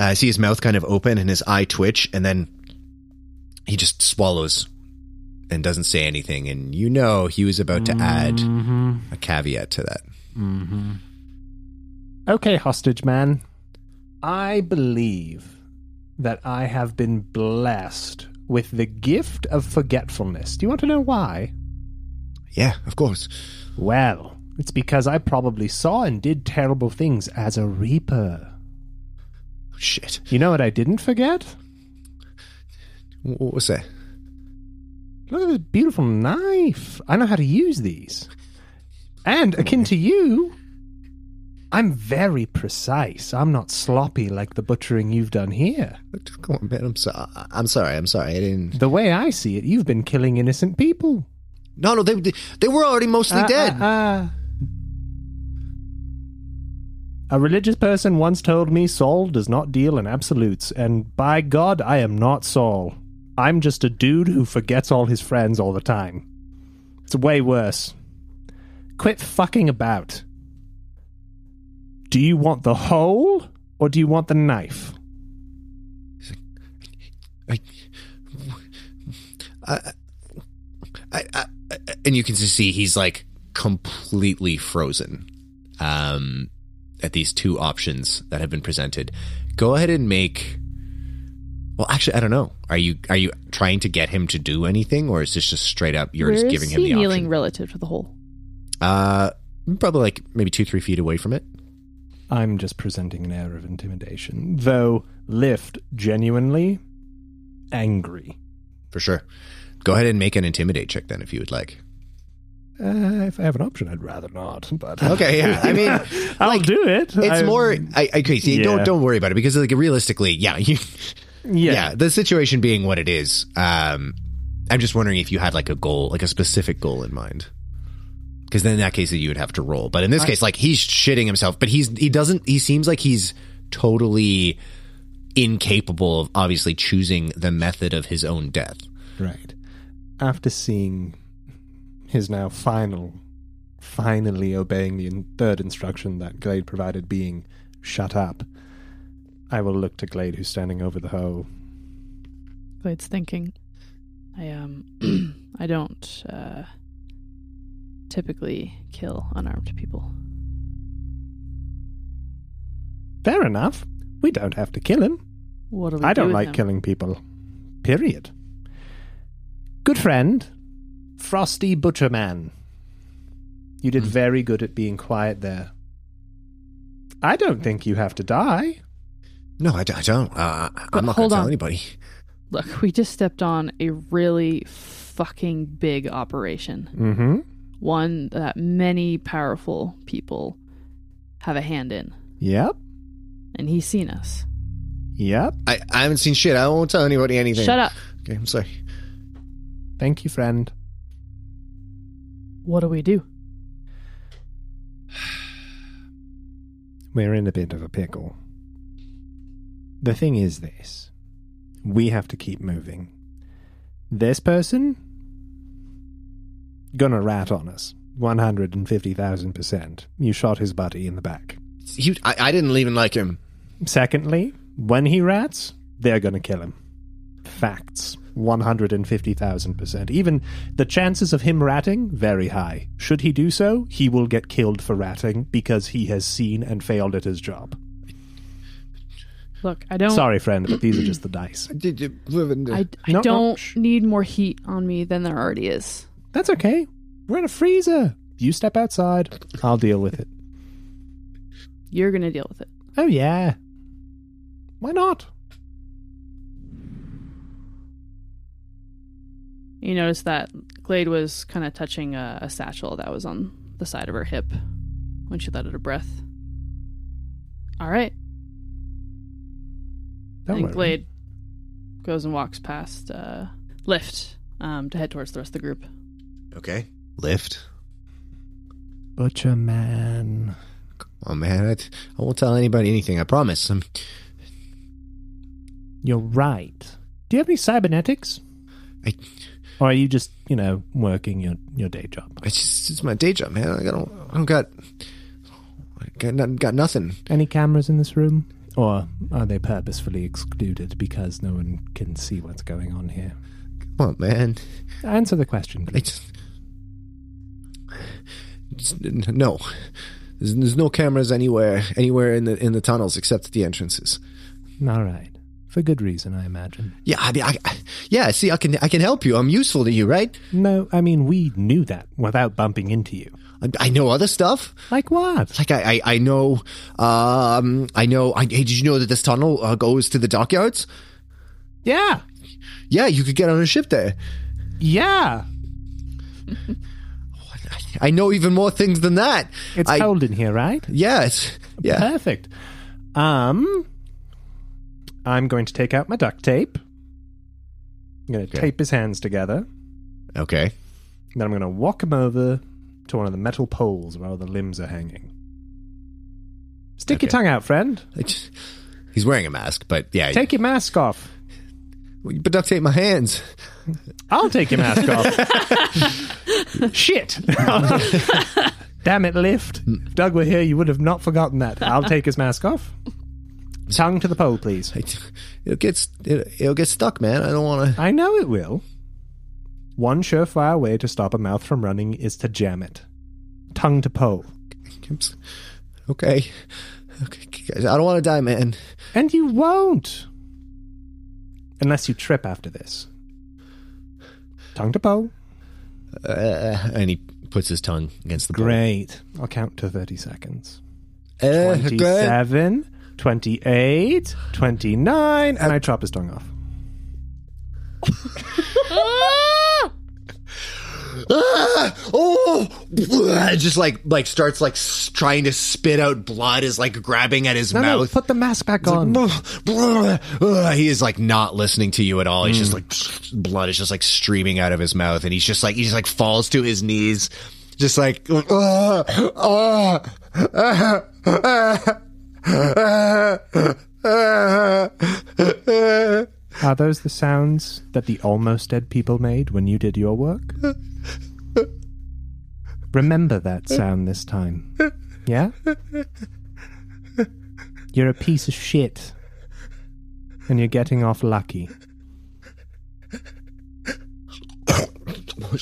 S2: uh,
S7: I see his mouth kind of open and his eye twitch, and then he just swallows
S2: and doesn't say anything. And you know he was about to add a caveat to that.
S4: Okay, hostage man. I believe that I have been blessed with the gift of forgetfulness. Do you want to know why?
S7: Yeah, of course.
S4: Well, it's because I probably saw and did terrible things as a reaper.
S7: Shit.
S4: You know what I didn't forget?
S7: Wh- What was that?
S4: Look at this beautiful knife. I know how to use these. And akin to you, I'm very precise. I'm not sloppy like the butchering you've done here.
S7: Come on, man. I'm, so- I- I'm sorry. I'm sorry. I didn't.
S4: The way I see it, you've been killing innocent people.
S7: No, no. They they they were already mostly
S4: Ah,
S7: dead.
S4: ah, ah. A religious person once told me Saul does not deal in absolutes, and by God, I am not Saul. I'm just a dude who forgets all his friends all the time. It's way worse. Quit fucking about. Do you want the hole or do you want the knife?
S2: I, I, I, I, and you can just see he's like completely frozen um, at these two options that have been presented. Go ahead and make. Well, actually, I don't know. Are you are you trying to get him to do anything, or is this just straight up you're
S6: Where
S2: just
S6: is
S2: giving him
S6: he
S2: the
S6: kneeling
S2: option?
S6: relative to the hole?
S2: Uh, probably like maybe two three feet away from it.
S4: I'm just presenting an air of intimidation, though Lift genuinely angry.
S2: For sure. Go ahead and make an intimidate check then if you would like.
S4: Uh, if I have an option, I'd rather not. But
S2: Okay, yeah. I mean,
S4: I'll do it.
S2: it's more I, I okay, see,
S4: Yeah.
S2: don't don't worry about it because like realistically, yeah, you, yeah.
S4: yeah.
S2: the situation being what it is. Um I'm just wondering if you had like a goal, like a specific goal in mind. Cuz then in that case you would have to roll. But in this case like he's shitting himself, but he's he doesn't he seems like he's totally incapable of obviously choosing the method of his own death.
S4: Right. After seeing his now final, finally obeying the in- third instruction that Glade provided, being shut up, I will look to Glade, who's standing over the hole.
S6: Glade's Oh, thinking. I um I don't uh typically kill unarmed people.
S4: Fair enough. We don't have to kill him.
S6: What do we
S4: I
S6: do
S4: don't
S6: with
S4: like
S6: them?
S4: killing people. Period. Good friend, Frosty Butcherman.
S6: Hmm.
S4: You did very good at being quiet there. I don't think you have to die.
S2: No, I, d- I don't. Uh,
S6: But
S2: I'm not
S6: hold
S2: going to tell
S6: on.
S2: anybody.
S6: Look, we just stepped on a really fucking big operation.
S4: Mm-hmm.
S6: One that many powerful people have a hand in.
S4: Yep.
S6: And he's seen us.
S4: Yep.
S2: I, I haven't seen shit. I won't tell anybody anything.
S6: Shut up.
S2: Okay, I'm sorry.
S4: Thank you, friend.
S6: What do we do?
S4: We're in a bit of a pickle. The thing is this we have to keep moving. This person gonna rat on us 150,000%. You shot his buddy in the back.
S2: He, I, I didn't even like him.
S4: Secondly, when he rats, they're gonna kill him. Facts 150,000%. Even the chances of him ratting, very high. Should he do so, he will get killed for ratting because he has seen and failed at his job.
S6: Look, I don't
S4: Sorry, friend, but these are just the dice.
S17: Did you live in
S6: I, I
S4: No, no,
S6: don't
S4: shh.
S6: need more heat on me than there already is.
S4: That's okay. We're in a freezer. You step outside, I'll deal with it.
S6: You're gonna deal with it.
S4: Oh, yeah. Why not?
S6: You notice that Glade was kind of touching a, a satchel that was on the side of her hip when she let out a breath. All right.
S4: Don't
S6: and
S4: worry.
S6: Glade goes and walks past uh, Lift um, to head towards the rest of the group.
S2: Okay. Lift.
S4: Butcher man.
S2: Oh man, I, I won't tell anybody anything. I promise. Um,
S4: You're right. Do you have any cybernetics?
S2: I,
S4: Or are you just, you know, working your, your day job?
S2: it's just it's my day job, man. I don't, I don't got, I got, no- got nothing.
S4: Any cameras in this room? Or are they purposefully excluded because no one can see what's going on here?
S2: Come on, man.
S4: Answer the question,
S2: I
S4: please.
S2: just, just n- no. There's, there's no cameras anywhere, anywhere in the in the tunnels except the entrances.
S4: All right. For good reason, I imagine.
S2: Yeah, I mean, I, I- yeah. See, I can, I can help you. I'm useful to you, right?
S4: No, I mean, we knew that without bumping into you.
S2: I, I know other stuff.
S4: Like what?
S2: Like I, I, I know, um, I know. I, hey, did you know that this tunnel uh, goes to the dockyards?
S4: Yeah.
S2: Yeah, you could get on a ship there.
S4: Yeah.
S2: I know even more things than that.
S4: It's
S2: I,
S4: cold in here, right?
S2: Yeah, it's yeah.
S4: Perfect. Um I'm going to take out my duct tape. I'm going to
S2: Okay.
S4: tape his hands together.
S2: Okay.
S4: Then I'm going to walk him over to one of the metal poles where all the limbs are hanging. Stick your
S2: Okay.
S4: tongue out, friend.
S2: I just- he's wearing a mask, but Uh, yeah.
S4: Take your mask off.
S2: but duct tape my hands.
S4: I'll take your mask off. Shit.
S2: Hmm.
S4: Damn it, Lift. If Doug were here, you would have not forgotten that. I'll take his mask off. Tongue to the pole, please.
S2: It, it'll get s- it, it'll get stuck, man. I don't want to.
S4: I know it will. One surefire way to stop a mouth from running is to jam it. Tongue to pole.
S2: Okay, okay, guys, I don't want to die, man.
S4: And you won't. Unless you trip after this. Tongue to pole.
S2: Uh, and he puts his tongue against the pole.
S4: Great. I'll count to 30 seconds.
S2: Uh, good.
S4: 27, 28, 29,
S2: Uh,
S4: and I chop his tongue off.
S7: Ah! oh, just like like starts like s- trying to spit out blood is like grabbing at his
S4: No, no,
S7: mouth.
S4: put the mask back on.
S7: Ugh, Ah! he is like not listening to you at all. He's just
S4: Hmm.
S7: like blood is just like streaming out of his mouth, and he's just like he just like falls to his knees, just like ugh, ugh, ah, ah, ah, ah, ah.
S4: Are those the sounds that the almost dead people made when you did your work? Remember that sound this time. Yeah? You're a piece of shit. And you're getting off lucky.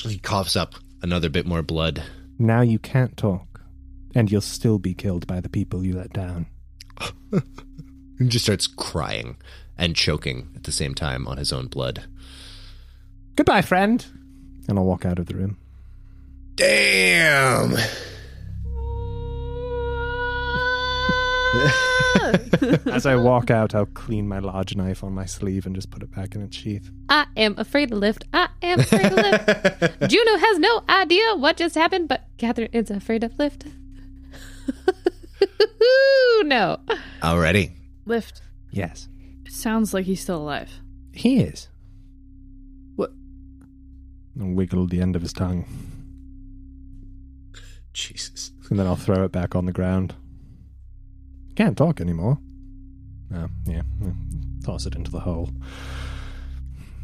S2: He coughs up another bit more blood.
S4: Now you can't talk. And you'll still be killed by the people you let down.
S2: He just starts crying and choking at the same time on his own blood.
S4: Goodbye, friend! And I'll walk out of the room.
S7: Damn.
S4: As I walk out, I'll clean my large knife on my sleeve and just put it back in its sheath.
S5: I am afraid to lift. I am afraid to lift. Juno has no idea what just happened, but Catherine is afraid to lift. no.
S7: Already.
S6: Lift.
S4: Yes.
S6: It sounds like he's still alive.
S4: He is.
S6: What?
S4: And wiggle the end of his tongue.
S2: Jesus.
S4: and then I'll throw it back on the ground. Can't talk anymore. Oh, yeah. yeah. Toss it into the hole.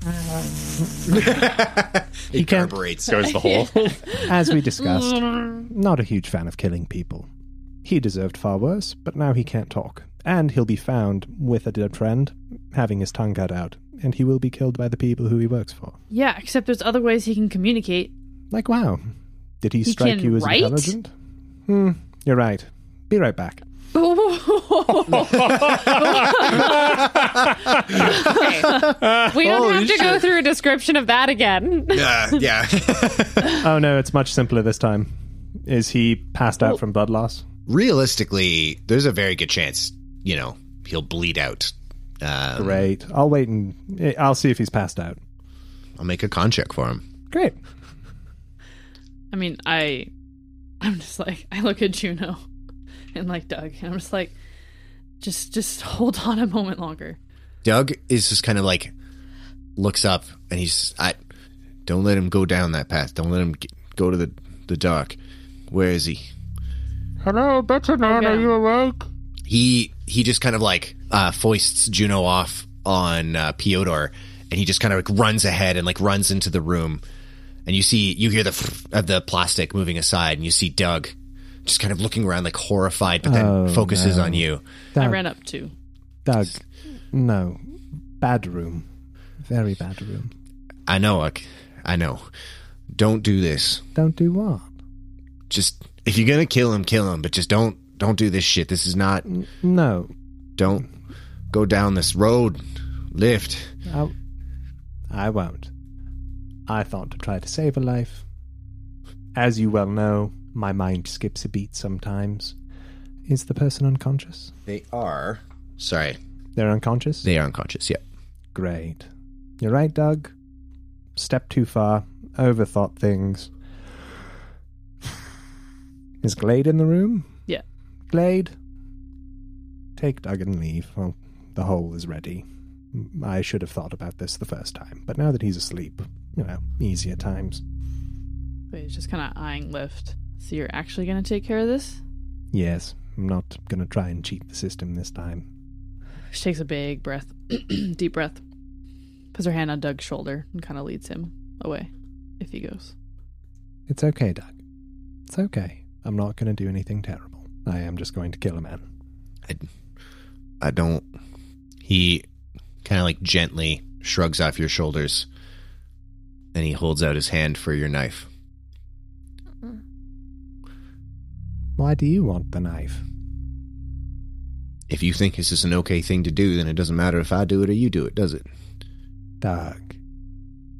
S2: Uh,
S7: It
S4: can't-
S7: carburetes.
S16: Goes the hole.
S4: As we discussed, not a huge fan of killing people. He deserved far worse, but now he can't talk. And he'll be found with a dead friend, having his tongue cut out, and he will be killed by the people who he works for.
S6: Yeah, except there's other ways he can communicate.
S4: Like, wow. Did he
S6: He
S4: strike
S6: can
S4: you as
S6: write?
S4: intelligent? Hmm, you're right. Be right back.
S5: We don't have to go through a description of that again.
S7: Yeah, yeah.
S4: Oh no, it's much simpler this time. Is he passed out from blood loss?
S7: Realistically, there's a very good chance, you know, he'll bleed out. Um,
S4: Great. I'll wait and eh, I'll see if he's passed out.
S7: I'll make a con check for him.
S4: Great.
S6: I mean, I, I'm just like I look at Juno, and like Doug, and I'm just like, just just hold on a moment longer.
S2: Doug is just kind of like looks up and he's I don't let him go down that path. Don't let him g go to the the dark. Where is he?
S12: Hello, Betchanon, are you awake?
S2: He he just kind of like uh foists Juno off on uh, Piotr and he just kind of like runs ahead and like runs into the room. And you see you hear the of the plastic moving aside and you see Doug just kind of looking around like horrified but then
S4: Oh,
S2: focuses
S4: no.
S2: on you.
S4: Doug,
S6: I ran up too.
S4: Doug. No. Bad room. Very bad room.
S2: I know, I, c- I know. Don't do this.
S4: Don't do what?
S2: just if you're gonna kill him, kill him, but just don't don't do this shit. This is not
S4: No.
S2: don't go down this road. Lift.
S4: I, I won't. I thought to try to save a life. As you well know, my mind skips a beat sometimes. Is the person unconscious?
S2: They are sorry.
S4: They're unconscious?
S2: They are unconscious. Yeah.
S4: Great. You're right, Doug. Step too far. Overthought things. Is Glade in the room?
S6: Yeah.
S4: Glade, take Doug and leave. Well, the hole is ready. I should have thought about this the first time, but now that he's asleep, you know, easier times.
S6: But he's just kind of eyeing Lift. So you're actually gonna take care of this?
S4: Yes, I'm not going to try and cheat the system this time.
S6: She takes a big breath, deep breath, puts her hand on Doug's shoulder, and kind of leads him away. If he goes,
S4: It's okay, Doug. It's okay. I'm not going to do anything terrible. I am just going to kill a man.
S18: I don't.
S2: He kind of like gently shrugs off your shoulders and he holds out his hand for your knife.
S4: Why do you want the knife?
S2: If you think this is an okay thing to do, then it doesn't matter if I do it or you do it, does it?
S4: Doug.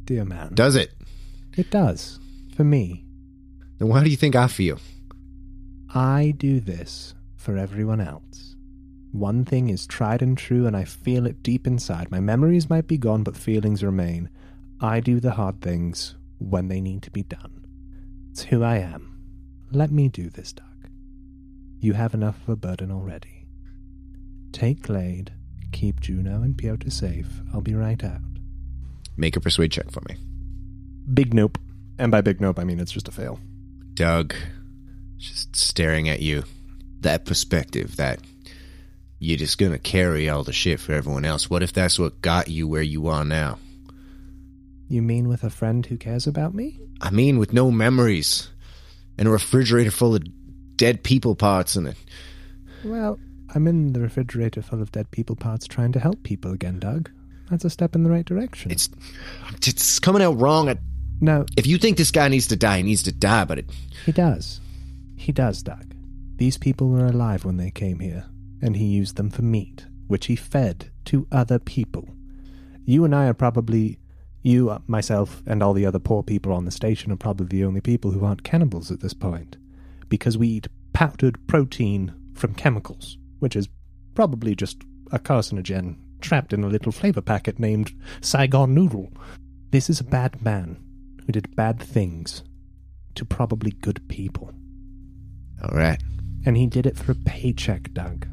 S4: Dear man.
S2: Does it?
S4: It does. For me.
S2: Then why do you think I feel?
S4: I do this for everyone else. One thing is tried and true, and I feel it deep inside. My memories might be gone, but feelings remain. I do the hard things when they need to be done. It's who I am. Let me do this, Doug. You have enough of a burden already. Take Glade, keep Juno and Piotr safe. I'll be right out.
S2: Make a persuade check for me.
S4: Big nope. And by big nope, I mean it's just a fail.
S2: Doug, just staring at you. That perspective that you're just going to carry all the shit for everyone else. What if that's what got you where you are now?
S4: You mean with a friend who cares about me?
S2: I mean, with no memories and a refrigerator full of dead people parts in it.
S4: Well, I'm in the refrigerator full of dead people parts trying to help people again, Doug. That's a step in the right direction.
S2: It's it's coming out wrong. I-
S4: no,
S2: If you think this guy needs to die, he needs to die. But it,
S4: he does. He does, Doug. These people were alive when they came here, and he used them for meat, which he fed to other people. You and I are probably, you, uh, myself, and all the other poor people on the station are probably the only people who aren't cannibals at this point, because we eat powdered protein from chemicals, which is probably just a carcinogen trapped in a little flavor packet named Saigon Noodle. This is a bad man who did bad things to probably good people.
S2: all right.
S4: And he did it for a paycheck, Doug.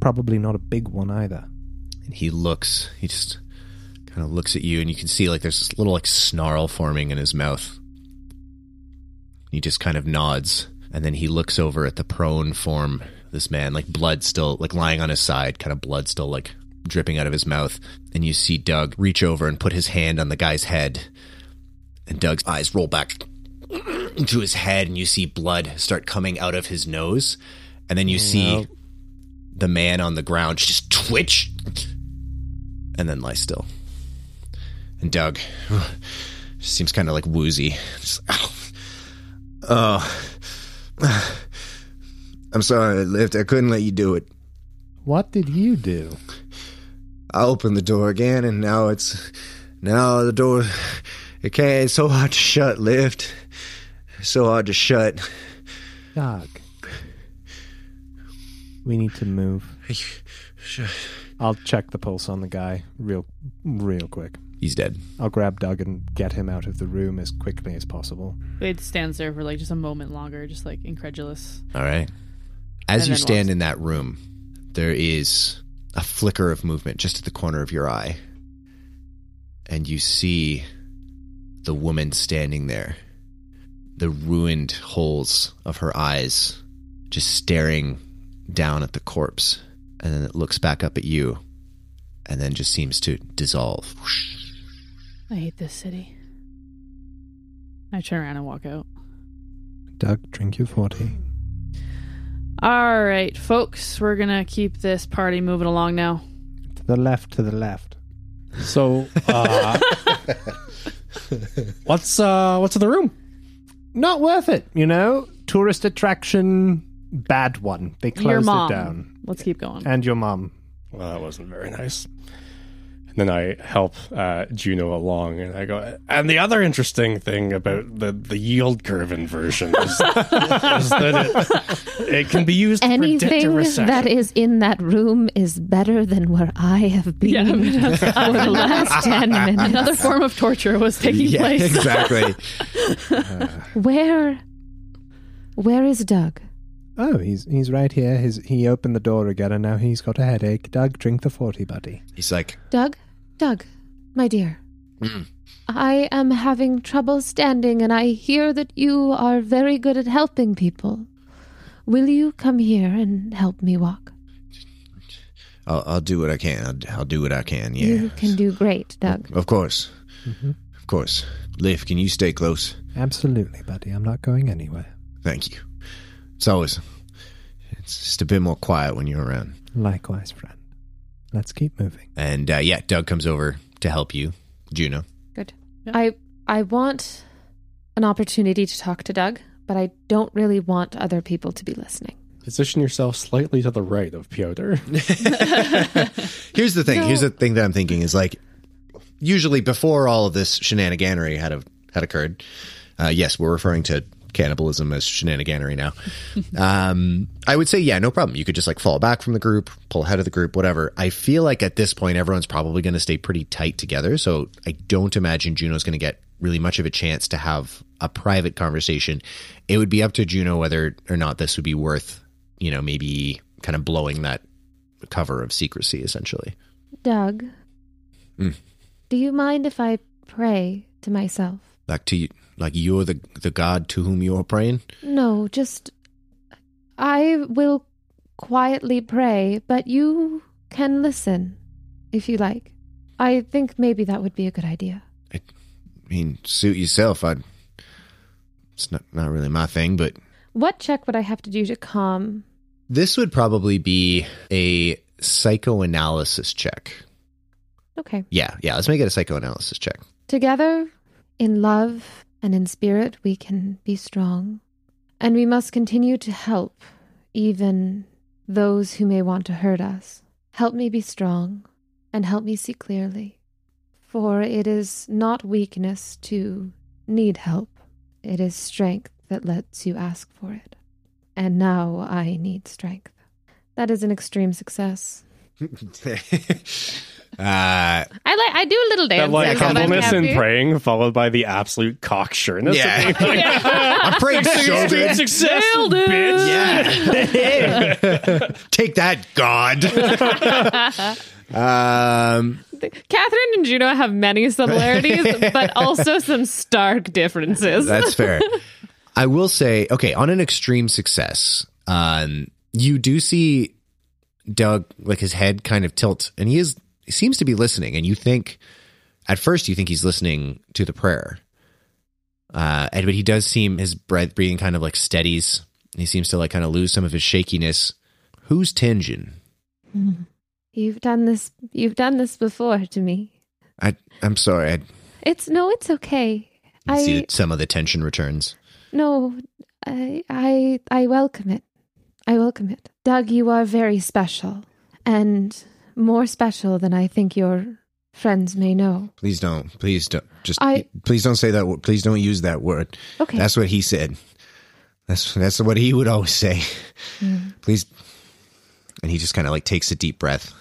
S4: Probably not a big one either.
S2: And he looks. He just kind of looks at you, and you can see like there's this little like snarl forming in his mouth. He just kind of nods, and then he looks over at the prone form. of This man, like blood still like lying on his side, kind of blood still like dripping out of his mouth. And you see Doug reach over and put his hand on the guy's head, and Doug's eyes roll back into his head, and you see blood start coming out of his nose. And then you see the man on the ground just twitch and then lie still. And Doug seems kind of like woozy. Just, "Ow. oh, I'm sorry, I lived. I couldn't let you do it.
S4: What did you do?
S2: I opened the door again, and now it's now the door. It can't. It's so hard to shut. Lift. So hard to shut.
S4: Doug. We need to move. I'll check the pulse on the guy real real quick.
S2: He's dead.
S4: I'll grab Doug and get him out of the room as quickly as possible.
S6: Wade stands there for like just a moment longer, just like incredulous.
S2: All right. As
S6: And
S2: you
S6: then
S2: stand
S6: lost.
S2: in that room, there is a flicker of movement just at the corner of your eye. And you see the woman standing there, the ruined holes of her eyes, just staring down at the corpse. And then it looks back up at you and then just seems to dissolve.
S6: I hate this city. I turn around and walk out.
S4: Doug, drink your 40.
S6: All right, folks, we're gonna keep this party moving along now.
S4: To the left, to the left.
S3: So, uh, what's uh, what's in the room?
S4: Not worth it, you know? Tourist attraction, bad one. They
S6: Your
S4: closed
S6: mom.
S4: it down.
S6: Let's keep going.
S4: And your mom.
S3: Well, that wasn't very nice. And then I help uh, Juno along, and I go. And the other interesting thing about the, the yield curve inversion is, is that it, it can be used to predict a
S5: Anything
S3: recession.
S5: that is in that room is better than where I have been
S6: Yeah.
S5: for the last 10 minutes.
S6: Another form of torture was taking
S2: Yeah,
S6: place.
S2: exactly.
S5: Where where is Doug?
S4: Oh, he's he's right here. His he opened the door again, and now he's got a headache. Doug, drink the forty, buddy.
S2: He's like,
S5: Doug? Doug, my dear. I am having trouble standing and I hear that you are very good at helping people. Will you come here and help me walk?
S2: I'll, I'll do what I can. I'll, I'll do what I can. Yeah.
S5: You can do great, Doug.
S2: Of course.
S6: Mm-hmm.
S2: Of course. Liv, can you stay close?
S4: Absolutely, buddy. I'm not going anywhere.
S2: Thank you. It's always. It's just a bit more quiet when you're around.
S4: Likewise, friend. Let's keep moving.
S2: And uh, yeah, Doug comes over to help you, Juno.
S5: Good. I I want an opportunity to talk to Doug, but I don't really want other people to be listening.
S16: Position yourself slightly to the right of Piotr.
S7: Here's the thing. Here's the thing that I'm thinking is like, usually before all of this shenaniganery had a, had occurred. Uh, yes, we're referring to cannibalism as shenaniganery now. um, I would say, yeah, no problem. You could just like fall back from the group, pull ahead of the group, whatever. I feel like at this point, everyone's probably going to stay pretty tight together. So I don't imagine Juno's going to get really much of a chance to have a private conversation. It would be up to Juno whether or not this would be worth, you know, maybe kind of blowing that cover of secrecy essentially.
S5: Doug,
S2: Mm.
S5: do you mind if I pray to myself?
S2: Like to you, like you're the the god to whom you are praying.
S5: No, just I will quietly pray, but you can listen if you like. I think maybe that would be a good idea.
S2: I mean, suit yourself. I. It's not not really my thing, but
S5: What check would I have to do to calm?
S2: this would probably be a psychoanalysis check.
S5: Okay.
S2: Yeah, yeah. Let's make it a psychoanalysis check.
S5: Together, in love and in spirit, we can be strong. And we must continue to help even those who may want to hurt us. Help me be strong and help me see clearly. For it is not weakness to need help, it is strength that lets you ask for it. And now I need strength. That is an extreme success. I
S2: Uh,
S5: like I do a little
S16: That
S5: dance.
S16: like
S5: so that I'm
S16: humbleness and
S5: happy.
S16: praying, followed by the absolute cocksureness.
S7: Yeah.
S16: Of being like,
S7: I'm praying so
S16: Dude,
S7: good.
S16: success,
S6: Nailed it!
S16: bitch.
S7: Yeah. Take that, God. um,
S6: Catherine and Juno have many similarities, but also some stark differences.
S2: That's fair. I will say, okay, on an extreme success, um, you do see Doug like his head kind of tilt, and he is he seems to be listening. And you think at first you think he's listening to the prayer, uh, and but he does seem his breath breathing kind of like steadies. and He seems to like kind of lose some of his shakiness. Who's Tenjin?
S5: You've done this. You've done this before to me.
S2: I I'm sorry. I,
S5: It's no, it's okay.
S2: I see
S5: I
S2: that some of the tension returns.
S5: no, I I I welcome it. I welcome it. Doug, you are very special and more special than I think your friends may know.
S2: Please don't. Please don't. Just
S5: I-
S2: please don't say that. word. Please don't use that word.
S5: Okay.
S2: That's what he said. That's that's what he would always say. Please. And he just kind of like takes a deep breath.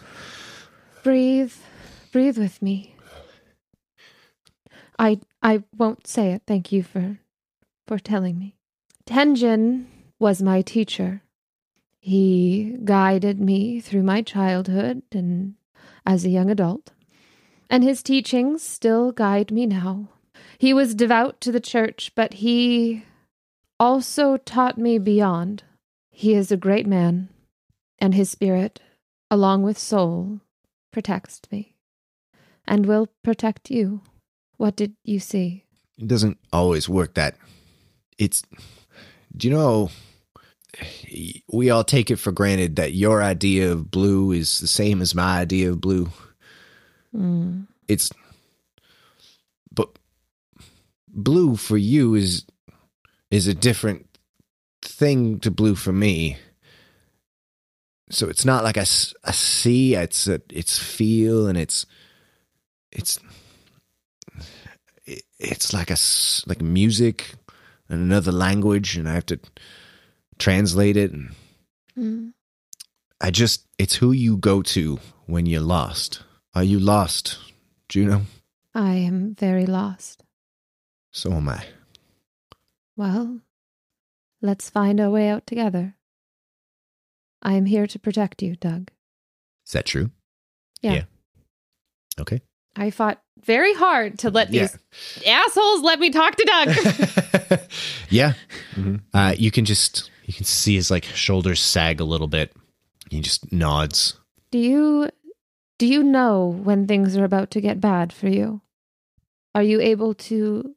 S5: Breathe. Breathe with me. I I won't say it. Thank you for for telling me. Tenjin was my teacher. He guided me through my childhood and as a young adult. And his teachings still guide me now. He was devout to the church, but he also taught me beyond. He is a great man, and his spirit, along with soul, protects me and will protect you. What did you see?
S2: It doesn't always work that. It's. Do you know? We all take it for granted that your idea of blue is the same as my idea of blue.
S5: Mm.
S2: it's but blue for you is is a different thing to blue for me so it's not like I s- I see it's a, it's feel and it's it's it- it's like a s- like music and another language and i have to translate it and
S5: Mm.
S2: i just it's who you go to when you're lost are you lost juno
S5: I am very lost.
S2: So am I.
S5: Well, let's find our way out together. I am here to protect you, Doug.
S2: Is that true?
S5: Yeah.
S2: Yeah. Okay.
S5: I fought very hard to let these assholes let me talk to Doug.
S2: yeah. Uh, you can just you can see his like shoulders sag a little bit. He just nods.
S5: do you do you know when things are about to get bad for you? Are you able to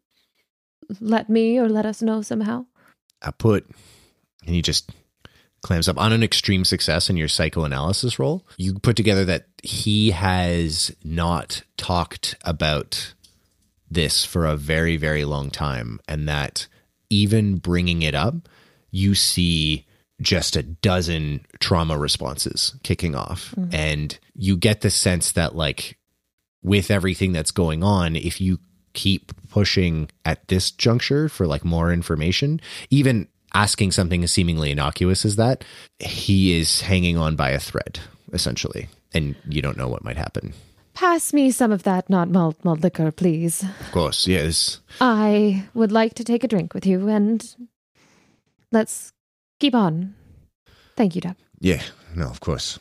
S5: let me or let us know somehow?
S2: I put, and he just clams up on an extreme success in your psychoanalysis role. You put together that he has not talked about this for a very, very long time, and that even bringing it up, you see just a dozen trauma responses kicking off. And you get the sense that, like, with everything that's going on, if you keep pushing at this juncture for like more information, even asking something as seemingly innocuous as that, he is hanging on by a thread, essentially. And you don't know what might happen.
S5: Pass me some of that not malt malt liquor, please.
S2: Of course, yes.
S5: I would like to take a drink with you and let's keep on. Thank you, Doc.
S2: Yeah, no, of course.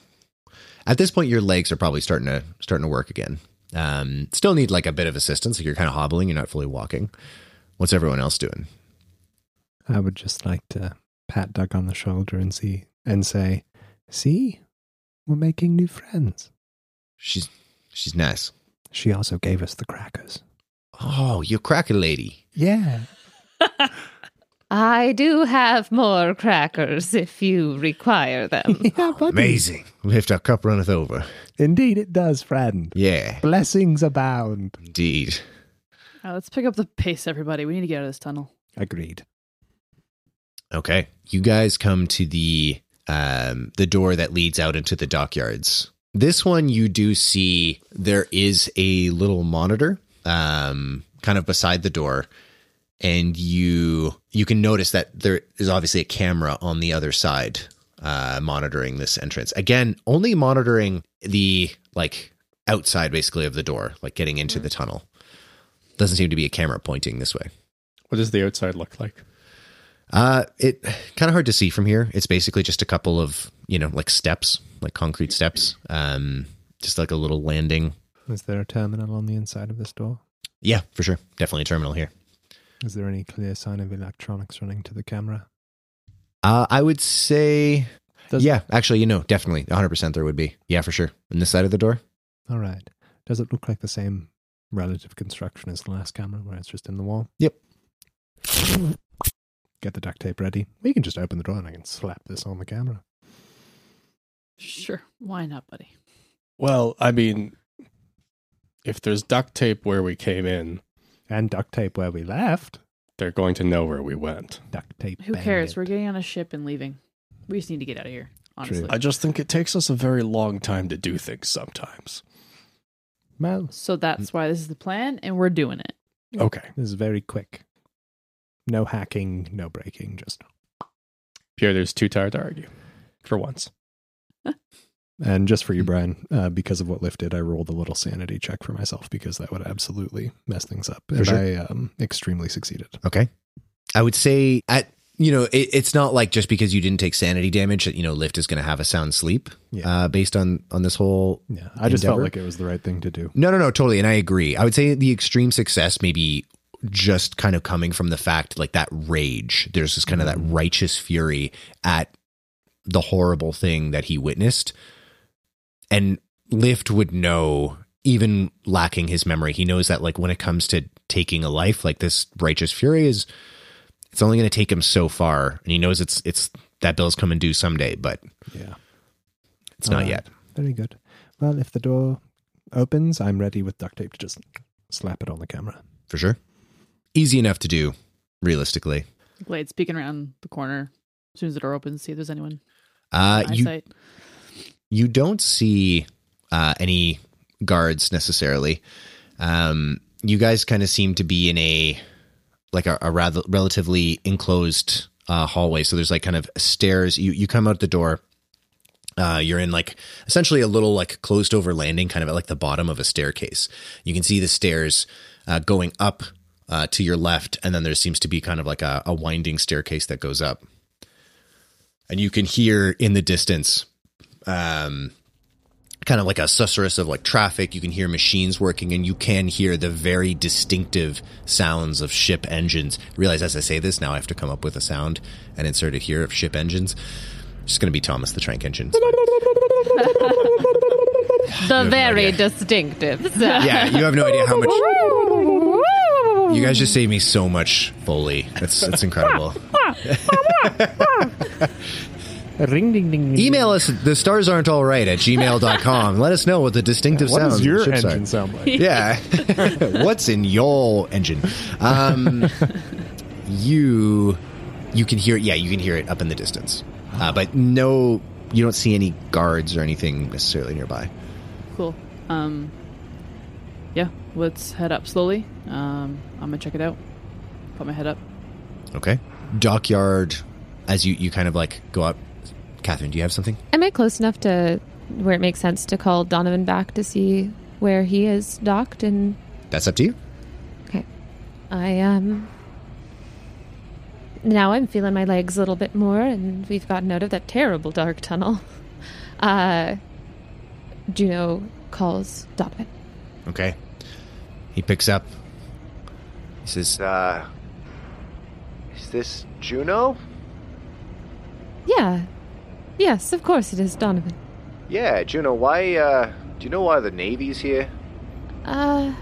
S2: At this point, your legs are probably starting to starting to work again. Um, still need like a bit of assistance. Like you're kind of hobbling. You're not fully walking. What's everyone else doing?
S4: I would just like to pat Doug on the shoulder and see and say, "See, we're making new friends."
S2: She's she's nice.
S4: She also gave us the crackers.
S2: Oh, you're cracker lady.
S4: Yeah.
S5: I do have more crackers if you require them.
S4: yeah buddy.
S2: Amazing. Lift our cup runneth over.
S4: Indeed, it does, friend.
S2: Yeah,
S4: Blessings abound.
S2: indeed.
S6: All right, Uh, let's pick up the pace, everybody. We need to get out of this tunnel.
S4: Agreed.
S2: Okay. You guys come to the um the door that leads out into the dockyards. This one you do see there is a little monitor um kind of beside the door and you you can notice that there is obviously a camera on the other side uh monitoring this entrance. Again, only monitoring the like outside basically of the door, like getting into the tunnel. Doesn't seem to be a camera pointing this way.
S3: What does the outside look like?
S2: Uh, it kind of hard to see from here. It's basically just a couple of you know like steps, like concrete steps. Um, just like a little landing.
S4: Is there a terminal on the inside of this door?
S2: Yeah, for sure, definitely a terminal here.
S4: Is there any clear sign of electronics running to the camera?
S2: Uh, I would say,
S4: Does-
S2: yeah, actually, you know, definitely, one hundred percent, there would be. Yeah, for sure, on this side of the door.
S4: All right. Does it look like the same relative construction as the last camera, where it's just in the wall?
S2: Yep.
S4: Get the duct tape ready. We can just open the door and I can slap this on the camera.
S6: Sure, why not, buddy?
S3: Well, I mean, if there's duct tape where we came in,
S4: And duct tape where we left.
S3: they're going to know where we went.
S4: Duct tape.
S6: Who
S4: bang
S6: cares?
S4: it.
S6: We're getting on a ship and leaving. We just need to get out of here. Honestly,
S3: I just think it takes us a very long time to do things sometimes.
S4: Well, mm.
S6: so that's why this is the plan, and we're doing it.
S3: Okay.
S4: this is very quick. No hacking, no breaking, just.
S3: Pierre, there's too tired to argue for once.
S4: And just for you, Brian, uh, because of what Lyft did, I rolled a little sanity check for myself because that would absolutely mess things up. and
S2: sure.
S4: I um, extremely succeeded.
S2: Okay. I would say at you know it, it's not like just because you didn't take sanity damage that you know Lyft is going to have a sound sleep
S4: Yeah.
S2: uh, based on on this whole
S4: Yeah. I just felt
S2: Endeavor?
S4: like it was the right thing to do.
S2: No, no, no, totally. And I agree. I would say the extreme success maybe just kind of coming from the fact like that rage. There's this kind of that
S4: Mm.
S2: righteous fury at the horrible thing that he witnessed. And Lyft would know, even lacking his memory, he knows that like when it comes to taking a life, like this righteous fury is it's only gonna take him so far. And he knows it's it's that bill's coming due someday, but
S4: Yeah. Uh,
S2: it's not
S4: Alright.
S2: yet.
S4: Very good. Well, if the door opens, I'm ready with duct tape to just slap it on the camera.
S2: For sure. Easy enough to do, realistically.
S6: Glade's peeking around the corner as soon as the door opens. See if there's anyone.
S2: Uh, you
S6: Eyesight.
S2: you don't see uh, any guards necessarily. Um, you guys kind of seem to be in a like a, a rather relatively enclosed uh, hallway. So there's like kind of stairs. You you come out the door. Uh, you're in like essentially a little like closed over landing, kind of at like the bottom of a staircase. You can see the stairs uh, going up uh, to your left, and then there seems to be kind of like a, a winding staircase that goes up. And you can hear in the distance um, kind of like a susurrus of like traffic. You can hear machines working, and you can hear the very distinctive sounds of ship engines. Realize as I say this, now I have to come up with a sound and insert it here of ship engines. It's going to be Thomas the Trank engine.
S5: The very distinctive.
S2: yeah, you have no idea how much. You guys just saved me so much foley. That's that's incredible.
S19: Ring ding ding. ding.
S2: Email us the stars aren't all right at gmail.com. Let us know what the distinctive
S4: What
S2: sounds
S4: does
S2: of
S4: your
S2: ships are.
S4: engine sound like?
S2: Yeah. What's in your engine? Um, you you can hear it. Yeah, you can hear it up in the distance. Uh, but no, you don't see any guards or anything necessarily nearby.
S6: Cool. Um, yeah, let's head up slowly. Um, I'm gonna check it out. Put my head up.
S2: Okay. Dockyard, as you, you kind of like go up. Catherine, do you have something?
S5: Am I close enough to where it makes sense to call Donovan back to see where he is docked? And
S2: That's up to you.
S5: okay, I um. Now I'm feeling my legs a little bit more, and we've gotten out of that terrible dark tunnel. Uh, Juno calls Donovan.
S2: Okay. He picks up. He says, uh, Is this Juno?
S5: Yeah, yes, of course it is Donovan.
S2: Yeah, Juno, why, uh, do you know why the Navy's here?
S5: Uh,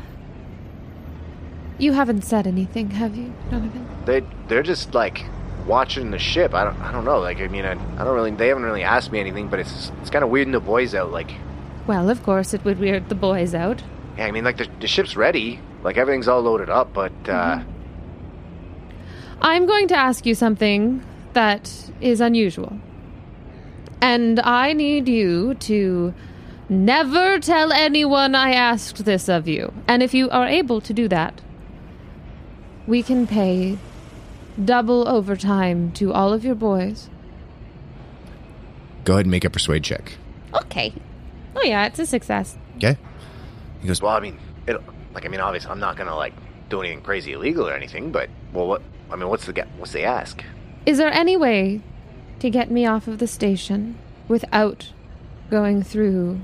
S5: you haven't said anything, have you, Donovan?
S2: They, they're just, like, watching the ship. I don't, I don't know. Like, I mean, I, I don't really, they haven't really asked me anything, but it's, it's kind of weirding the boys out. Like,
S5: Well, of course it would weird the boys out.
S2: yeah, I mean, like, the, the ship's ready. Like, everything's all loaded up, but, uh,
S5: I'm going to ask you something that is unusual. And I need you to never tell anyone I asked this of you. And if you are able to do that, we can pay double overtime to all of your boys.
S2: go ahead and make a persuade check.
S5: Okay. Oh, yeah, it's a success.
S2: Okay. He goes, well, I mean, it, like, I mean, obviously, I'm not gonna like do anything crazy illegal or anything, but well, what? I mean, what's the ga- what's the ask?
S5: Is there any way to get me off of the station without going through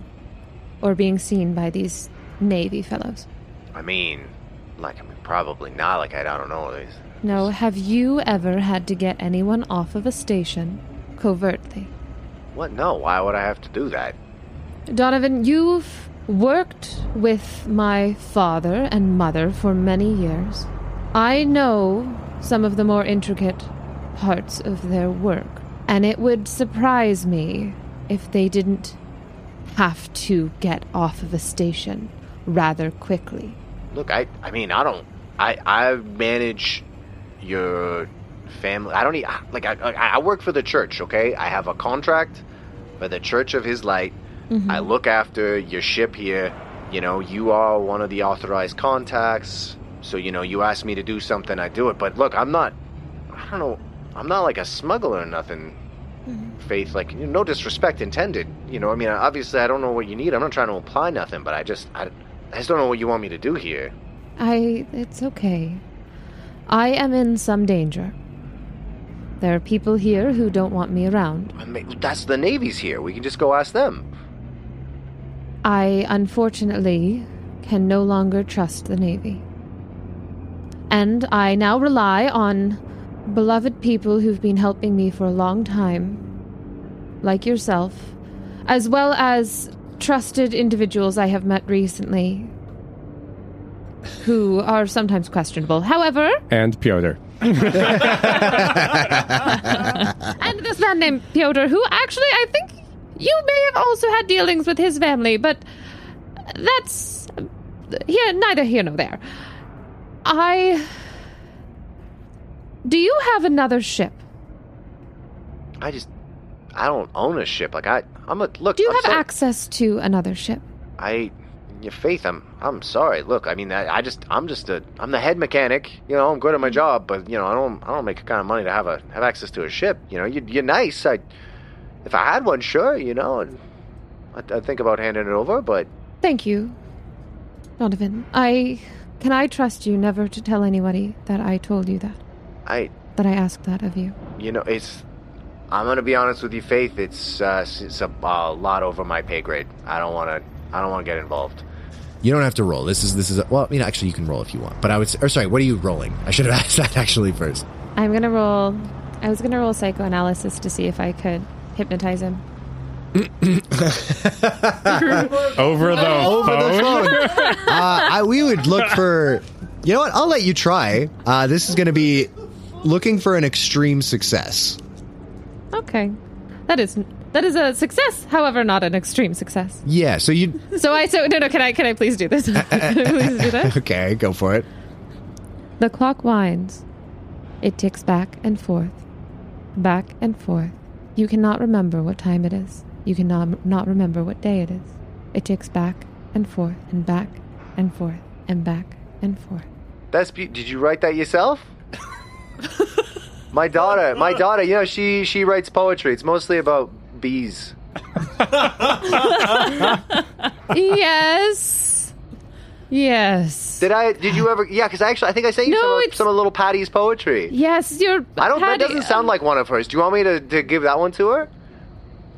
S5: or being seen by these Navy fellows?
S2: I mean, like, I mean, probably not. Like, I, I don't know. There's,
S5: No, have you ever had to get anyone off of a station covertly?
S2: what? No. Why would I have to do that?
S5: Donovan, you've worked with my father and mother for many years. I know some of the more intricate parts of their work, and it would surprise me if they didn't have to get off of a station rather quickly.
S2: Look, I, I mean, I don't. I, I manage your family. I don't need. Like, I, I I work for the church. Okay, I have a contract for the Church of His Light. I look after your ship here. You know, you are one of the authorized contacts. So, you know, you ask me to do something, I do it. But look, I'm not. I don't know. I'm not like a smuggler or nothing. Faith, like, you know, no disrespect intended. You know, I mean, obviously, I don't know what you need. I'm not trying to imply nothing, but I just, I, I just don't know what you want me to do here.
S5: I. It's okay. I am in some danger. There are people here who don't want me around.
S2: I mean, that's the Navy's here. We can just go ask them.
S5: I unfortunately can no longer trust the Navy. And I now rely on beloved people who've been helping me for a long time, like yourself, as well as trusted individuals I have met recently who are sometimes questionable. However,
S3: And Piotr.
S5: and this man named Pyotr, who actually I think you may have also had dealings with his family, but that's here neither here nor there. I do you have another ship?
S2: I just, I don't own a ship. Like, I, I'm a look.
S5: Do you
S2: I'm
S5: have
S2: sorry.
S5: access to another ship?
S2: I, your faith. I'm, I'm sorry. Look, I mean, I, I just, I'm just a, I'm the head mechanic. You know, I'm good
S5: Mm-hmm.
S2: at my job, but you know, I don't, I don't make the kind of money to have a, have access to a ship. You know, you, you're nice. I, if I had one, sure. You know, and I, I think about handing it over, but
S5: Thank you, Donovan. I can I trust you never to tell anybody that I told you that
S2: I,
S5: that I asked that of you.
S2: you know, it's. I'm gonna be honest with you, Faith. It's, uh, it's a, a lot over my pay grade. I don't wanna, I don't wanna get involved.
S20: You don't have to roll. This is this is a, well. I mean, actually, you can roll if you want. But I would. s- Or sorry, what are you rolling? I should have asked that actually first.
S5: I'm gonna roll. I was gonna roll psychoanalysis to see if I could hypnotize him.
S3: Over the phone.
S2: uh, I, we would look for. You know what? I'll let you try. Uh, this is going to be looking for an extreme success.
S5: Okay. That is that is a success, however, not an extreme success.
S21: Yeah, so you
S5: So I so no no can I can I please do this? can I please do that?
S21: okay? Go for it.
S5: The clock winds. It ticks back and forth, back and forth. You cannot remember what time it is. You cannot not remember what day it is. It ticks back and forth and back and forth and back and forth.
S10: That's be- did you write that yourself? my daughter, my daughter, you know, she she writes poetry. It's mostly about bees.
S5: yes. Yes.
S10: Did I? Did you ever? Yeah, because actually, I think I sent you
S5: No,
S10: some, of,
S5: it's-
S10: some of little Patty's poetry.
S5: Yes, you're
S10: I don't.
S5: Patty- um,
S10: that doesn't sound like one of hers. Do you want me to, to give that one to her?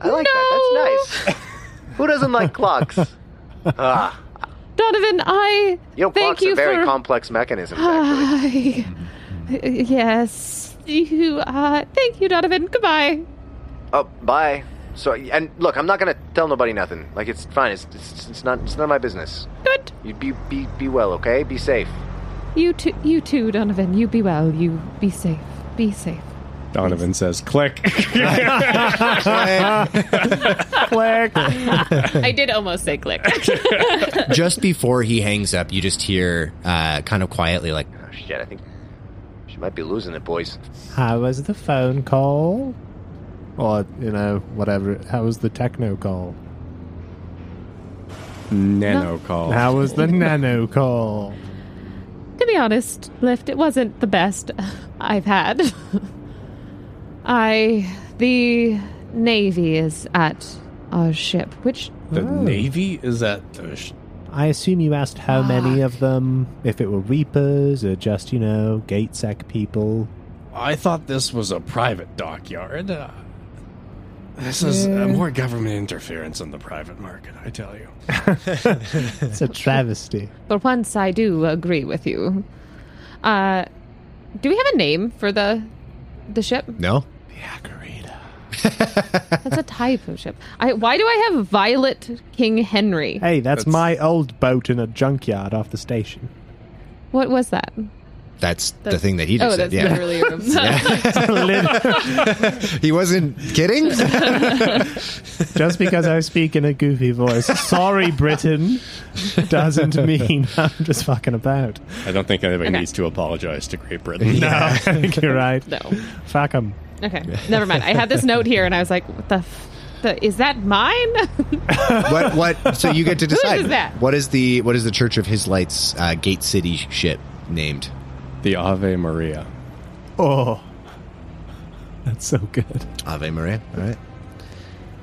S10: I like that. That's nice. Who doesn't like clocks? Ah,
S5: Donovan, I
S10: you know,
S5: thank
S10: clocks
S5: you
S10: are very
S5: for
S10: complex mechanisms. Actually.
S5: I, yes. You uh thank you, Donovan. Goodbye.
S10: Oh, bye. So, and look, I'm not gonna tell nobody nothing. Like, it's fine. It's it's, it's not it's none of my business.
S5: Good.
S10: You be be be well, okay? Be safe.
S5: You too you too, Donovan. You be well. You be safe. Be safe.
S3: Donovan says, click.
S7: Click.
S5: I did almost say click.
S2: just before he hangs up, you just hear uh, kind of quietly, like,
S10: Oh shit, I think she might be losing it, boys.
S7: How was the phone call?
S4: Or, you know, whatever. How was the techno call?
S3: Nano call.
S4: How was the nano call?
S5: to be honest, Lyft, it wasn't the best I've had. I the Navy is at our ship, which oh,
S3: The Navy is at the sh-
S4: I assume you asked
S21: Ah.
S4: how many of them, if it were Reapers or just, you know, Gatesec people.
S3: I thought this was a private dockyard. Uh, this is uh, more government interference in the private market, I tell you.
S4: It's a travesty.
S5: for once I do agree with you. Uh do we have a name for the the ship?
S21: No,
S5: That's a type of ship. I why do I have Violet King Henry?
S4: Hey, that's,
S3: That's-
S4: my old boat in a junkyard off the station.
S5: What was that?
S21: that's the thing that he just
S5: Oh,
S21: said.
S5: that's
S21: Yeah,
S5: literally
S21: he wasn't kidding.
S4: Just because I speak in a goofy voice, sorry, Britain, doesn't mean I'm just fucking about.
S3: I don't think anybody
S5: Okay.
S3: needs to apologize to Great Britain.
S4: No, I think you're right.
S5: no.
S4: Fuck 'em.
S5: Okay, never mind. I had this note here, and I was like, "What the? F- the is that mine?"
S21: what? What? So you get to decide.
S5: is that?
S21: What is the What is the Church of His Lights uh, Gate City ship named?
S3: The Ave Maria.
S4: Oh, that's so good.
S21: Ave Maria. All right.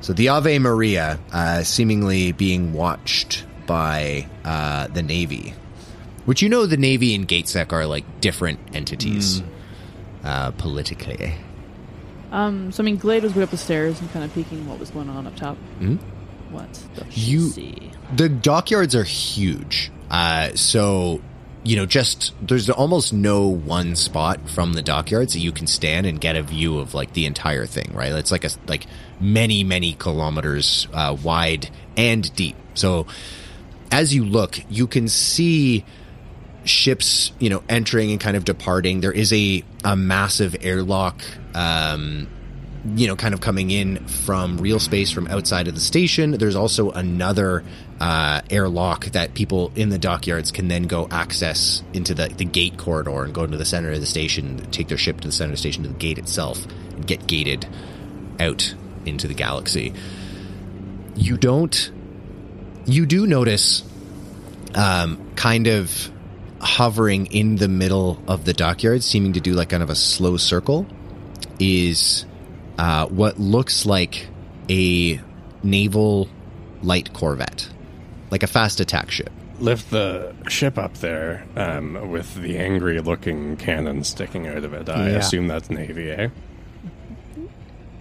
S21: So the Ave Maria, uh, seemingly being watched by uh, the Navy,
S2: which you know the Navy and GateSec are like different entities
S3: Mm.
S2: uh,
S21: eh?
S2: politically.
S6: Um, so I mean, Glade was way up the stairs and kind of peeking what was going on up top.
S21: Hmm?
S6: What the
S2: You-
S6: see?
S2: The dockyards are huge. Uh, so, you know, just there's almost no one spot from the dockyards that you can stand and get a view of like the entire thing, right? It's like a like many many kilometers uh, wide and deep. So, as you look, you can see ships, you know, entering and kind of departing. There is a a massive airlock um you know, kind of coming in from real space from outside of the station. There's also another uh, airlock that people in the dockyards can then go access into the, the gate corridor and go into the center of the station, take their ship to the center of the station to the gate itself, and get gated out into the galaxy. You don't. You do notice, um, kind of hovering in the middle of the dockyard, seeming to do like kind of a slow circle, is uh, what looks like a naval light corvette, like a fast attack ship.
S3: Lift the ship up there um, with the angry looking cannon sticking out of it. I
S4: Yeah.
S3: assume that's Navy, eh?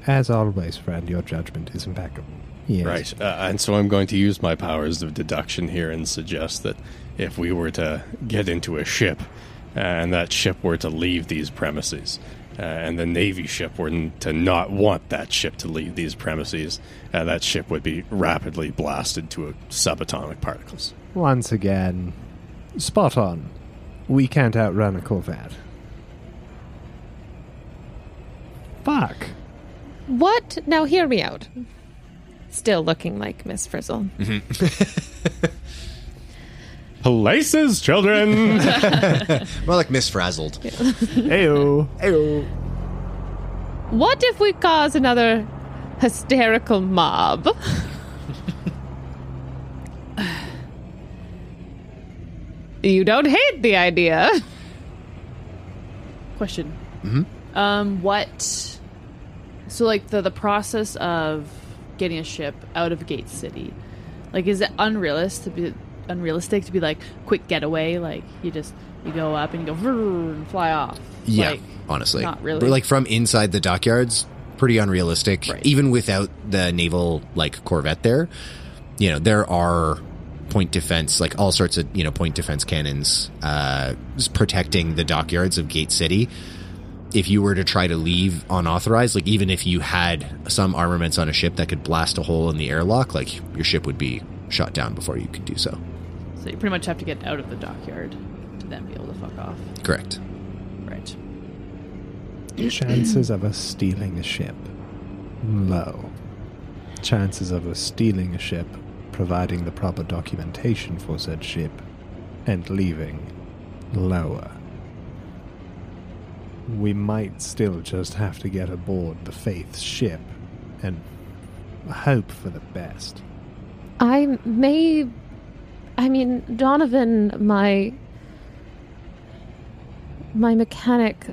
S4: As always, friend, your judgment is impeccable. Yes.
S3: Right. Uh, and so I'm going to use my powers of deduction here and suggest that if we were to get into a ship uh, and that ship were to leave these premises, uh, and the Navy ship were n- to not want that ship to leave these premises, uh, that ship would be rapidly blasted to a subatomic particles.
S4: Once again, spot on. We can't outrun a Corvette. Fuck.
S5: What? Now hear me out. Still looking like Miss Frizzle.
S3: Mm-hmm. Places, children.
S7: More like misfrazzled.
S22: Ayo.
S7: Ayo.
S5: What if we cause another hysterical mob? you don't hate the idea.
S6: Question. Um, what? So, like the the process of getting a ship out of Gate City, like, is it unrealistic to be unrealistic to be like quick getaway? Like, you just you go up and you go "Vroom," and fly off.
S2: Yeah,
S6: Like,
S2: honestly,
S6: not really.
S2: But, like from inside the dockyards, pretty unrealistic. Even without the naval like corvette there, you know there are point defense, like all sorts of you know point defense cannons uh, s- protecting the dockyards of Gate City. If you were to try to leave unauthorized, like even if you had some armaments on a ship that could blast a hole in the airlock, like your ship would be shot down before you could do so.
S6: so you pretty much have to get out of the dockyard to then be able to fuck off.
S2: Correct.
S6: Right.
S4: Chances of us stealing a ship. Low. Chances of us stealing a ship, providing the proper documentation for said ship, and leaving. Lower. We might still just have to get aboard the Faith's ship and hope for the best.
S5: I may. I mean, Donovan, my. My mechanic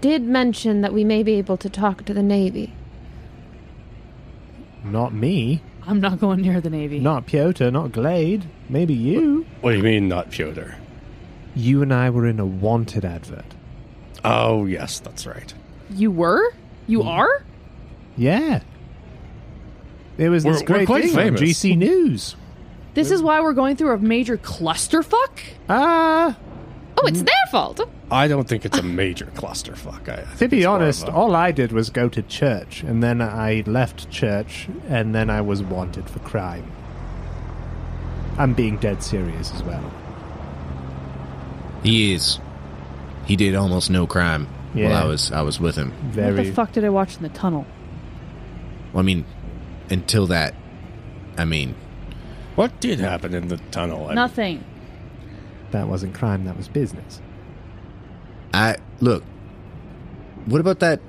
S5: did mention that we may be able to talk to the Navy.
S4: Not me,
S6: I'm not going near the navy.
S4: not Piotr, not Glade, maybe you.
S3: what do you mean, not Piotr?
S4: You and I were in a wanted advert.
S3: Oh, yes, that's right.
S6: You were?
S4: Mm.
S6: You are?
S4: Yeah. It was
S3: We're-
S4: this
S3: we're
S4: great
S3: quite
S4: thing on
S3: famous.
S4: GC News.
S6: This is why we're going through a major clusterfuck?
S4: Ah,
S5: Oh, it's their fault!
S3: I don't think it's a major clusterfuck. I, I
S4: to
S3: think
S4: be
S3: it's more of
S4: honest,
S3: a-
S4: all I did was go to church, and then I left church, and then I was wanted for crime. I'm being dead serious as well.
S2: He is. He did almost no crime
S4: Yeah.
S2: while I was I was with him.
S4: Very.
S6: What the fuck did I watch in the tunnel?
S2: Well, I mean, until that, I mean,
S3: what did happen in the tunnel? I mean,
S6: Nothing.
S4: That wasn't crime. That was business.
S2: I look. What about that?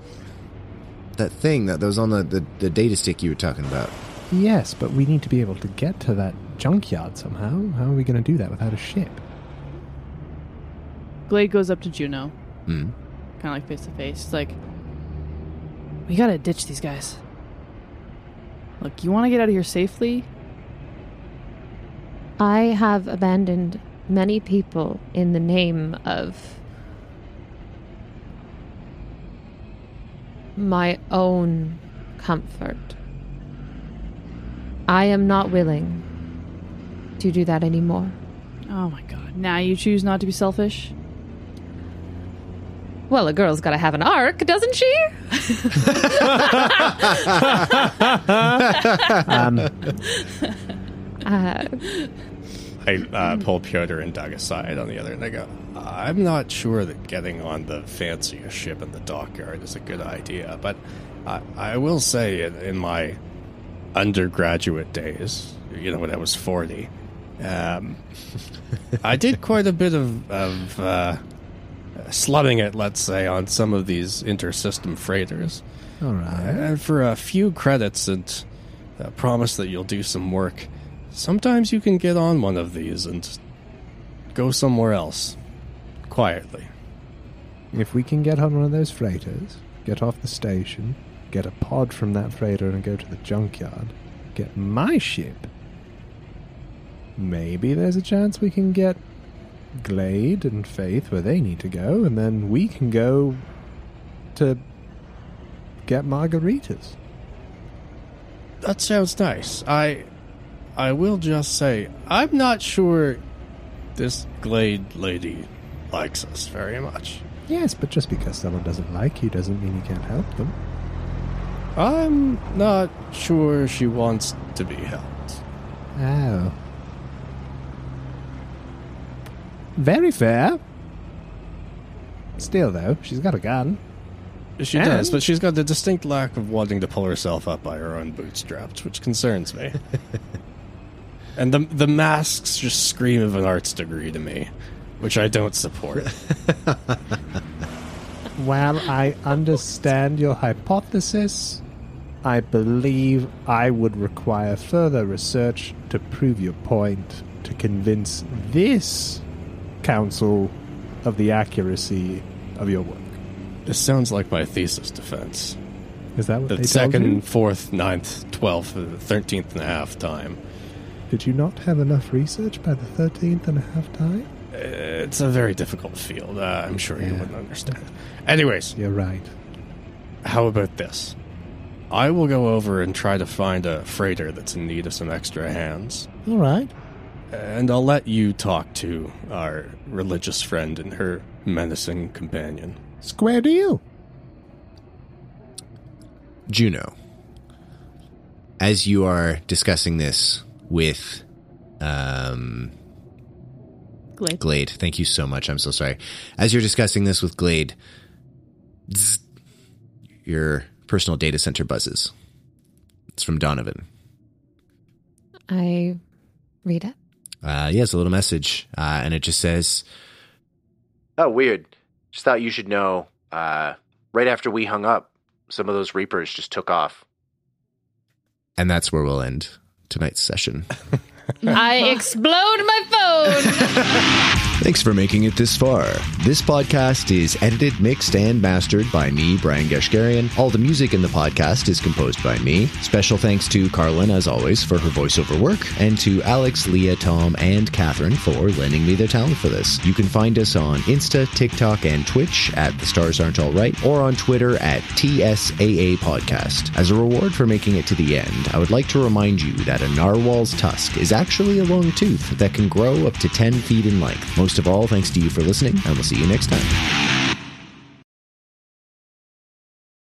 S2: That thing that was on the, the, the data stick you were talking about.
S4: Yes, but we need to be able to get to that junkyard somehow. How are we going to do that without a ship?
S6: Glade goes up to Juno,
S2: Hmm.
S6: kind of like face to face. He's like, We gotta ditch these guys. Look, you wanna get out of here safely?
S5: I have abandoned many people in the name of my own comfort. I am not willing to do that anymore.
S6: Oh my god. Now you choose not to be selfish?
S5: Well, a girl's got to have an arc, doesn't she?
S10: Hmm?
S5: uh,
S3: I uh, pulled Piotr and Doug aside on the other, and I go, I'm not sure that getting on the fanciest ship in the dockyard is a good idea, but I, I will say in, in my undergraduate days, you know, when I was 40, um, I did quite a bit of, of uh, slumming it, let's say, on some of these inter-system freighters.
S4: All right.
S3: And for a few credits and a promise that you'll do some work, sometimes you can get on one of these and go somewhere else quietly.
S4: If we can get on one of those freighters, get off the station, get a pod from that freighter and go to the junkyard, get my ship, maybe there's a chance we can get Glade and Faith where they need to go, and then we can go to get margaritas.
S3: That sounds nice. I I will just say I'm not sure this glade lady likes us very much.
S4: Yes, but just because someone doesn't like you doesn't mean you can't help them.
S3: I'm not sure she wants to be helped.
S4: Oh. Very fair. Still, though, she's got a gun.
S3: She does, but she's got the distinct lack of wanting to pull herself up by her own bootstraps, which concerns me. and the the masks just scream of an arts degree to me, which I don't support.
S4: While I understand your hypothesis, I believe I would require further research to prove your point to convince this council of the accuracy of your work.
S3: this sounds like my thesis defense.
S4: Is that what
S3: The
S4: they told you?
S3: second, fourth, ninth, twelfth, uh, thirteenth and a half time.
S4: Did you not have enough research by the thirteenth and a half time?
S3: Uh, It's a very difficult field. Uh, I'm sure you wouldn't understand. Anyways,
S4: You're right.
S3: How about this? I will go over and try to find a freighter that's in need of some extra hands.
S4: All right.
S3: And I'll let you talk to our religious friend and her menacing companion.
S4: Square deal.
S7: Juno, as you are discussing this with um,
S5: Glade.
S7: Glade, thank you so much. I'm so sorry. As you're discussing this with Glade, zzz, your personal data center buzzes. It's from Donovan.
S23: I read it.
S7: Uh, yeah, it's a little message, uh, and it just says,
S24: Oh, weird. Just thought you should know. Uh, right after we hung up, some of those Reapers just took off.
S7: and that's where we'll end tonight's session.
S5: I explode my phone.
S2: Thanks for making it this far. This podcast is edited, mixed, and mastered by me, Brian Gashgarian. All the music in the podcast is composed by me. Special thanks to Carlin, as always, for her voiceover work, and to Alex, Leah, Tom, and Catherine for lending me their talent for this. You can find us on Insta, TikTok, and Twitch at The Stars Aren't All Right, or on Twitter at TSAA Podcast. As a reward for making it to the end, I would like to remind you that a narwhal's tusk is actually a long tooth that can grow up to 10 feet in length. Most of all, thanks to you for listening, and we'll see you next time.